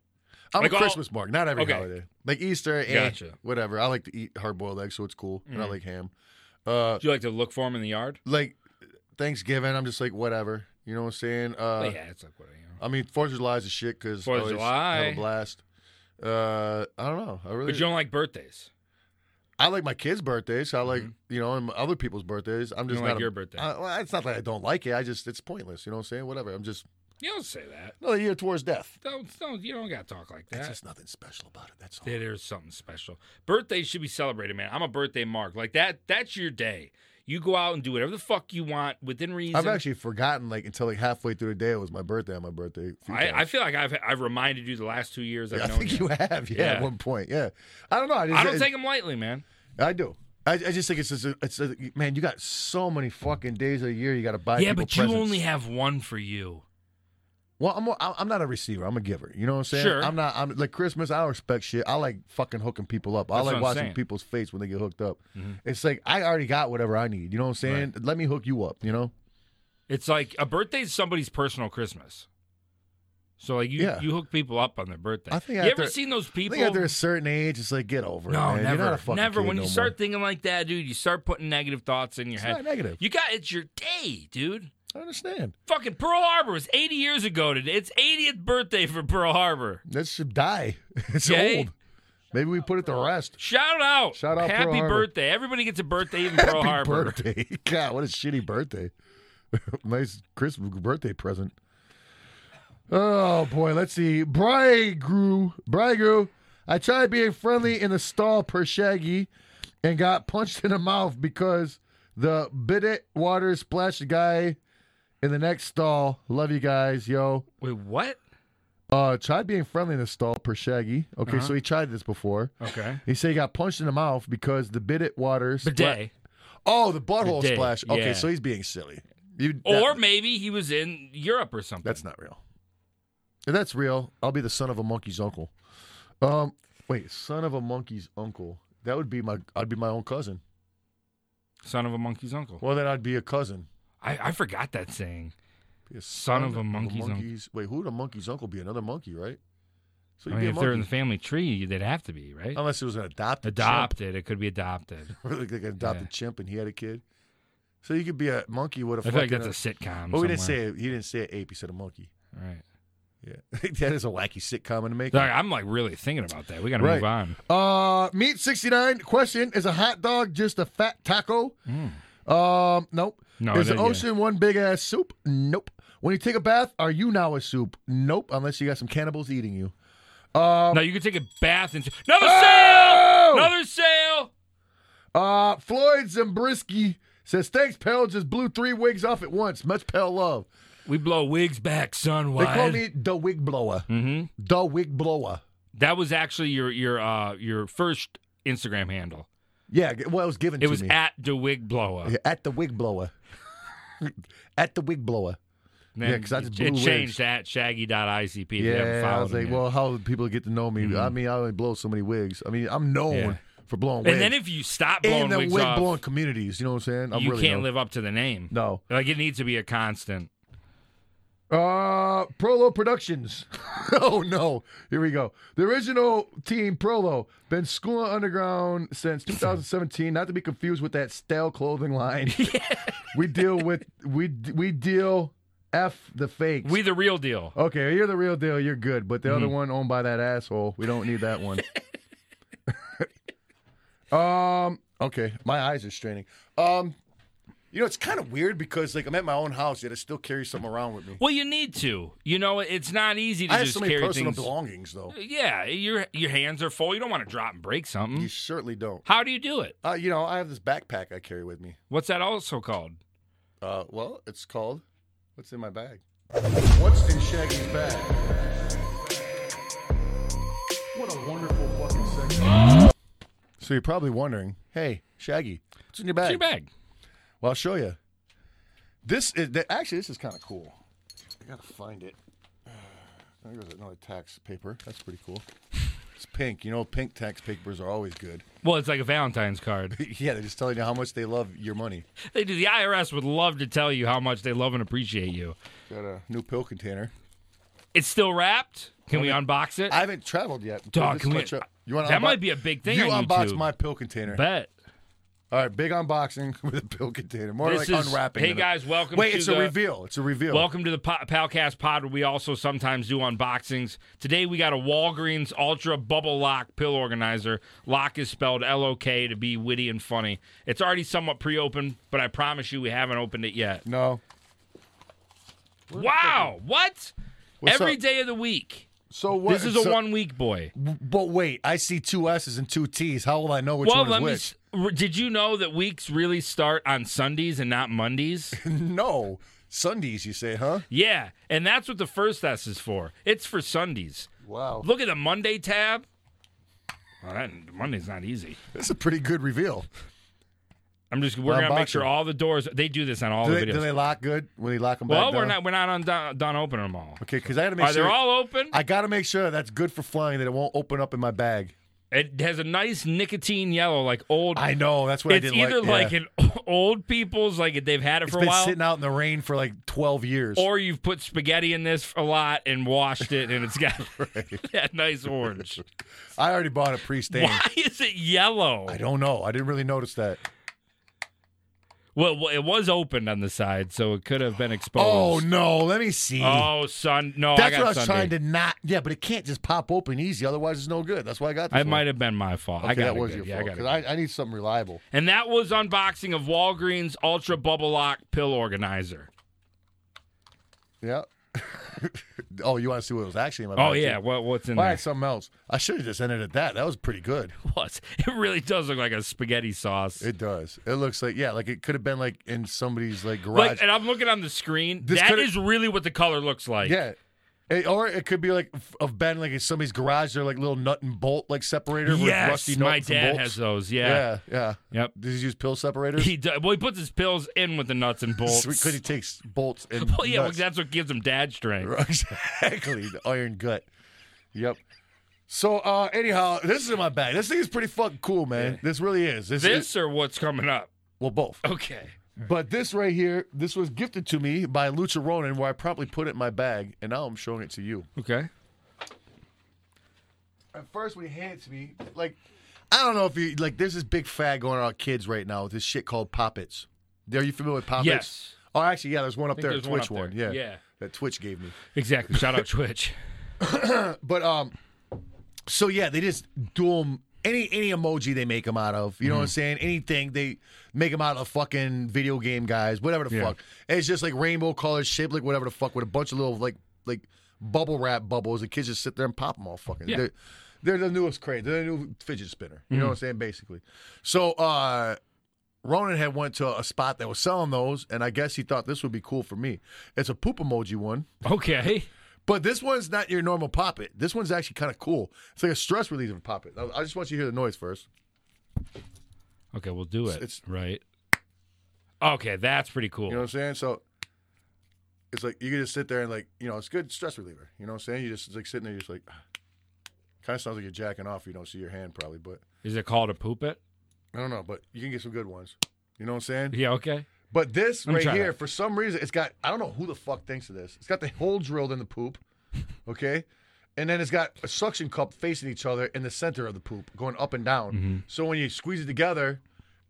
B: I'm
A: Like
B: a
A: all-
B: Christmas mark, not every
A: Okay.
B: holiday. Like Easter, eh,
A: Gotcha. Mm-hmm.
B: whatever. I like to eat hard boiled eggs, so it's cool, and I like ham. Uh,
A: Do you like to look for them in the yard?
B: like Thanksgiving, I'm just like whatever. You know what I'm saying? Uh,
A: Well, yeah, it's like what you know.
B: I mean, Fourth of July is a shit because
A: Fourth of July.
B: have a blast. Uh, I don't know. I really.
A: But you don't like birthdays.
B: I like my kids' birthdays. I like you know and other people's birthdays. I'm
A: Mm-hmm. You
B: just
A: don't
B: not
A: like
B: a- uh,
A: your birthday.
B: I- well, it's not that I don't like it. I just it's pointless. You know what I'm saying? Whatever. I'm just
A: You don't say that.
B: another year towards death.
A: Don't, don't you don't got to talk like
B: It's
A: that.
B: just nothing special about it. That's all.
A: Yeah, There's something special. Birthdays should be celebrated, man. I'm a birthday mark. Like that. That's your day. You go out and do whatever the fuck you want within reason.
B: I've actually forgotten like until like halfway through the day it was my birthday on my birthday. a few
A: I, I
B: times.
A: feel like I've I've reminded you the last two years I've
B: I
A: known
B: think
A: you.
B: you have, yeah,
A: Yeah.
B: At one point, yeah. I don't know. I, just,
A: I don't
B: it-
A: take them lightly, man.
B: I do. I, I just think it's just a, it's a, man. You got so many fucking days of the year you got to buy.
A: Yeah,
B: people
A: but you
B: presents.
A: only have one for you.
B: Well, I'm a- I'm I'm not a receiver. I'm a giver. You know what I'm saying?
A: Sure.
B: I'm not. I'm like Christmas. I respect shit. I like fucking hooking people up. I
A: That's what
B: like
A: I'm
B: watching
A: saying. Mm-hmm.
B: people's face when they get hooked up. It's like I already got whatever I need. You know what I'm saying? Let me hook you up. You know?
A: It's like a birthday is somebody's personal Christmas. So like you
B: Yeah.
A: you hook people up on their birthday.
B: I think
A: you
B: after-
A: ever seen those
B: I
A: people?
B: think after a certain age, it's like get over it.
A: no,
B: man.
A: never,
B: You're not a fucking
A: never.
B: kid
A: When
B: no
A: you
B: more.
A: start thinking like that, dude, you start putting negative thoughts in your
B: it's
A: head.
B: not negative.
A: You got it's your day, dude.
B: I understand.
A: Fucking Pearl Harbor was 80 years ago today. It's 80th birthday for Pearl Harbor.
B: That should die. [LAUGHS] It's
A: Yay.
B: old. Maybe we put it to rest.
A: Shout out.
B: Shout out
A: Happy
B: Pearl Harbor.
A: birthday. Everybody gets a
B: [LAUGHS]
A: birthday even Pearl
B: Happy
A: Harbor.
B: birthday. [LAUGHS] God, what a shitty birthday. [LAUGHS] nice Christmas birthday present. Oh boy, let's see. Brygrew. Brygrew. I tried being friendly in the stall per Shaggy and got punched in the mouth because the bidet water splashed the guy in the next stall. Love you guys, yo.
A: Wait, what?
B: Uh tried being friendly in the stall per Shaggy. Okay,
A: Uh-huh.
B: so he tried this before.
A: Okay.
B: He said he got punched in the mouth because the bidet water spla-
A: Bidet.
B: Oh, the butthole
A: Bidet,
B: splash. Okay,
A: yeah.
B: so he's being silly. You, that-
A: Or maybe he was in Europe or something.
B: that's not real. If that's real, I'll be the son of a monkey's uncle. Um, wait, son of a monkey's uncle. That would be my. I'd be my own cousin.
A: Son of a monkey's uncle.
B: Well, then I'd be a cousin.
A: I, I forgot that saying.
B: Be a
A: Son of a monkey's uncle.
B: Wait, who would a monkey's uncle be? Another monkey, right? So
A: I mean, if they're in the family tree, they'd have to be, right?
B: unless it was an adopted [LAUGHS]
A: adopted. It could be adopted.
B: chimp, like an adopted
A: Yeah.
B: chimp, and he had a kid. So you could be a monkey with a.
A: I feel like
B: fucking-
A: that's a sitcom.
B: Well, we didn't
A: somewhere.
B: say he didn't say ape. He said a monkey.
A: Right.
B: Yeah, [LAUGHS] that is a wacky sitcom in the making.
A: Like, I'm like really thinking about that. We got to
B: Right.
A: move on.
B: Uh, meat sixty nine. Question: Is a hot dog just a fat taco? Um, nope.
A: Hmm.
B: is
A: No, it
B: the
A: is, yeah.
B: ocean one big ass soup? Nope. When you take a bath, are you now a soup? Nope. Unless you got some cannibals eating you. Uh,
A: no, you can take a bath and another
B: Oh!
A: sale. Another sale.
B: Uh, Floyd Zambrisky says, "Thanks, pal. Just blew three wigs off at once. Much pal love."
A: We blow wigs back, son.
B: They call me the wig blower.
A: hmm
B: The wig blower.
A: That was actually your your uh your first Instagram handle.
B: Yeah. g- Well, it was given
A: It
B: to
A: was
B: me
A: at the wig blow up.
B: Yeah, at the wig blower. [LAUGHS] at the wig blower.
A: And then
B: yeah, 'cause I just
A: it, it
B: blew wigs.
A: changed at shaggy.icp. if you haven't
B: Yeah,
A: followed
B: I was
A: him
B: like,
A: yet. Mm-hmm.
B: well, how do people get to know me? I mean, I only blow so many wigs. I mean, I'm known
A: Yeah.
B: for blowing wigs.
A: and then if you stop blowing
B: and the
A: wigs
B: wig
A: off,
B: blowing communities, you know what I'm saying? I'm
A: you
B: really
A: can't
B: known.
A: live up to the name.
B: No.
A: Like it needs to be a constant.
B: Uh, Prolo Productions. [LAUGHS] oh no, here we go. The original team Prolo been schooling underground
A: [LAUGHS]
B: since 2017. Not to be confused with that stale clothing
A: [LAUGHS]
B: line. we deal with we we deal f the fakes.
A: We the real deal.
B: Okay, you're the real deal. You're good, but the other
A: Mm-hmm.
B: one owned by that asshole. We don't need that one.
A: [LAUGHS]
B: um. Okay, my eyes are straining. Um. You know, it's kind of weird because like I'm at my own house, yet I still carry something around with me.
A: Well, you need to. You know, it's not easy to
B: I have
A: just
B: so many
A: carry
B: personal
A: things.
B: belongings, though.
A: yeah, your your hands are full. You don't want to drop and break something.
B: You certainly don't.
A: How do you do it?
B: Uh, you know, I have this backpack I carry with me.
A: What's that also called?
B: Uh, well, it's called What's in My Bag? What's in Shaggy's Bag? What a wonderful fucking segment. So you're probably wondering, hey, Shaggy, what's in your bag?
A: It's your bag.
B: Well, I'll show you. This is th- actually this is kind of cool. I gotta find it. There goes another tax paper. That's pretty cool. It's pink. You know, pink tax papers are always good. [LAUGHS]
A: Well, it's like a Valentine's card. [LAUGHS]
B: yeah, they're just telling you how much they love your money.
A: they do. The IRS would love to tell you how much they love and appreciate you.
B: Got a new pill container.
A: It's still wrapped. Can we unbox it?
B: I haven't traveled yet.
A: Dog,
B: This
A: can we-
B: much up- You want
A: that might be a big thing
B: You
A: on
B: unbox
A: YouTube.
B: my pill container.
A: Bet.
B: All right, big unboxing [LAUGHS] with a pill container. More
A: This
B: like
A: is-
B: unwrapping.
A: hey,
B: it up.
A: guys, welcome
B: Wait,
A: to
B: it's
A: the-
B: a reveal. It's a reveal.
A: Welcome to the po- Palcast Pod, where we also sometimes do unboxings. Today we got a Walgreens Ultra Bubble Lock Pill Organizer. Lock is spelled L O K to be witty and funny. It's already somewhat pre opened, but I promise you we haven't opened it yet.
B: No.
A: Wow! What? Every
B: What's
A: day
B: up?
A: of the week.
B: So what?
A: this is a
B: so-
A: one week boy.
B: But wait, I see two S's and two T's. How will I know which one
A: well,
B: is
A: let me.
B: which?
A: s- r- Did you know that weeks really start on Sundays and
B: [LAUGHS]
A: not Mondays?
B: no. Sundays, you say, huh?
A: yeah, and that's what the first S is for. It's for Sundays.
B: Wow.
A: Look at the Monday tab. Well, that, Monday's not easy.
B: That's a pretty good reveal.
A: I'm just we're
B: Well,
A: gonna make sure
B: unboxing.
A: all the doors they do this on all
B: Do
A: the
B: they,
A: videos.
B: do they lock good when they lock them
A: well,
B: back
A: we're
B: down?
A: not we're not on done, done opening them all.
B: Okay, because I gotta make
A: Are they
B: sure.
A: all open?
B: I gotta make sure that's good for flying. That it won't open up in my bag.
A: it has a nice nicotine yellow, like old.
B: I know that's what
A: it's
B: I didn't
A: either
B: like.
A: like, an [LAUGHS] old people's, like they've had it
B: it's
A: for
B: been
A: a while,
B: sitting out in the rain for like twelve years.
A: or you've put spaghetti in this a lot and washed it, and
B: [LAUGHS]
A: it's got [LAUGHS] that nice orange.
B: I already bought a pre-stain.
A: Why is it yellow?
B: I don't know. I didn't really notice that.
A: Well, well, it was opened on the side, so it could
B: [GASPS]
A: have been
B: Oh
A: exposed.
B: no! Let me see.
A: Oh, son, no, I
B: that's
A: got
B: what I was
A: Sunday.
B: trying to not. Yeah, but it can't just pop open easy. Otherwise, it's no good. That's why I got. This
A: I
B: one.
A: might have been my fault. I
B: Okay,
A: got
B: that was your
A: good. yeah,
B: fault.
A: I got it
B: 'cause
A: good.
B: I, I need something reliable.
A: And that was unboxing of Walgreens Ultra Bubble Lock Pill Organizer.
B: Yeah. [LAUGHS] oh, you want to see what was actually in my?
A: Oh
B: bag,
A: yeah,
B: too?
A: what what's in
B: Well, I
A: there?
B: had something else. I should have just ended at that. That was pretty good.
A: What? [LAUGHS] It really does look like a spaghetti sauce.
B: It does. It looks like yeah, like it could have been like in somebody's like garage.
A: like, and I'm looking on the screen.
B: This
A: that
B: coulda-
A: is really what the color looks like.
B: yeah. It- or it could be like f- of Ben, like in somebody's garage, they're like little nut and bolt like separator. with
A: Yes,
B: rusty
A: my
B: nuts and
A: dad
B: bolts.
A: has those. Yeah.
B: Yeah, yeah.
A: Yep.
B: Does he use pill separators?
A: He does. Well, he puts his pills in with the
B: [LAUGHS]
A: nuts and bolts.
B: Because he takes bolts and
A: [LAUGHS] well, yeah, well,
B: nuts.
A: that's what gives him dad strength.
B: [LAUGHS] exactly the iron gut. Yep. So uh anyhow, this is in my bag. This thing is pretty fucking cool, man. This really is. This, is
A: This or what's coming up?
B: well both.
A: Okay.
B: But this right here, this was gifted to me by Lucha Ronin, where I probably put it in my bag, and now I'm showing it to you.
A: Okay.
B: At first, when he handed it to me, like I don't know if you like. There's this big fad going on with kids right now with this shit called poppets. Are you familiar with poppets?
A: Yes.
B: Oh, actually, yeah. There's one up
A: think
B: there.
A: there's one
B: Twitch
A: up
B: one.
A: there.
B: Yeah.
A: Yeah.
B: That Twitch gave me.
A: Exactly. Shout
B: [LAUGHS]
A: out Twitch.
B: But um, so yeah, they just do 'em- Any any emoji they make them out of, you know
A: Mm.
B: what I'm saying? Anything they make them out of fucking video game guys, whatever the
A: Yeah.
B: fuck. And it's just like rainbow colors, shaped like whatever the fuck, with a bunch of little like like bubble wrap bubbles. The kids just sit there and pop them all fucking.
A: Yeah.
B: They're, they're the newest craze. They're the new fidget spinner. You know
A: Mm.
B: what I'm saying? Basically. So uh, Ronan had went to a spot that was selling those, and I guess he thought this would be cool for me. It's a poop emoji one.
A: Okay.
B: But this one's not your normal poppet. This one's actually kind of cool. It's like a stress relief of a poppet. I I just want you to hear the noise first.
A: Okay, we'll do it.
B: It's-
A: right. Okay, that's pretty cool.
B: You know what I'm saying? So it's like you can just sit there and like you know it's good stress reliever. You know what I'm saying? You just it's like sitting there, you're just like [SIGHS] kind of sounds like you're jacking off. You don't see your hand probably, but
A: Is it called a poop it?
B: I don't know. But you can get some good ones. You know what I'm saying?
A: Yeah, okay.
B: But this
A: Let me
B: right
A: try
B: here,
A: that.
B: for some reason, it's got I don't know who the fuck thinks of this. It's got the hole drilled in the
A: [LAUGHS]
B: poop, okay, and then it's got a suction cup facing each other in the center of the poop, going up and down.
A: Mm-hmm.
B: So when you squeeze it together,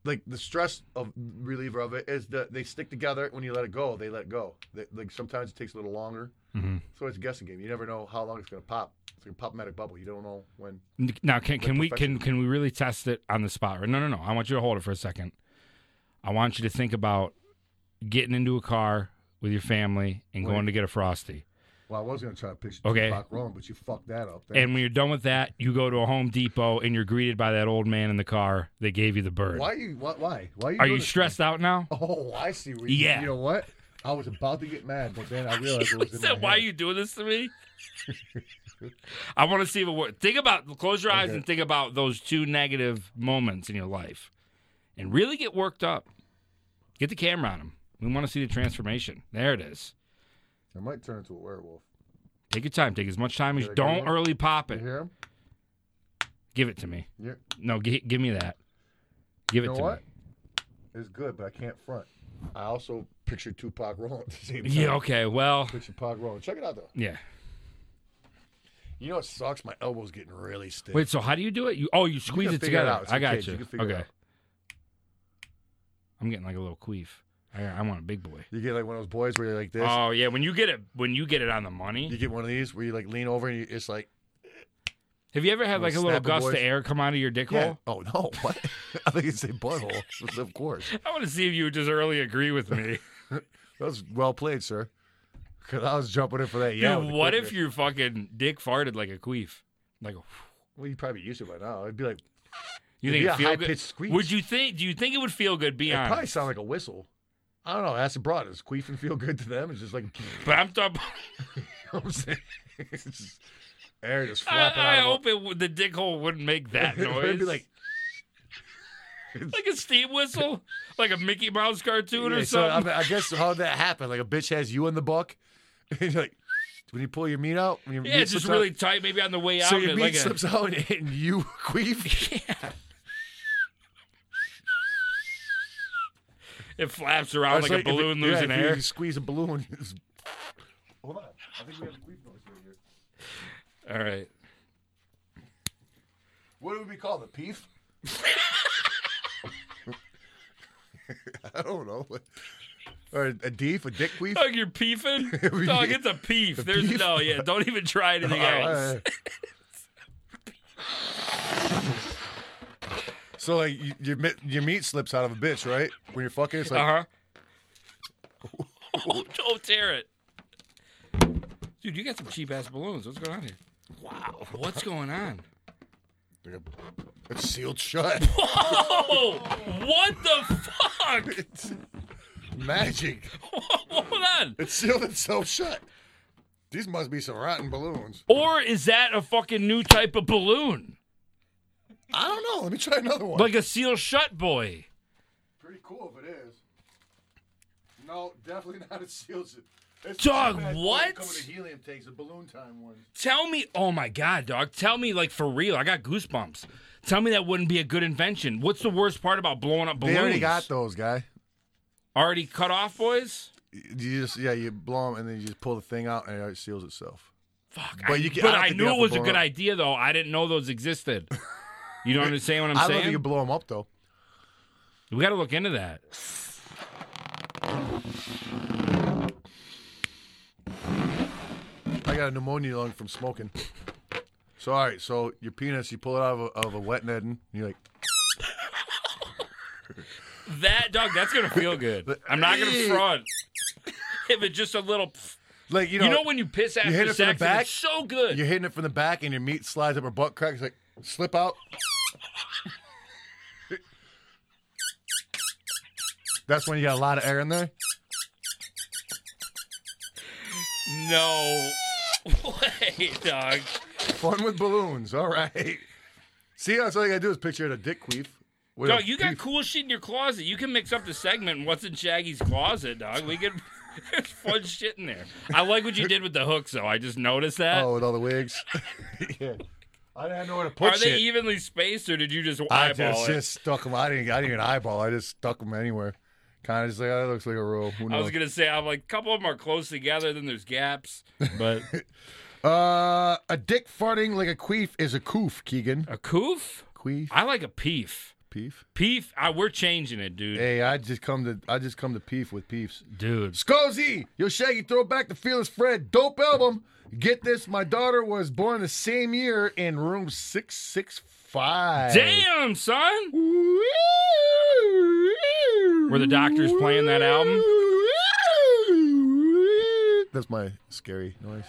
B: like the stress of reliever of it is that they stick together. When you let it go, they let go. They, like sometimes it takes a little longer.
A: Mm-hmm.
B: So it's a guessing game. You never know how long it's gonna pop. It's like a pop medic bubble. You don't know when.
A: N- Now can can we can
B: perfection.
A: can we really test it on the spot? Right? No, no, no. I want you to hold it for a second. I want you to think about getting into a car with your family and going to get a frosty.
B: Well, I was gonna try to picture
A: Okay.
B: Tupac wrong, but you fucked that up. Then.
A: And when you're done with that, you go to a Home Depot and you're greeted by that old man in the car that gave you the bird.
B: why you? Why? Why? Why
A: Are
B: doing
A: you
B: this?
A: stressed out now?
B: Oh, I see. What you,
A: Yeah.
B: You know what? I was about to get mad, but
A: [LAUGHS]
B: then I realized it
A: He
B: was in my
A: said, "Why are
B: head.
A: you doing this
B: [LAUGHS]
A: to me?" I want to see if it works. Think about close your eyes
B: Okay.
A: and think about those two negative moments in your life, and really get worked up. Get the camera on him. We want to see the transformation. There it is.
B: I might turn into a werewolf.
A: Take your time. Take as much time as
B: Did I Mm-hmm. get
A: you. Don't
B: one?
A: early pop
B: You
A: it.
B: hear him?
A: Give it to me.
B: Yeah.
A: No, gi- give me that. Give
B: You
A: it
B: know
A: to
B: what? It's good, but I can't front. I also pictured Tupac wrong at the same
A: me.
B: time.
A: Yeah. Okay. Well.
B: Picture Tupac wrong. Check it out though.
A: Yeah.
B: You know what sucks? My elbow's getting really stiff.
A: Wait. So how do you do it? You oh you squeeze
B: can
A: it
B: figure it
A: together.
B: out. It's
A: I
B: in
A: got
B: cage.
A: you.
B: You can figure it
A: okay.
B: out.
A: I'm getting like a little queef. I, I want a big boy.
B: You get like one of those boys where you're like this.
A: Oh yeah, when you get it when you get it on the money.
B: you get one of these where you like lean over and you, it's like,
A: Have you ever had like a
B: Little
A: little
B: snapper
A: gust of
B: boys.
A: air come out of your dick
B: yeah.
A: hole?
B: Oh no, [LAUGHS] what? I think it's a butthole. of course.
A: I want to see if you would just early agree
B: [LAUGHS]
A: with me.
B: That was well played, sir. Cause I was jumping in for that. Yeah.
A: Dude, what if your fucking dick farted like a queef? Like
B: Well, you probably used to by now. It'd be like
A: you
B: It'd
A: think
B: be
A: it
B: a
A: feel
B: high-pitched
A: good?
B: squeak.
A: Would you think do you think it would feel good? Be
B: it probably
A: honest.
B: sound like a whistle. I don't know. That's abroad. Does queef and feel good to them? It's just like [LAUGHS] you
A: But I'm [LAUGHS] talking
B: know what I'm saying. It's just air just flapping
A: I, I
B: out. of
A: hope it would- the dick hole wouldn't make
B: [LAUGHS]
A: that
B: It'd
A: noise.
B: be like-
A: [LAUGHS] like a steam whistle? like a Mickey Mouse cartoon
B: Yeah,
A: or
B: so, I,
A: something?
B: mean, I guess how that happened. Like a bitch has you in the buck, [LAUGHS] and you're like when you pull your meat out. When your
A: yeah,
B: meat
A: it's just
B: slips
A: really
B: Out,
A: tight, maybe on the way out.
B: so your
A: it,
B: meat
A: like a-
B: slips out and, and you [LAUGHS] queef.
A: it flaps around
B: It's
A: like, a
B: if
A: balloon
B: you- yeah,
A: losing
B: if you-
A: air.
B: You squeeze a balloon. [LAUGHS] it's- Hold on. I think we have a queef noise right here.
A: All right.
B: What do we call the peef? [LAUGHS] I don't know. Or a deef, a dick queef?
A: Dog, you're peefing?
B: We-
A: Dog, it's a peef. There's
B: peef?
A: no, yeah, don't even try anything else.
B: so like you, your mi- your meat slips out of a bitch, right? When you're fucking, it's like
A: Uh huh. [LAUGHS] don't tear it. Dude, you got some cheap ass balloons. What's going on here? Wow. What's going on?
B: it's sealed shut.
A: Oh, what the fuck? [LAUGHS]
B: it's [LAUGHS] magic.
A: Hold on.
B: It sealed itself shut. These must be some rotten balloons.
A: Or is that a fucking new type of balloon?
B: I don't know. Let me try another one.
A: Like a seal shut boy.
B: Pretty cool if it is. No, definitely [LAUGHS] not a sealed shut. It's the
A: Dog,
B: cheap-ass balloon
A: what?
B: Coming to helium takes the balloon time ones.
A: Tell me, oh my god, dog. Tell me, like for real, I got goosebumps. Tell me that wouldn't be a good invention. What's the worst part about blowing up balloons?
B: They already got those, guy.
A: Already cut off, boys.
B: You just yeah, you blow them and then you just pull the thing out and it seals itself.
A: Fuck.
B: But
A: I,
B: you can-
A: but
B: I don't
A: I
B: think you
A: knew
B: have
A: it
B: to
A: was a
B: blow it
A: good
B: up.
A: idea, though. I didn't know those existed. You
B: [LAUGHS]
A: don't understand what I'm
B: I don't
A: saying?
B: think you can blow them up though.
A: We got to look into that.
B: I got a pneumonia lung from smoking. So all right, so your penis, you pull it out of a, of a wet net and you're like,
A: That dog, that's gonna
B: [LAUGHS]
A: feel good. I'm not gonna
B: Eee.
A: front. if it's just a little, pff.
B: like you
A: you
B: know,
A: know, when you piss after
B: hit it from the
A: sex, and
B: back,
A: it's so good.
B: you're hitting it from the back and your meat slides up her butt crack, it's like slip out. That's when you got a lot of air in there.
A: No [LAUGHS] way, dog.
B: Fun with balloons. All right. See, that's all you gotta do is picture it a dick queef. with a
A: Dog, you got
B: peef.
A: cool shit in your closet. You can mix up the segment. and What's in Shaggy's closet, dog? We could. [LAUGHS] There's fun shit in there. I like what you did with the hooks, though. I just noticed that.
B: Oh, with all the wigs. [LAUGHS] yeah. I didn't know where to put
A: Are
B: shit.
A: they evenly spaced, or did you just eyeball
B: I just,
A: it?
B: just stuck them. I didn't. I didn't even eyeball. I just stuck them anywhere. Kind of just like oh, that looks like a roll. Who
A: I
B: knows?
A: was gonna say I'm like a couple of them are close together, then there's [LAUGHS] gaps. But
B: Uh, a dick farting like a queef is a coof, Keegan.
A: a coof,
B: Queef,
A: I like a peef.
B: peef.
A: Peef, I, we're changing it, dude.
B: Hey, I just come to. I just come to peef with peefs.
A: Dude,
B: Scozy, yo, Shaggy, throw back the Fearless Fred, dope album. Get this, my daughter was born the same year in room six six five.
A: damn, son. Were the doctors playing that album?
B: That's my scary noise.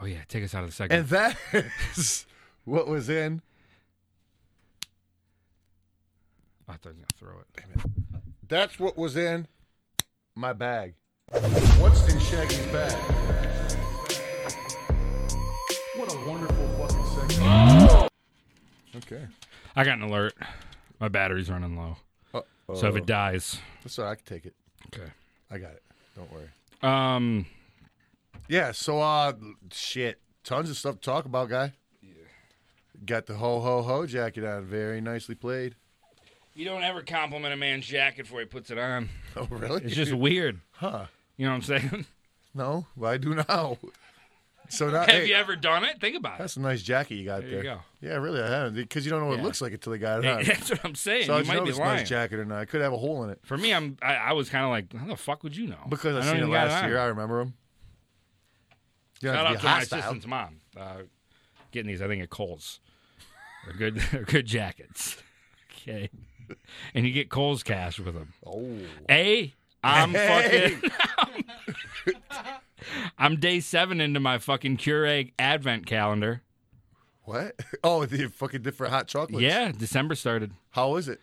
A: Oh yeah, take us out of the second.
B: And that [LAUGHS] is what was in.
A: I thought I was gonna throw it.
B: That's what was in my bag. What's in Shaggy's bag? What a wonderful fucking segment. Okay.
A: I got an alert. My battery's running low,
B: Uh-oh.
A: so if it dies,
B: That's all right. I can take it.
A: okay.
B: I got it. Don't worry.
A: Um,
B: Yeah. So, uh, shit. Tons of stuff to talk about, guy. Got the ho ho ho jacket on. Very nicely played. [LAUGHS]
A: you don't ever compliment a man's jacket before he puts it on.
B: Oh, really?
A: It's [LAUGHS] just weird.
B: Huh.
A: You know what I'm saying?
B: No, well, I do now. [LAUGHS] So now,
A: [LAUGHS] Have
B: hey,
A: you ever done it? Think about it.
B: that's a nice jacket you got
A: There
B: there.
A: you go.
B: Yeah, really, I haven't because you don't know what
A: Yeah.
B: it looks like until they got it on.
A: That's what I'm saying.
B: So I
A: you
B: just
A: might
B: know
A: be
B: if it's a
A: lying.
B: nice jacket or not. It could have a hole in it
A: For me, I'm. I, I was kind of like, how the fuck would you know?
B: because I,
A: don't
B: seen it
A: even got
B: last
A: on.
B: year. I remember him. Yeah,
A: Shout
B: to be
A: out to my
B: hostile.
A: assistant's mom. Uh, getting these, I think at Coles. They're good. [LAUGHS] They're good jackets. [LAUGHS] Okay, and you get Coles cash with them.
B: Oh,
A: A, I'm
B: Hey!
A: fucking.
B: [LAUGHS]
A: [LAUGHS] I'm day seven into my fucking Keurig Advent calendar.
B: what? [LAUGHS] Oh, the fucking different hot chocolates.
A: Yeah, December started.
B: How is it?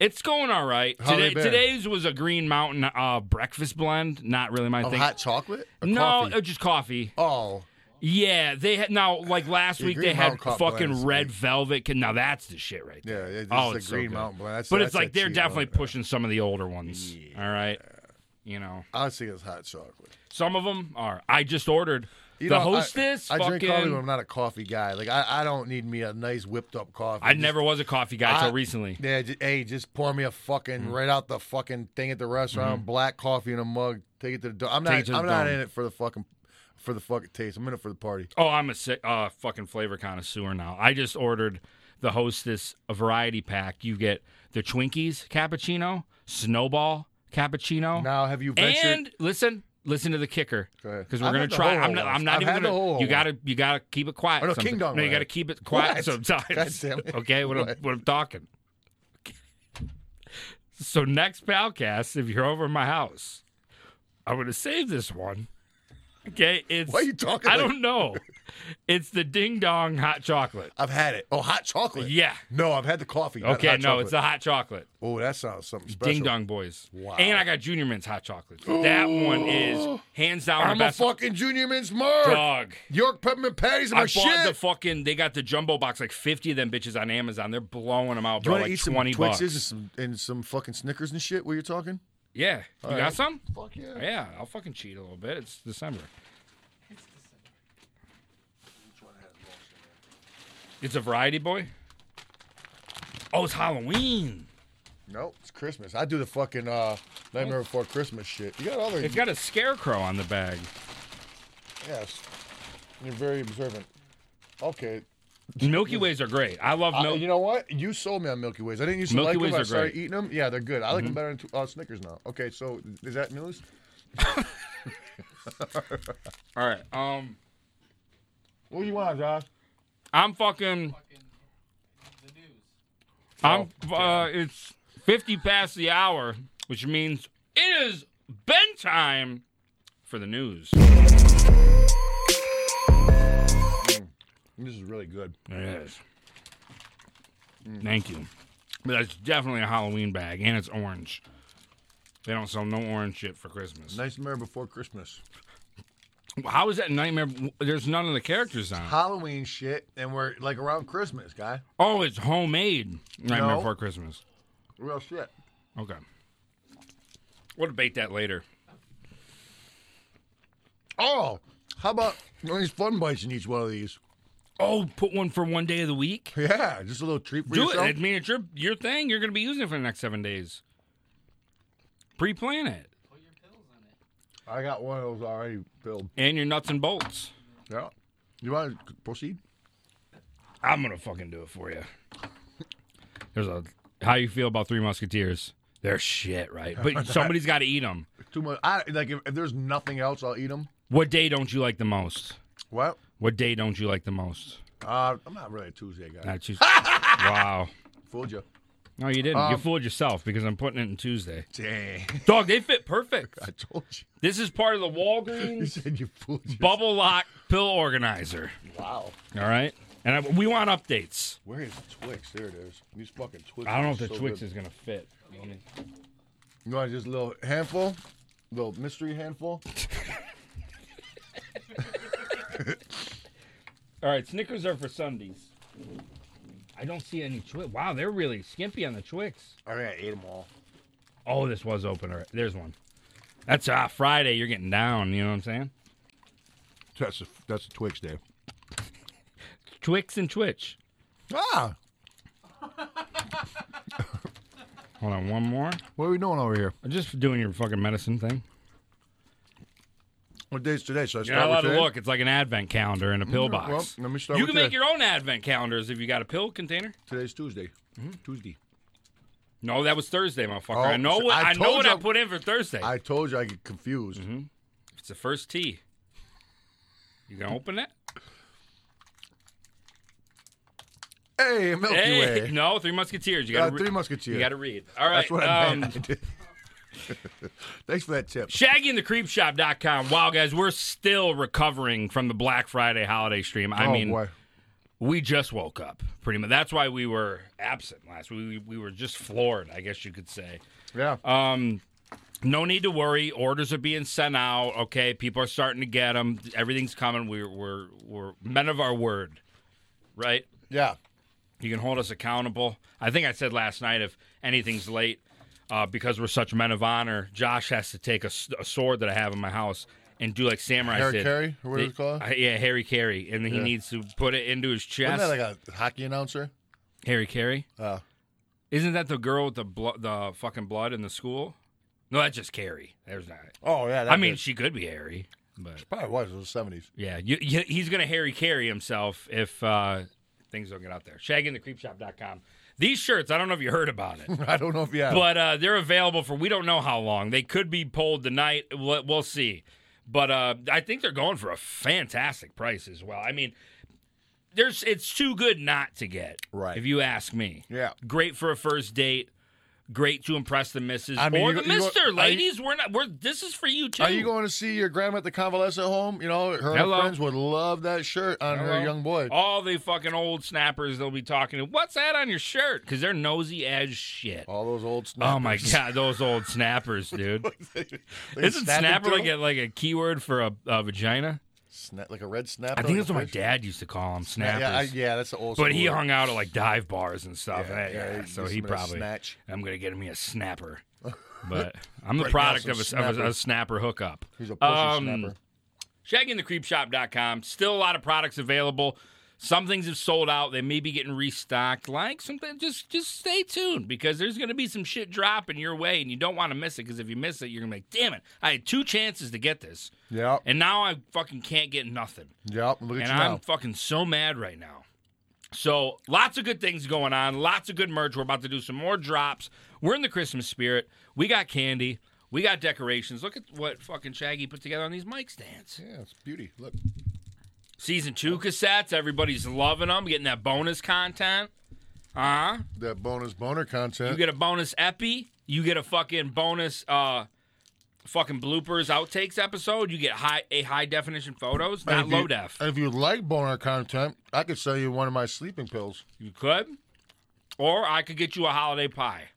A: It's going all right.
B: How they
A: Today,
B: been?
A: today's was a Green Mountain uh, breakfast blend. Not really my
B: Of
A: thing.
B: Oh, hot chocolate? Or
A: no,
B: coffee?
A: uh, just coffee.
B: Oh,
A: Yeah, they had now like last
B: Yeah,
A: week
B: Green
A: they had
B: Mountain Cup
A: fucking
B: blends,
A: red
B: like-
A: velvet. Can, now that's the shit right
B: yeah.
A: there.
B: yeah this
A: oh,
B: is
A: it's
B: the
A: so
B: Green
A: good.
B: Mountain Blend. That's,
A: But
B: that's
A: it's like
B: that
A: they're
B: cheap
A: definitely
B: one.
A: pushing some of the older ones. All right, you know,
B: I see it's hot chocolate.
A: some of them are. I just ordered
B: You
A: the
B: know, I-
A: hostess.
B: I,
A: fucking,
B: drink coffee, but I'm not a coffee guy. Like I, I don't need me a nice whipped up coffee.
A: I
B: Just-
A: never was a coffee guy
B: I-
A: till recently.
B: Yeah, just, hey, just pour me a fucking
A: Mm.
B: right out the fucking thing at the restaurant, black coffee in a mug. Take it to the. Do- I'm
A: Take it
B: not.
A: to Mm-hmm. the
B: I'm not
A: dome.
B: in it for the fucking, for the fucking taste. I'm in it for the party.
A: Oh, I'm a si- uh, fucking flavor connoisseur now. I just ordered the Hostess a variety pack. You get the Twinkies cappuccino, Snowball cappuccino,
B: Now, have you ventured?
A: Oh. and listen, listen to the kicker
B: Go ahead.
A: because we're
B: I've
A: gonna
B: had the
A: try.
B: whole
A: I'm not. I'm
B: ones.
A: not
B: I've
A: even
B: had the
A: gonna.
B: whole
A: you gotta. You gotta keep it quiet.
B: Oh, no,
A: sometime-
B: King Dong
A: No, you
B: one.
A: gotta keep it
B: What?
A: quiet
B: God
A: sometimes.
B: damn it.
A: Okay, what, I'm, what I'm talking. So next Palcast, if you're over at my house, I'm gonna save this one. Okay, it's.
B: Why are you talking?
A: I
B: like-
A: don't know. It's the Ding Dong hot chocolate.
B: I've had it. Oh, hot chocolate.
A: Yeah.
B: No, I've had the coffee. not
A: Okay,
B: hot
A: no,
B: chocolate.
A: it's the hot chocolate.
B: Oh, that sounds something special.
A: Ding Dong Boys.
B: Wow.
A: And I got Junior Mints hot chocolate. That
B: [GASPS]
A: one is hands down
B: I'm
A: the
B: a
A: best
B: fucking junior mince mark.
A: dog.
B: York peppermint patties in
A: I
B: my
A: bought
B: shit.
A: the fucking. They got the jumbo box, like fifty of them bitches on Amazon. They're blowing them out,
B: Do you
A: bro.
B: want to
A: Like
B: eat some
A: twenty bucks.
B: Twixes and some, and some fucking Snickers and shit? While you're talking?
A: Yeah, you got
B: right.
A: some?
B: Fuck yeah.
A: Yeah, I'll fucking cheat a little bit. It's December. It's a variety boy. Oh, it's Halloween.
B: Nope, it's Christmas. I do the fucking uh, Nightmare Before Christmas shit. You got all the
A: It's got a scarecrow on the bag.
B: Yes. You're very observant. Okay.
A: Milky Ways are great. I love
B: I-
A: Mil-
B: you know what? You sold me on Milky Ways. I didn't used to
A: Milky
B: like
A: Ways
B: them. I
A: are
B: started
A: great. Mm-hmm.
B: eating them. Yeah, they're good. I like them better than uh, Snickers now. Okay, so is that news?
A: All right. Um,
B: What do you want, Josh?
A: I'm fucking.
D: Fucking the news.
A: I'm. Uh, it's 50 past the hour, which means it is bend time for the news.
B: This is really good.
A: It is. Thank you. But that's definitely a Halloween bag, and it's orange. They don't sell no orange shit for Christmas.
B: Nightmare Before Christmas.
A: How is that nightmare? There's none of the characters on. it.
B: Halloween shit, and we're like around Christmas, guy.
A: Oh, it's homemade. Nightmare
B: No.
A: Before Christmas.
B: Real shit.
A: Okay. We'll debate that later.
B: Oh, how about one of these fun bites in each one of these?
A: Oh, put one for one day of the week.
B: Yeah, just a little treat for
A: Do it.
B: yourself.
A: I mean, it's your your thing. You're gonna be using it for the next seven days. Pre-plan it,
D: Put your pills in it.
B: I got one of those already filled.
A: and your nuts and bolts.
B: Yeah. You want to proceed?
A: I'm gonna fucking do it for you. There's a how you feel about Three Musketeers. They're shit, right? [LAUGHS] But somebody's got to eat them.
B: Too much. I like if, if there's nothing else, I'll eat them.
A: What day don't you like the most?
B: What?
A: What day don't you like the most? [LAUGHS]
B: Uh, I'm not really a Tuesday guy.
A: Not Tuesday. wow.
B: Fooled you.
A: No, you didn't. you
B: Um,
A: fooled yourself because I'm putting it in Tuesday. [LAUGHS]
B: Dang.
A: Dog, they fit perfect.
B: I told you.
A: This is part of
B: [LAUGHS]
A: the
B: You [LAUGHS]
A: Walgreens
B: said you fooled yourself.
A: bubble lock pill organizer.
B: Wow.
A: All right, and I, we want updates.
B: Where is the Twix? There it is. These fucking Twix.
A: I don't know if
B: are
A: the
B: so
A: Twix
B: good.
A: is gonna fit. Let me-
B: You want just a little handful? Little mystery handful?
A: All right, Snickers are for Sundays. I don't see any Twix. Wow, they're really skimpy on the Twix.
B: I mean, I ate them all.
A: Oh, this was open. All right, there's one. That's uh, Friday. You're getting down. You know what I'm saying?
B: That's a, that's a Twix day.
A: Twix and Twitch.
B: Ah,
A: Hold on, one more.
B: what are we doing over here?
A: I'm just doing your fucking medicine thing.
B: What day's today? So I
A: You're not allowed to look. It's like an advent calendar in a pill
B: Mm,
A: box.
B: Well, let me start
A: you
B: with
A: can make
B: that.
A: your own advent calendars if you got a pill container.
B: Today's Tuesday.
A: Mm-hmm.
B: Tuesday.
A: No, that was Thursday, motherfucker.
B: Oh,
A: I know
B: so
A: what
B: I
A: I, know
B: told
A: what
B: you
A: I
B: I-
A: put in for Thursday.
B: I told you I get confused.
A: Mm-hmm. it's the first tee. You gonna
B: [LAUGHS]
A: open it?
B: Hey, a Milky
A: Hey, [LAUGHS]
B: Way.
A: no, Three Musketeers. You
B: Uh,
A: gotta re-
B: Three Musketeers.
A: You gotta read. All right.
B: That's what I
A: um,
B: meant. [LAUGHS] Thanks for that tip.
A: ShaggyandTheCreepShop.com. Wow, guys, we're still recovering from the Black Friday holiday stream. I
B: oh,
A: mean,
B: boy.
A: we just woke up, pretty much. That's why we were absent last week. We, we were just floored, I guess you could say.
B: Yeah.
A: Um, no need to worry. Orders are being sent out. Okay, people are starting to get them. Everything's coming. We're we're we're men of our word, right?
B: yeah.
A: You can hold us accountable. I think I said last night if anything's late, uh, because we're such men of honor, Josh has to take a, s- a sword that I have in my house and do like samurai.
B: Harry
A: did.
B: Carey, or what is it called?
A: Uh, yeah, Harry Carey, and then he needs to put it into his
B: Isn't
A: chest.
B: that like a hockey announcer?
A: Harry Carey.
B: Uh,
A: Isn't that the girl with the blo- the fucking blood in the school? No, that's just Carrie. There's not.
B: oh, yeah. that
A: I mean,
B: dude.
A: she could be Harry, but
B: probably was. It was the 70s.
A: yeah, you, you, he's gonna Harry carry himself if uh, things don't get out there. Shaggingthecreepshop.com. These shirts, I don't know if you heard
B: [LAUGHS]
A: about it,
B: [LAUGHS] I don't know if you have.
A: but uh, they're available for we don't know how long. They could be pulled tonight. We'll, we'll see, but uh, I think they're going for a fantastic price as well. I mean, there's it's too good not to get.
B: Right.
A: If you ask me,
B: Yeah.
A: great for a first date. Great to impress the missus
B: I mean,
A: or
B: you-
A: the
B: you go-
A: mister,
B: are you-
A: ladies. we're not. We're this is for you too.
B: Are you going to see your grandma at the convalescent home? You know, her and her
A: Hello. Oh.
B: friends would love that shirt on
A: Hello.
B: her young boy.
A: All the fucking old snappers they'll be talking to. What's that on your shirt? Because they're nosy as shit.
B: All those old [LAUGHS]
A: Oh my
B: snappers.
A: god, those old snappers, dude!
B: [LAUGHS] They
A: Isn't
B: snap it
A: snapper
B: to
A: like a,
B: them?
A: like a keyword for a, a vagina?
B: Snap- like a red snapper?
A: I think
B: on
A: that's
B: the
A: what my
B: fridge?
A: dad used to call them,
B: Yeah,
A: snappers.
B: yeah, I- yeah, that's the old
A: but he
B: school.
A: hung out at like dive bars and stuff.
B: Yeah,
A: Yeah,
B: yeah,
A: yeah,
B: he
A: so
B: gets
A: he
B: him in a
A: probably
B: snatch.
A: I'm gonna get me
B: [LAUGHS]
A: a snapper. But I'm the
B: Break out
A: product
B: some
A: of a, of a- a
B: snappers.
A: snapper hookup.
B: He's a pushy
A: Um,
B: snapper.
A: shaggingthecreepshop.com. Still a lot of products available. Some things have sold out. They may be getting restocked. Like something, just just stay tuned because there's going to be some shit dropping your way, and you don't want to miss it. Because if you miss it, you're gonna be like, damn it, I had two chances to get this,
B: Yep.
A: and now I fucking can't get nothing.
B: Yep. Look at
A: And
B: you
A: I'm
B: now.
A: fucking so mad right now. So lots of good things going on. Lots of good merch. We're about to do some more drops. We're in the Christmas spirit. We got candy. We got decorations. Look at what fucking Shaggy put together on these mic stands.
B: Yeah, it's beauty. Look.
A: Season two cassettes. Everybody's loving them. Getting that bonus content. Uh huh.
B: That bonus boner
A: You
B: content.
A: get a bonus epi. You get a fucking bonus. uh Fucking bloopers, outtakes episode. You get high a high definition
B: And
A: photos, not
B: if you-
A: low def.
B: If you like boner content, I could sell you one of my sleeping pills.
A: You could, or I could get you a holiday pie.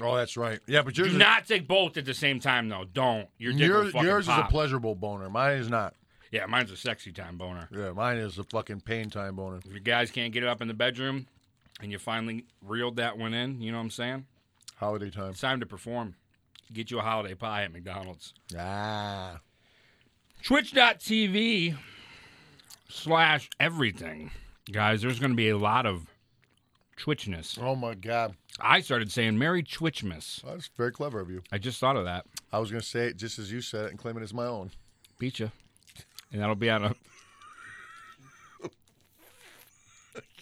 B: Oh, that's right. Yeah, but yours,
A: Do
B: is,
A: not take both at the same time, though. Don't. Your dick will
B: yours,
A: fucking
B: yours is a
A: pop.
B: pleasurable boner. Mine is not.
A: yeah, mine's a sexy time boner.
B: Yeah, mine is a fucking pain time boner.
A: If you guys can't get it up in the bedroom, and you finally reeled that one in, you know what I'm saying?
B: Holiday time.
A: It's time to perform. Get you a holiday pie at McDonald's.
B: Ah.
A: Twitch.tv slash everything. Guys, there's going to be a lot of Twitchness.
B: Oh my god,
A: I started saying Merry Twitchmas.
B: that's very clever of you.
A: I just thought of that.
B: I was gonna say it just as you said it and claim it as my own.
A: Beat ya. And that'll be on a.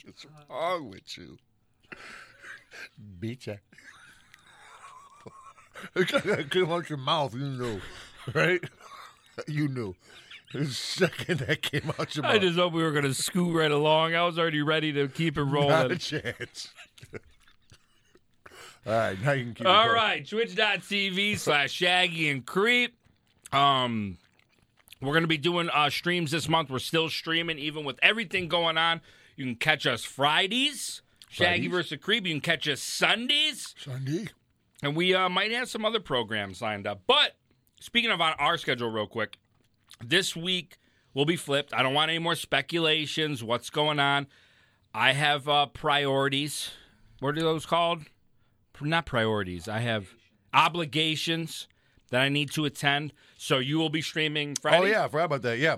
B: What's wrong with you? [LAUGHS] Beat ya. [LAUGHS] it came out your mouth. You knew, right? [LAUGHS] You knew. The second that came out your mouth.
A: I just hope we were going to scoot right along. I was already ready to keep it rolling.
B: Not a chance. [LAUGHS] All right, now you can keep. it
A: All
B: going.
A: right, twitch.tv slash shaggy and creep. Um, we're going to be doing uh, streams this month. We're still streaming, even with everything going on. You can catch us Fridays, Shaggy
B: Fridays?
A: versus Creep. You can catch us Sundays,
B: Sunday.
A: and we uh, might have some other programs lined up. But speaking of on our schedule, real quick, this week will be flipped. I don't want any more speculations. What's going on? I have uh, priorities. What are those called? Pr- Not priorities. I have obligations that I need to attend. So you will be streaming Friday.
B: Oh yeah, I forgot about that. Yeah,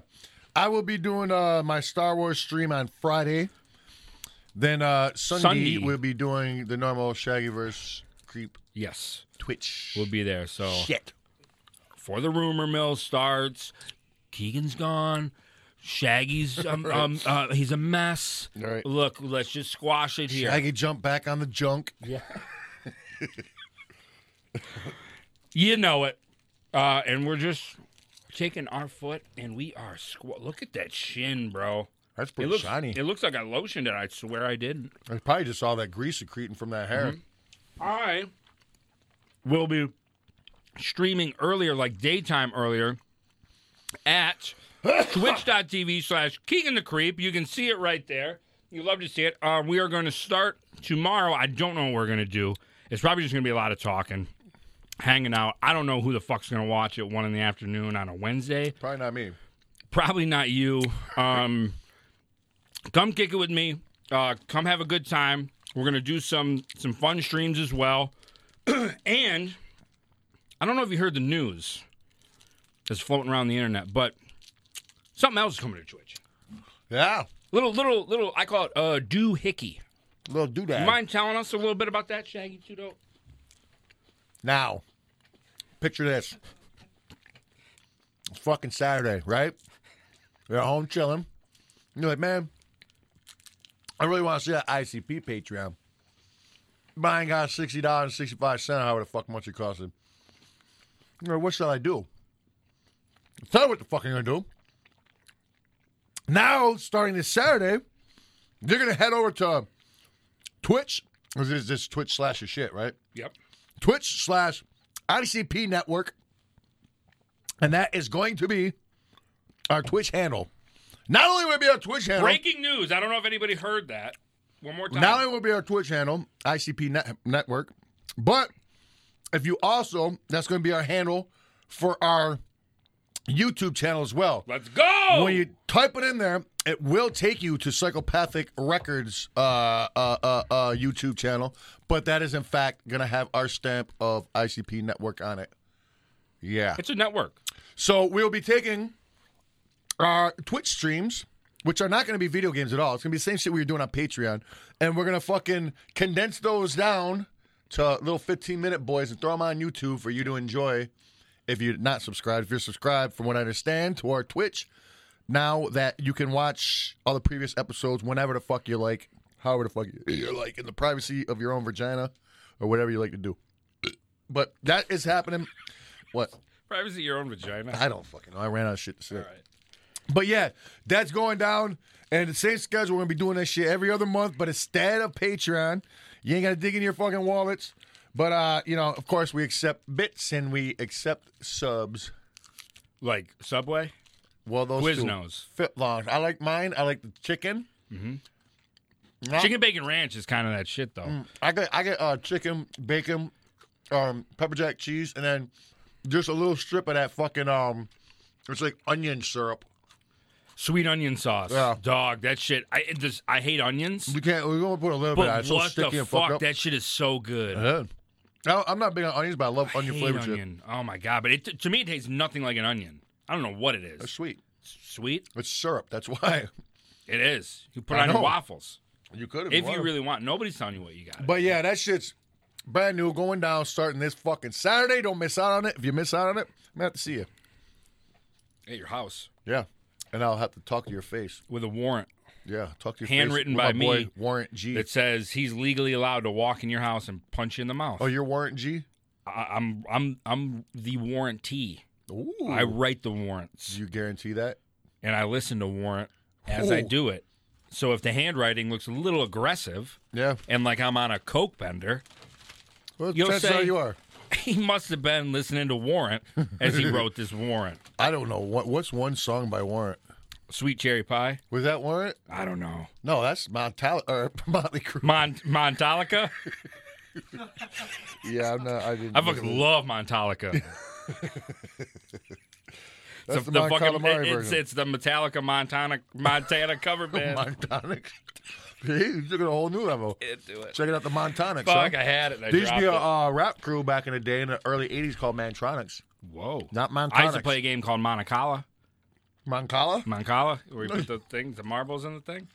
B: I will be doing uh, my Star Wars stream on Friday. Then uh, Sunday,
A: Sunday.
B: we'll be doing the normal Shaggyverse creep
A: Yes,
B: Twitch.
A: we'll be there. So
B: Shit.
A: before the rumor mill starts, Keegan's gone. Shaggy's
B: [LAUGHS]
A: um, um uh, he's a mess.
B: Right.
A: Look, let's just squash it here.
B: Shaggy jump back on the junk.
A: You know it. Uh, and we're just taking our foot and we are squ- look at that shin, bro.
B: That's
A: It
B: pretty
A: looks
B: shiny.
A: It looks like I lotioned it. I swear I didn't.
B: I probably just saw that grease secreting from that hair.
A: Mm-hmm. I will be streaming earlier, like daytime earlier, at twitch.tv slash Keegan the Creep. You can see it right there. You love to see it. Uh, we are going to start tomorrow. I don't know what we're going to do. It's probably just going to be a lot of talking, hanging out. I don't know who the fuck's going to watch at one in the afternoon on a Wednesday.
B: Probably not me.
A: probably not you. Um, come kick it with me. Uh, come have a good time. We're gonna do some some fun streams as well. [CLEARS THROAT] and I don't know if you heard the news that's floating around the internet, but something else is coming to Twitch.
B: Yeah,
A: Little little little. I call it uh, do hickey.
B: little do that
A: You mind telling us a little bit about that, Shaggy Tudo?
B: now. Picture this. It's fucking Saturday, right? You're at home chilling. You're like, man, I really want to see that ICP Patreon. Buying got sixty dollars and sixty five cents, however the fuck much it costed. You know, what shall I do? I tell you what the fuck I'm gonna do. Now, starting this Saturday, you're gonna head over to Twitch. This is this Twitch slash your shit, right?
A: Yep.
B: Twitch slash ICP network. And that is going to be our Twitch handle. Not only will it be our Twitch handle,
A: Breaking news. I don't know if anybody heard that. One more time.
B: not only will it be our Twitch handle, ICP net- network, but if you also, that's going to be our handle for our YouTube channel as well.
A: Let's go.
B: When you type it in there, it will take you to Psychopathic Records uh, uh, uh, uh, YouTube channel, but that is in fact going to have our stamp of ICP Network on it. Yeah.
A: it's a network.
B: So we'll be taking our Twitch streams, which are not going to be video games at all. It's going to be the same shit we were doing on Patreon, and we're going to fucking condense those down to little 15 minute boys and throw them on YouTube for you to enjoy. If you're not subscribed, if you're subscribed, from what I understand, to our Twitch, now that you can watch all the previous episodes whenever the fuck you like, however the fuck you like, in the privacy of your own vagina or whatever you like to do. But that is happening. What?
A: Privacy of your own vagina.
B: I don't fucking know. I ran out of shit to say.
A: right.
B: But yeah, that's going down. And the same schedule, we're gonna be doing that shit every other month, but instead of Patreon, you ain't gotta dig into your fucking wallets. But uh, you know, of course we accept bits and we accept subs.
A: Like Subway.
B: Well those
A: Quiznos.
B: two fit long. I like mine, I like the chicken. Mm-hmm.
A: Chicken bacon ranch is kind of that shit though.
B: I get I get uh chicken, bacon, um, pepper jack cheese, and then just a little strip of that fucking um it's like onion syrup.
A: Sweet onion sauce,
B: Yeah.
A: dog. That shit. I it just I hate onions,
B: We can't we're gonna put a little bit of
A: but
B: it. It's so
A: what the
B: sticky and fucked
A: fuck?
B: up.
A: That shit is so good.
B: Yeah. I- Oh, I'm not big on onions, but I love onion
A: Hate
B: flavored shit.
A: onion. Oh my god! But it, to me, it tastes nothing like an onion. I don't know what it
B: It's
A: is.
B: sweet.
A: Sweet.
B: It's syrup. That's why [LAUGHS]
A: It is. You put it
B: I
A: on your
B: know.
A: waffels
B: you could have.
A: if you really want. Nobody's telling you what you got.
B: But yeah, that shit's brand new, going down, starting this fucking Saturday. Don't miss out on it. If you miss out on it, I'm gonna have to see you.
A: at your house
B: Yeah, and I'll have to talk to your face.
A: with a warrant
B: Yeah, talk to your
A: Handwritten
B: face. With
A: by
B: my boy,
A: me.
B: Warrant G.
A: that says he's legally allowed to walk in your house and punch you in the mouth.
B: oh, you're Warrant G.
A: I, I'm I'm I'm the warrantee.
B: Ooh,
A: I write the warrants.
B: Do you guarantee that?
A: and I listen to Warrant as I
B: Ooh.
A: do it. So if the handwriting looks a little aggressive
B: Yeah.
A: and like I'm on a coke bender, [LAUGHS]
B: Well,
A: You'll
B: chances
A: say-
B: are you are.
A: He must have been listening to Warrant as he wrote this Warrant.
B: I don't know what what's one song by Warrant.
A: Sweet Cherry Pie?
B: Was that Warrant?
A: I don't know.
B: No, that's Montal or [LAUGHS] Motley Crue.
A: Mon- Montalica?
B: Yeah, I'm not. I didn't.
A: I fucking love Montalica.
B: [LAUGHS] that's
A: the
B: Mon
A: fucking
B: Calamari
A: it- it's,
B: version. [LAUGHS] Oh
A: it's the Metallica Montana Montana cover band.
B: [LAUGHS] Montonic. hey, you took it a whole new level.
A: Can't do it.
B: Checking out the Montonics.
A: Fuck,
B: huh?
A: I had it. and I
B: There used to be a
A: dropped
B: uh, rap crew back in the day in the early '80s called Mantronics.
A: it. Whoa.
B: Not Montonics.
A: I used to play a game called Monacala.
B: Moncala.
A: Moncala, where
B: [LAUGHS]
A: you put the things, the marbles in the thing.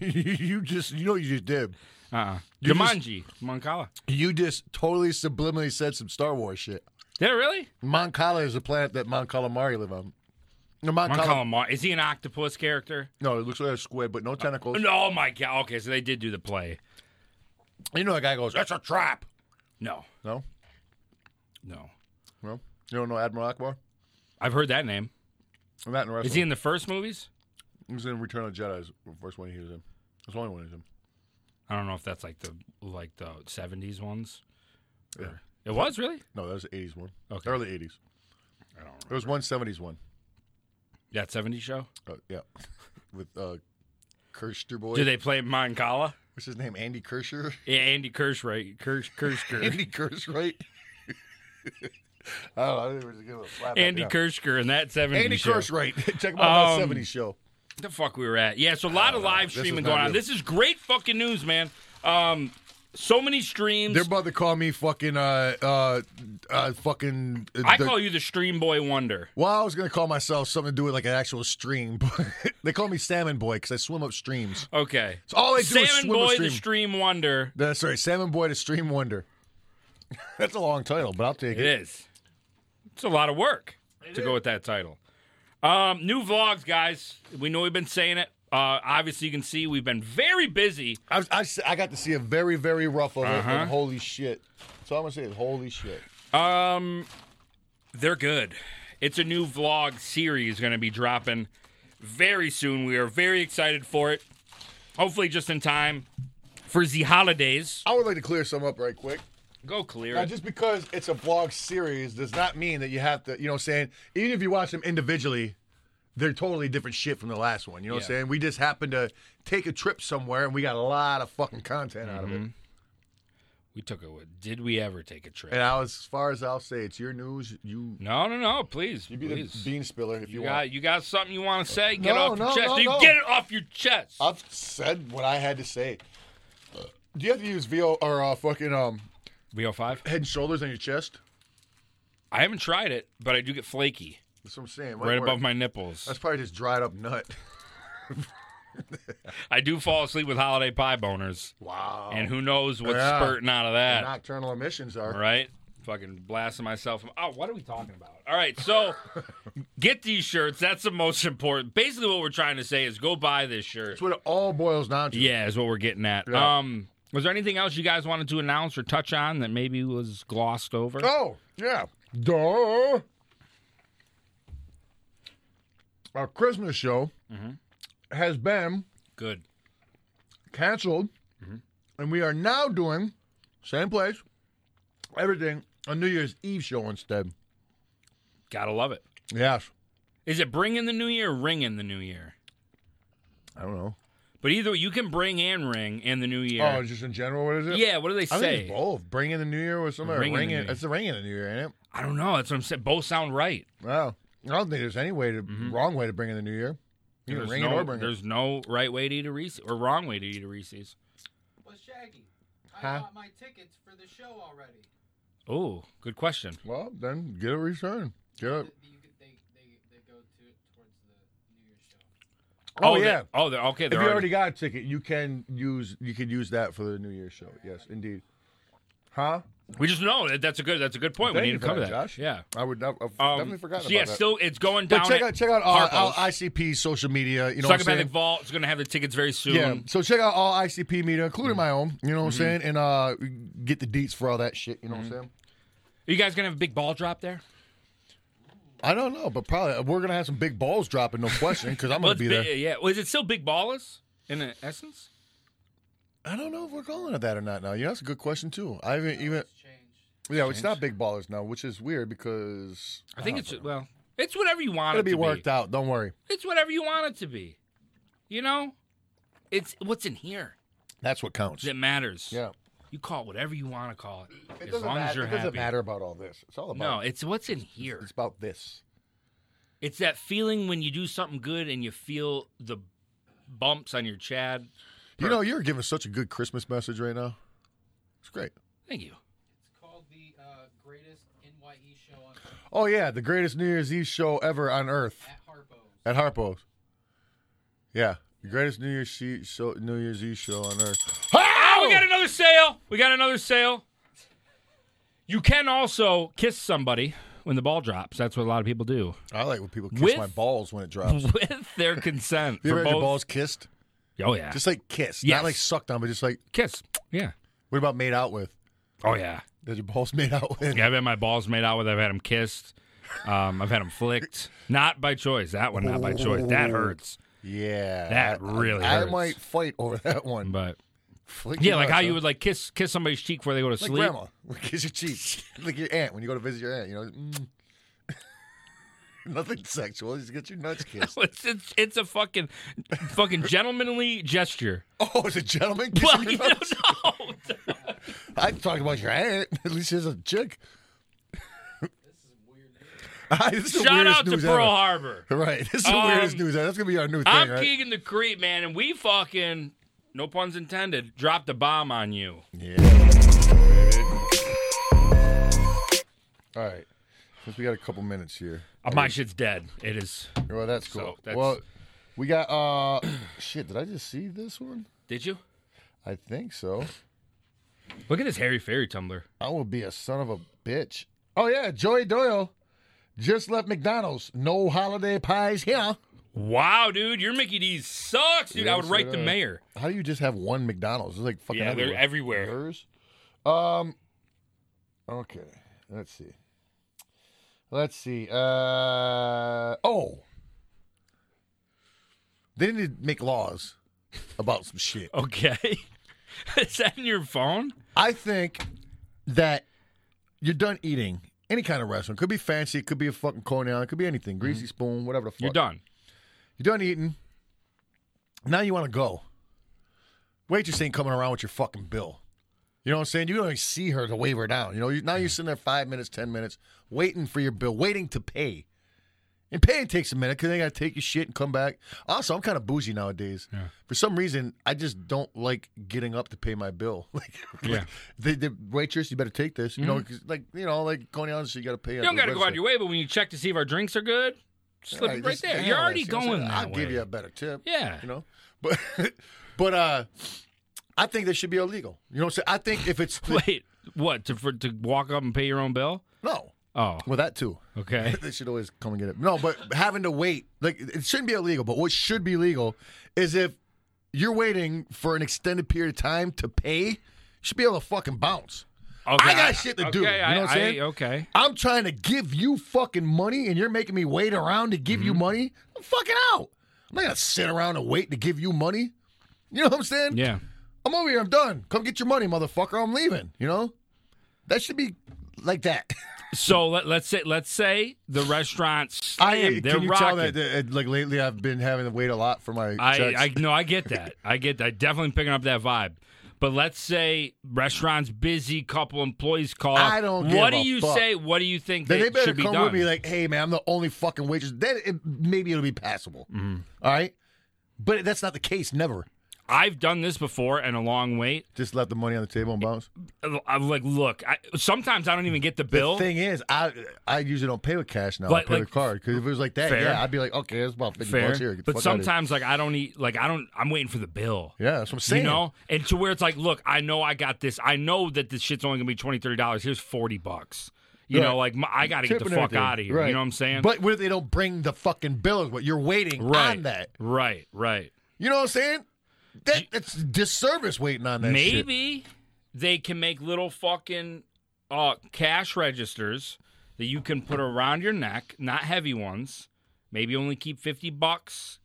B: you just, you know, what you just did.
A: Uh-uh.
B: You
A: Jumanji. Moncala.
B: You just totally subliminally said some Star Wars shit.
A: Yeah, really?
B: Moncala is a planet that Mon Calamari live on. No, Mon Cala-
A: Moncala Mar. Is he an octopus character?
B: no, it looks like a squid, but no tentacles.
A: No, oh my god. Okay, so they did do the play.
B: You know, a guy goes, "That's a trap."
A: No,
B: No,
A: no.
B: no. You don't know Admiral Akbar?
A: I've heard that name.
B: Not in wrestling.
A: Is he in the first movies?
B: He was in Return of the Jedi. Is the first one he was in. That's the only one he was in.
A: I don't know if that's like the like the seventies ones. Or- It was really.
B: No, that was the '80s one.
A: Okay.
B: Early '80s.
A: I don't remember.
B: There was one '70s one.
A: That seventies show.
B: Uh, yeah, [LAUGHS] with uh, Kirster boy.
A: Do they play Moncala?
B: What's his name? Andy Kirscher.
A: Yeah, Andy Kirsch, right? Kirsch,
B: [LAUGHS]
A: Kirschker.
B: Andy Kirsch, right? [LAUGHS] I don't know. I think we're just gonna slap that
A: Andy
B: down.
A: Kirschker in that seventies
B: Andy
A: show.
B: Kirsch, right? [LAUGHS] Check him out
A: Um,
B: on that '70s show.
A: the fuck we were at. Yeah, so a lot of live
B: is
A: streaming
B: not
A: going on.
B: real.
A: This is great fucking news, man. Um, so many streams.
B: They're about to call me fucking uh uh, uh fucking. Uh,
A: I
B: the-
A: call you the Stream Boy Wonder.
B: well, I was gonna call myself something to do with like an actual stream. [LAUGHS] but they call me Salmon Boy because I swim up streams.
A: Okay.
B: So all I do is
A: Salmon
B: swim
A: Boy,
B: upstream.
A: the Stream Wonder.
B: That's right, Salmon Boy to Stream Wonder. [LAUGHS] That's a long title, but I'll take
A: It
B: it.
A: is. It's a lot of work to go with that title. Um, new vlogs, guys. We know we've been saying it. Uh, obviously, you can see we've been very busy.
B: I, was- I, s- I got to see a very very rough of it.
A: Uh-huh.
B: And holy shit! So I'm gonna say is holy shit.
A: Um, they're good. It's a new vlog series going to be dropping very soon. We are very excited for it. Hopefully, just in time for the holidays.
B: I would like to clear some up right quick.
A: Go clear
B: Now,
A: it.
B: just because it's a vlog series does not mean that you have to, you know what I'm saying? Even if you watch them individually, they're totally different shit from the last one. You know what I'm
A: Yeah.
B: saying? We just happened to take a trip somewhere and we got a lot of fucking content out of
A: Mm-hmm.
B: it.
A: We took a. Did we ever take a trip?
B: And I, as far as I'll say, it's your news. You
A: No, no, no. Please,
B: you be the
A: please.
B: bean spiller if you,
A: You
B: want.
A: got you got something you want to say? Get
B: No,
A: off your
B: no,
A: chest.
B: no,
A: you
B: no.
A: get it off your chest.
B: I've said what I had to say. Do you have to use VO or uh, fucking um
A: VO5.
B: head and shoulders on your chest?
A: I haven't tried it, but I do get flaky
B: That's what I'm saying.
A: right
B: Might work.
A: above my nipples.
B: That's probably just dried up nut. [LAUGHS]
A: I do fall asleep with holiday pie boners,
B: Wow.
A: and who knows what's
B: Oh. Yeah.
A: spurting out of that,
B: Nocturnal emissions are.
A: right? Fucking blasting myself. Oh, what are we talking about? All right,
B: [LAUGHS]
A: so get these shirts. That's the most important. Basically, what we're trying to say is go buy this shirt.
B: That's what it all boils down to.
A: Yeah, is what we're getting at.
B: Yeah.
A: Um, was there anything else you guys wanted to announce or touch on that maybe was glossed over?
B: Oh, yeah. Duh. Our Christmas show
A: Mm-hmm.
B: has been
A: Good.
B: canceled,
A: Mm-hmm.
B: and we are now doing same place, everything a New Year's Eve show instead.
A: Gotta love it.
B: Yes.
A: Is it bring in the new year or ring in the new year?
B: I don't know.
A: But either way, you can bring and ring in the new year.
B: Oh, just in general, what is it?
A: yeah, what do they
B: I think
A: say?
B: it's both. Bring in the New Year or something. Ring,
A: Ring in
B: ring
A: the
B: in,
A: New
B: it's the ring in the New Year, ain't
A: I don't know. That's what I'm saying. Both sound right.
B: it? Wow. I don't think there's any way to wrong way to bring in the New Year. You can
A: Mm-hmm. There's
B: ring
A: no,
B: it or bring it.
A: there's no right way to eat a Reese or wrong way to eat a Reese's.
D: Well, Shaggy, I
B: Huh?
D: bought my tickets for the show already.
A: Oh, good question.
B: Well, then get a return. Get a,
D: Th- you could- they, they, they go to towards the New Year's show.
B: Oh,
A: they-
B: yeah.
A: oh, they're okay. They're
B: if you already
A: already,
B: got a ticket, you can use you could use that for the New Year's show. Yes, indeed. Huh?
A: We just know that that's a good. That's a good point.
B: Thank
A: we
B: you
A: need to
B: for
A: cover
B: that,
A: that.
B: Josh.
A: Yeah.
B: I would not, I've
A: Um,
B: definitely forgotten
A: so yeah,
B: about that.
A: still it's going down.
B: But check
A: at
B: out check out all, all
A: Harpo's.
B: ICP social media. You know what I'm
A: Psychopathic
B: saying?
A: Vault is going to have the tickets very soon.
B: Yeah. So check out all ICP media, including
A: Mm.
B: my own. You know
A: Mm-hmm.
B: what I'm saying? And uh, get the deets for all that shit. You know what I'm saying?
A: Are you guys going to have a big ball drop there?
B: I don't know, but probably uh, we're gonna have some big balls dropping,
A: [LAUGHS]
B: no question, because I'm
A: Well,
B: gonna be
A: it's bi-
B: there.
A: Yeah. Well, is it still big ballers in uh, essence?
B: I don't know if we're calling it that or not now. You know, that's a good question too. I haven't even
D: It's changed.
B: Yeah, it's not big ballers now, which is weird because
A: I think it's well, it's whatever you want
B: it'll
A: it
B: Uh-huh. be
A: to
B: worked out. Don't worry.
A: It's whatever you want it to be. You know, it's what's in here
B: That's what counts.
A: that matters.
B: Yeah.
A: You call it whatever you want to call it,
B: It
A: as
B: doesn't
A: long
B: matter.
A: as you're
B: it
A: happy.
B: doesn't matter about all this. It's all
A: No,
B: about.
A: it's what's in here.
B: It's about this.
A: It's that feeling when you do something good and you feel the bumps on your chad.
B: You know, you're giving such a good Christmas message right now. It's great.
A: Thank you.
D: It's called the uh, greatest NYE show on Earth
B: Oh yeah, the greatest New Year's Eve show ever on Earth
D: at
B: at
D: Harpo's.
B: Harpo's. Yeah, the greatest New Year's she- show, New Year's Eve show on Earth.
A: Oh, we got another sale. We got another sale. You can also kiss somebody when the ball drops. That's what a lot of
B: [LAUGHS]
A: people do
B: I like when people kiss
A: With-
B: my balls when it drops.
A: [LAUGHS]
B: You
A: with their consent.
B: ever
A: for
B: had your
A: both-
B: balls kissed?
A: Oh yeah,
B: Just like kissed,
A: Yes.
B: not like sucked on, but just like
A: kiss. Yeah.
B: what about made out with?
A: Oh yeah.
B: Did your balls [LAUGHS] made out with?
A: Yeah, I've had my balls made out with. I've had them kissed. Um, I've had them flicked. Not by choice. That one, not by choice. That hurts.
B: Yeah,
A: That really
B: I,
A: hurts.
B: might fight over that one.
A: But
B: Flick
A: yeah,
B: your
A: like
B: nuts,
A: how
B: huh?
A: you would like kiss kiss somebody's cheek before they go to
B: like
A: sleep.
B: grandma kiss your cheek, like your aunt when you go to visit your aunt. You know, mm. [LAUGHS] nothing sexual. Just get your nuts
A: [LAUGHS]
B: kissed.
A: [LAUGHS] It's, it's it's a fucking fucking gentlemanly gesture.
B: oh, it's a gentleman
A: [LAUGHS] Well,
B: kissing
A: you
B: your
A: [LAUGHS] know,
B: nuts?
A: no.
B: I'm talking about your aunt. [LAUGHS] At least she's a chick. [LAUGHS] this is weird.
A: Shout out to Pearl Harbor.
B: Right, this is the
A: Um,
B: weirdest news ever. That's gonna be our new thing,
A: I'm
B: right?
A: Keegan the Creep, man, and we fucking no puns intended dropped a bomb on you.
B: All right, since we got a couple minutes here.
A: Uh, My shit's dead. It is.
B: Well, that's cool.
A: So, that's-
B: Well, we got uh, [COUGHS] shit. Did I just see this one?
A: Did you
B: I think so.
A: look at this Harry Fairy tumbler?
B: I will be a son of a bitch. Oh yeah, Joey Doyle just left McDonald's. No holiday pies here.
A: Wow, dude, your Mickey D's sucks, dude. I would
B: so
A: write the
B: does.
A: mayor.
B: How do you just have one McDonald's? It's like fucking
A: Yeah, they're everywhere.
B: Yours? Um. Okay. Let's see. Let's see. Uh. Oh. They need to make laws about some shit.
A: Okay, [LAUGHS] is that in your phone?
B: I think that you're done eating any kind of restaurant. Could be fancy. Could be a fucking Coney Island. Could be anything. Greasy spoon. Whatever the fuck.
A: You're done.
B: You're done eating. Now you want to go. Waitress ain't coming around with your fucking bill. You know what I'm saying? You don't even see her to wave her down. You know, you, now you're sitting there five minutes, ten minutes, waiting for your bill, waiting to pay. And paying takes a minute because they got to take your shit and come back. Also, I'm kind of bougie nowadays. For some reason, I just don't like getting up to pay my bill. [LAUGHS] like,
A: Yeah. Mm-hmm.
B: the, the waitress, you better take this. You know, 'cause like you know, like Coney Island, so you got to pay.
A: You don't got to go out of your way, but when you check to see if our drinks are good, slip it right there. You're already going that
B: I'll
A: way.
B: give you a better tip
A: yeah.
B: you know [LAUGHS] but but uh i think they should be illegal you know what i'm saying i think if [LAUGHS] it's
A: [LAUGHS] Wait, what to for, to walk up and pay your own bill?
B: no
A: Oh,
B: well that too [LAUGHS]
A: okay.
B: they should always come and get it no but having to wait like it shouldn't be illegal but what should be legal is if you're waiting for an extended period of time to pay you should be able to fucking bounce
A: Okay,
B: I got shit to do.
A: okay,
B: You know what I'm
A: I- I-
B: saying?
A: okay.
B: i'm trying to give you fucking money and you're making me wait around to give you money i'm fucking out i'm not gonna sit around and wait to give you money you know what i'm saying
A: Yeah.
B: I'm over here. I'm done. Come get your money, motherfucker. I'm leaving. You know, that should be like
A: [LAUGHS]
B: that.
A: So let, let's say let's say the restaurant
B: I
A: slammed. They're
B: can you
A: rocking.
B: tell that, that, like lately I've been having to wait a lot for my checks.
A: I, I no, I get that. I get that. Definitely picking up that vibe. But let's say restaurants busy, couple employees call.
B: I don't give
A: What do
B: a
A: you
B: fuck.
A: say? What do you think
B: then
A: that
B: they better
A: should be
B: come
A: done?
B: with me like, hey man, I'm the only fucking waitress. Then it, maybe it'll be passable.
A: Mm-hmm.
B: All right, but that's not the case. Never.
A: I've done this before and a long wait.
B: Just left the money on the table and bounce.
A: I'm like, look. I, sometimes I don't even get the bill.
B: The thing is, I I usually don't pay with cash now.
A: Like-
B: I pay
A: like-
B: with card because if it was like that,
A: Fair.
B: yeah, I'd be like, okay, that's about fifty
A: fair,
B: bucks here. Get the
A: but
B: fuck outta here.
A: sometimes like I don't eat. Like I don't. I'm waiting for the bill.
B: yeah, that's what I'm saying.
A: You know, and to where it's like, look, I know I got this. I know that this shit's only gonna be $20, 30 dollars. Here's forty bucks. You
B: Right.
A: know, like my, I gotta get the
B: Tipping
A: fuck
B: everything.
A: out of here.
B: Right.
A: You know what I'm saying?
B: But what if they don't bring the fucking bill? Is what you're waiting
A: right,
B: on that.
A: right, right.
B: You know what I'm saying? That that's disservice waiting on that. shit.
A: Maybe they can make little fucking uh, cash registers that you can put around your neck, not heavy ones. Maybe only keep fifty bucks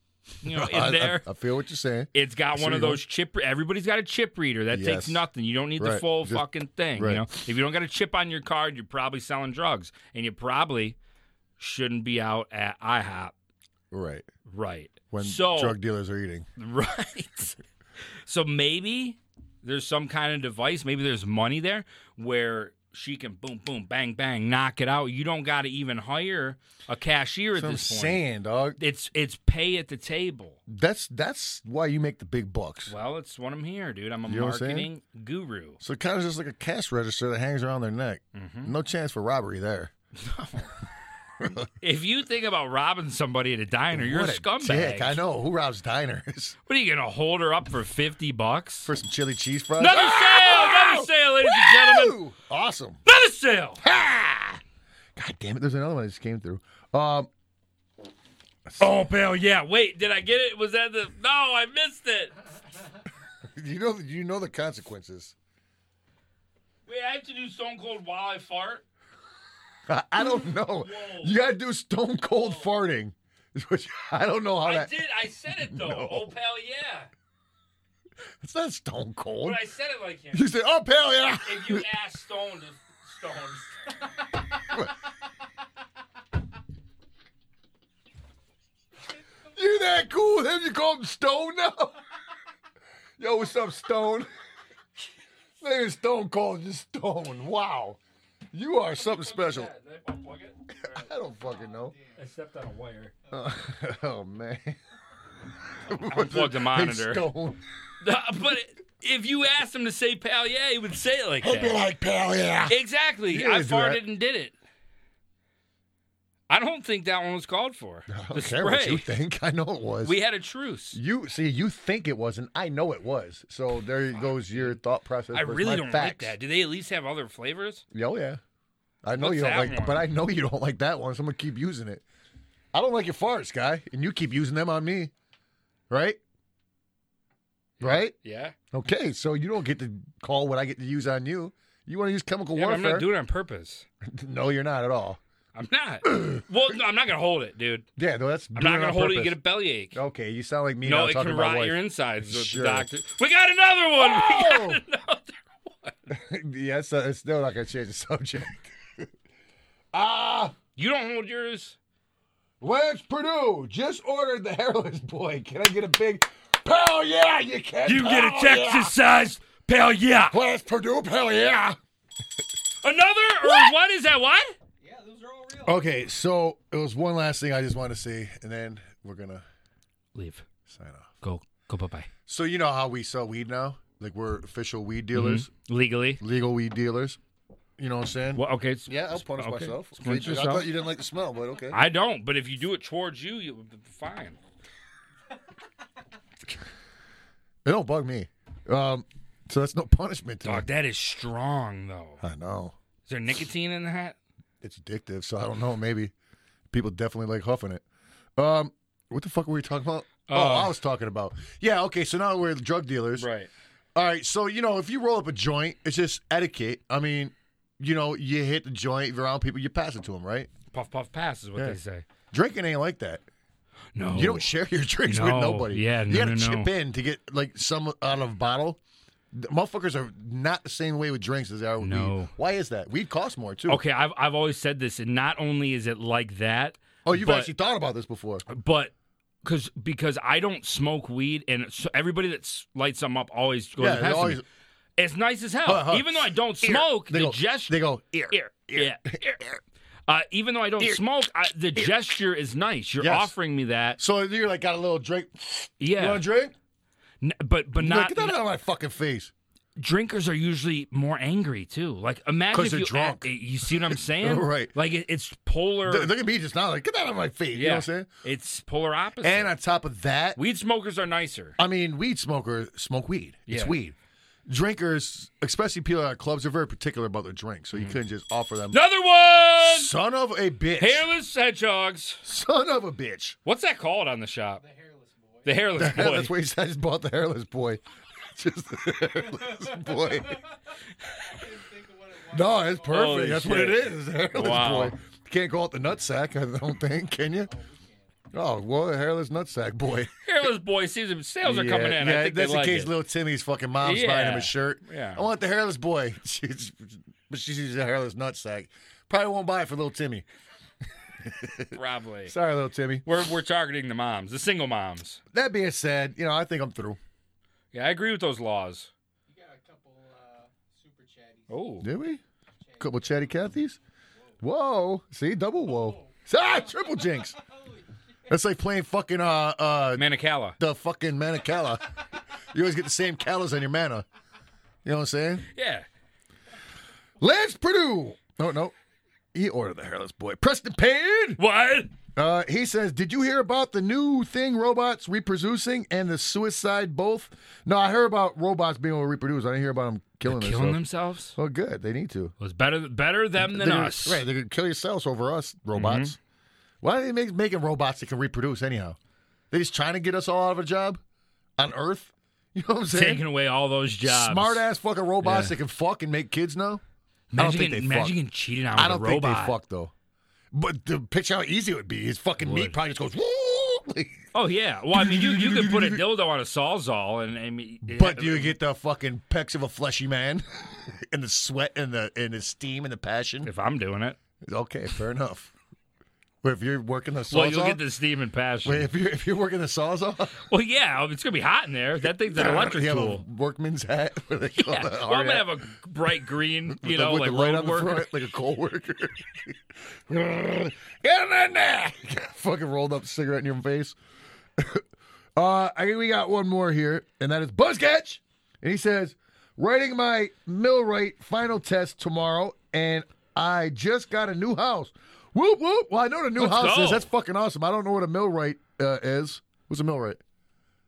B: [LAUGHS]
A: you know,
B: I- I-
A: in there.
B: I, feel what you're saying.
A: It's got
B: see
A: one of
B: you.
A: those chip. Everybody's got a chip reader. That
B: Yes.
A: takes nothing. You don't need the
B: Right.
A: full
B: Just-
A: fucking thing.
B: right.
A: You know, if you don't got a chip on your card, you're probably selling drugs, and you probably shouldn't be out at IHOP.
B: Right.
A: Right.
B: When
A: so
B: drug dealers are eating.
A: right. so maybe there's some kind of device. Maybe there's money there where. She can boom, boom, bang, bang, knock it out. You don't got to even hire a cashier
B: That's
A: at
B: what I'm
A: this point.
B: saying, dog.
A: It's it's pay at the table.
B: That's that's why you make the big bucks.
A: Well, it's what I'm here, dude. I'm a
B: You know what I'm saying?
A: marketing guru.
B: So kind of just like a cash register that hangs around their neck.
A: Mm-hmm.
B: No chance for robbery there.
A: If you think about robbing somebody at a diner, you're
B: What
A: a scumbag.
B: dick. I know. Who robs diners [LAUGHS]
A: What are you gonna hold her up for fifty bucks?
B: for Ah! some chili cheese fries?
A: another sale, another sale, ladies and gentlemen.
B: Woo! Awesome.
A: Another sale.
B: God damn it. There's another one that just came through. Um,
A: Oh, Bill, yeah. Wait, did I get it? Was that the? No, I missed it.
B: you know you know the consequences. [LAUGHS]
A: Wait, I have to do Stone Cold while I fart.
B: I, I
A: [LAUGHS]
B: don't know. You gotta do stone cold farting. Is what you- [LAUGHS] I don't know how
A: I
B: that.
A: did. I said it
B: [LAUGHS]
A: though. Oh, pal, yeah.
B: It's not stone cold.
A: But I said it like him.
B: You said, "Oh, pal, yeah." [LAUGHS]
A: [LAUGHS] If you ask Stone to Stones.
B: You that cool? Him? You call him Stone now? [LAUGHS] Yo, what's up, Stone? [LAUGHS] His Name is Stone Cold, just Stone. Wow, you are something special.
A: [LAUGHS] Did I unplug it? Alright,
B: I don't fucking know.
A: I stepped on a [LAUGHS] wire.
B: [LAUGHS] Oh man. [LAUGHS]
A: Unplug the
B: Hey,
A: monitor.
B: Stone.
A: but if you asked him to say pal yeah, he would say it like that.
B: like pal, yeah.
A: [LAUGHS] Exactly.
B: Yeah,
A: I
B: do that.
A: farted and did it. I don't think that one was called for.
B: I
A: The
B: don't care what you
A: spray.
B: think. I know it was.
A: [LAUGHS] We had a truce.
B: you see, you think it wasn't. I know it was. So there goes your thought process.
A: I
B: versus
A: really
B: my
A: don't
B: facts.
A: like that. Do they at least have other flavors?
B: Yeah, Oh yeah, I know
A: What's
B: you don't
A: that
B: like,
A: one?
B: but I know you don't like that one. So I'm gonna keep using it. I don't like your farts, guy, and you keep using them on me, right? Right?
A: Yeah.
B: Okay, so you don't get to call what I get to use on you. You want to use chemical
A: Yeah, but I'm
B: warfare?
A: not doing it on purpose.
B: [LAUGHS] no, you're not at all.
A: I'm not. well, no, I'm not gonna hold it, dude.
B: Yeah, no, that's.
A: I'm not gonna hold it. You get a bellyache.
B: a. Okay, you sound like me
A: no,
B: now
A: it
B: talking
A: can
B: about
A: rot
B: wife. [LAUGHS]
A: your insides. with
B: Sure.
A: The doctor. We got another one. We got
B: Oh!
A: another-
B: yeah, it's, uh, it's still not gonna change the [LAUGHS] subject. Ah.
A: You don't hold yours.
B: Lance Purdue just ordered the hairless boy. Can I get a big hell yeah? You can.
A: Oh,
B: Hell yeah.
A: sized pal yeah.
B: Lance Purdue. Hell yeah.
A: Another or what is that? What?
D: Yeah, those are all real.
B: Okay, so it was one last thing I just want to see, and then we're gonna
A: Leave.
B: sign off.
A: Go. Go. Bye bye.
B: So you know how we sell weed now? Like we're official weed dealers,
A: Legally.
B: legal weed dealers. You know what I'm saying?
A: Well, okay. it's-
B: Yeah, I'll punish
A: okay.
B: myself.
A: Punish
B: I
A: yourself.
B: thought you didn't like the smell, but okay.
A: I don't, but if you do it towards you, you fine.
B: It don't bug me. Um, so that's no punishment to me.
A: Dog, that is strong though.
B: I know
A: Is there nicotine in that?
B: it's addictive, so I don't know. Maybe people definitely like huffing it. Um, what the fuck were we talking about? oh,
A: Uh,
B: I was talking about. Yeah, okay. So now we're drug dealers.
A: Right.
B: All right. So you know, if you roll up a joint, it's just etiquette. I mean, you know, you hit the joint if you're around people, you pass it to them, right?
A: Puff puff pass is what
B: Yeah.
A: they say.
B: Drinking ain't like that.
A: No.
B: You don't share your [LAUGHS] drinks with
A: No,
B: nobody.
A: yeah,
B: you
A: no,
B: gotta
A: no,
B: chip
A: no.
B: in to get like some out of a bottle. The motherfuckers are not the same way with drinks as they are with
A: No.
B: weed. Why is that? Weed costs more too.
A: Okay, I've I've always said this, and not only is it like that.
B: Oh, you've
A: but,
B: actually thought about this before.
A: but. Cause, because I don't smoke weed, and so everybody that s- lights them up always goes
B: Yeah,
A: past
B: they
A: me.
B: always-
A: It's nice as hell.
B: Huh, huh.
A: Even though I don't
B: Ear.
A: smoke,
B: They
A: the
B: go-
A: gesture.
B: They go ear.
A: ear, yeah, ear. Uh, even though I don't smoke, I, the gesture is nice. You're
B: Yes.
A: offering me that,
B: So you're like got a little drink. You
A: yeah.
B: want a drink?
A: N- but but
B: You're like,
A: not,
B: get that out of my fucking face.
A: drinkers are usually more angry too. Like imagine
B: 'Cause
A: if
B: they're
A: you eh,
B: drunk.
A: you see what I'm
B: [LAUGHS]
A: saying?
B: Right.
A: Like it, it's polar.
B: Th- Look at me just now, like get that out of my face. You know what I'm saying?
A: It's polar opposite.
B: And on top of that,
A: weed smokers are nicer.
B: I mean, weed smokers smoke weed. It's
A: Yeah.
B: weed. Drinkers, especially people at clubs, are very particular about their drinks, so
A: Mm.
B: you couldn't just offer them.
A: Another one.
B: Son of a bitch.
A: Hairless hedgehogs.
B: [LAUGHS] Son of a bitch.
A: What's that called on the shop?
D: The hairless boy.
A: The hairless boy.
B: [LAUGHS] That's what he said. I just bought the hairless boy. [LAUGHS] Just the [LAUGHS] hairless boy.
D: Couldn't think of what it was.
B: No, it's perfect.
A: Holy
B: That's what it
A: shit.
B: is. [LAUGHS] Hairless
A: Wow.
B: boy. Can't call it the nutsack, I don't think, can you? Oh, well, hairless nutsack boy.
A: [LAUGHS] Hairless boy seems the sales are coming
B: yeah,
A: in.
B: Yeah,
A: I think
B: that's
A: they like
B: in case
A: it.
B: little Timmy's fucking mom's buying him
A: Yeah.
B: a shirt.
A: Yeah.
B: I want the hairless boy. [LAUGHS] She's, but she's using a hairless nutsack. Probably won't buy it for little Timmy.
A: Probably.
B: Sorry, little Timmy.
A: We're we're targeting the moms, the single moms.
B: That being said, you know, I think I'm through.
A: Yeah, I agree with those laws.
D: You got a couple uh, super chatties.
A: Oh,
B: Did we? Couple chatty Cathy's? Whoa. See, double whoa. [LAUGHS] Ah, triple jinx. That's like playing fucking uh uh
A: Manicala.
B: the fucking Manicala. You always get the same calas on your mana. You know what I'm saying?
A: Yeah.
B: Lance Purdue. No, no. He ordered the hairless boy. Preston Payne.
A: What?
B: Uh, he says, "Did you hear about the new thing robots reproducing and the suicide both?" No, I heard about robots being able to reproduce. I didn't hear about them killing themselves.
A: Killing themselves?
B: Well, good. They need to.
A: Well, it's better better them than
B: They're gonna-
A: us.
B: Right? They're gonna kill yourselves over us robots.
A: Mm-hmm.
B: Why are they make, making robots that can reproduce anyhow? They just trying to get us all out of a job on Earth. [LAUGHS] You know what I'm saying?
A: Taking away all those jobs.
B: Smart ass fucking robots
A: Yeah.
B: that can fuck and make kids now.
A: Imagine,
B: I don't think
A: getting-
B: they
A: imagine
B: fuck.
A: getting cheated on
B: I
A: with
B: don't
A: a
B: think
A: robot.
B: they fuck though. But the picture how easy it would be. His fucking meat
A: Would.
B: probably just goes. "Woo!" Like-
A: Oh yeah. Well, I mean, you you could
B: [LAUGHS]
A: put a dildo on a sawzall, and I mean,
B: But you get the fucking pecs of a fleshy man, [LAUGHS] and the sweat, and the and the steam, and the passion.
A: if I'm doing it,
B: Okay, fair enough. But if you're working the sawzall,
A: well, you'll get the steam and passion.
B: Wait, if you're if you're working the sawzall,
A: Well, yeah, it's gonna be hot in there. That thing's an [LAUGHS] electric
B: you have [LAUGHS]
A: tool.
B: a workman's hat. What do [LAUGHS] they call
A: Yeah.
B: that?
A: Well, I'm
B: Hard
A: gonna
B: hat?
A: have a bright green, you
B: With
A: know,
B: with
A: like
B: light
A: road
B: on the
A: work.
B: front, like a coal worker. [LAUGHS] get in there! [LAUGHS] Fucking rolled up cigarette in your face. [LAUGHS] uh, I think we got one more here, and that is Buzzcatch. And he says, writing my millwright final test tomorrow, and I just got a new house. Whoop whoop! Well, I know what a new
A: Let's
B: house is.
A: go.
B: That's fucking awesome. I don't know what a millwright uh, is. What's a millwright?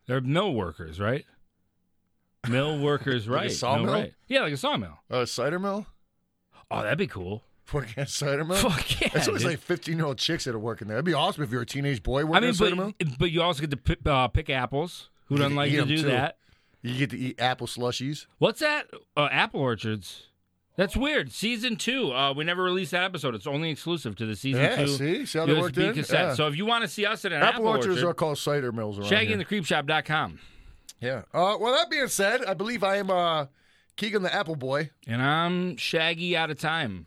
A: They're mill workers, right? Mill workers, right? Mill
B: sawmill?
A: right. Yeah, like a sawmill.
B: A cider mill. [LAUGHS]
A: Oh, that'd be cool.
B: Working at a cider mill.
A: Fuck yeah.
B: That's always
A: dude.
B: like 15 year old chicks that are working there. It'd be awesome if you're a teenage boy working
A: I mean,
B: at a cider mill.
A: but, but you also get to pick, uh, pick apples. Who
B: You get
A: doesn't
B: to
A: like
B: eat
A: to
B: 'em,
A: do
B: too.
A: that?
B: You get to eat apple slushies.
A: What's that? Uh, apple orchards. That's weird. Season two. Uh, we never released that episode. It's only exclusive to the season
B: Yeah,
A: two.
B: see? See how they worked
A: USB
B: in?
A: cassette.
B: Yeah.
A: So if you want to see us at an
B: apple
A: apple,
B: orchards are
A: orchard,
B: called cider mills around here.
A: shaggyandthecreepshop.com.
B: yeah. Uh, well, that being said, I believe I am uh, Keegan the Apple Boy.
A: And I'm Shaggy out of time.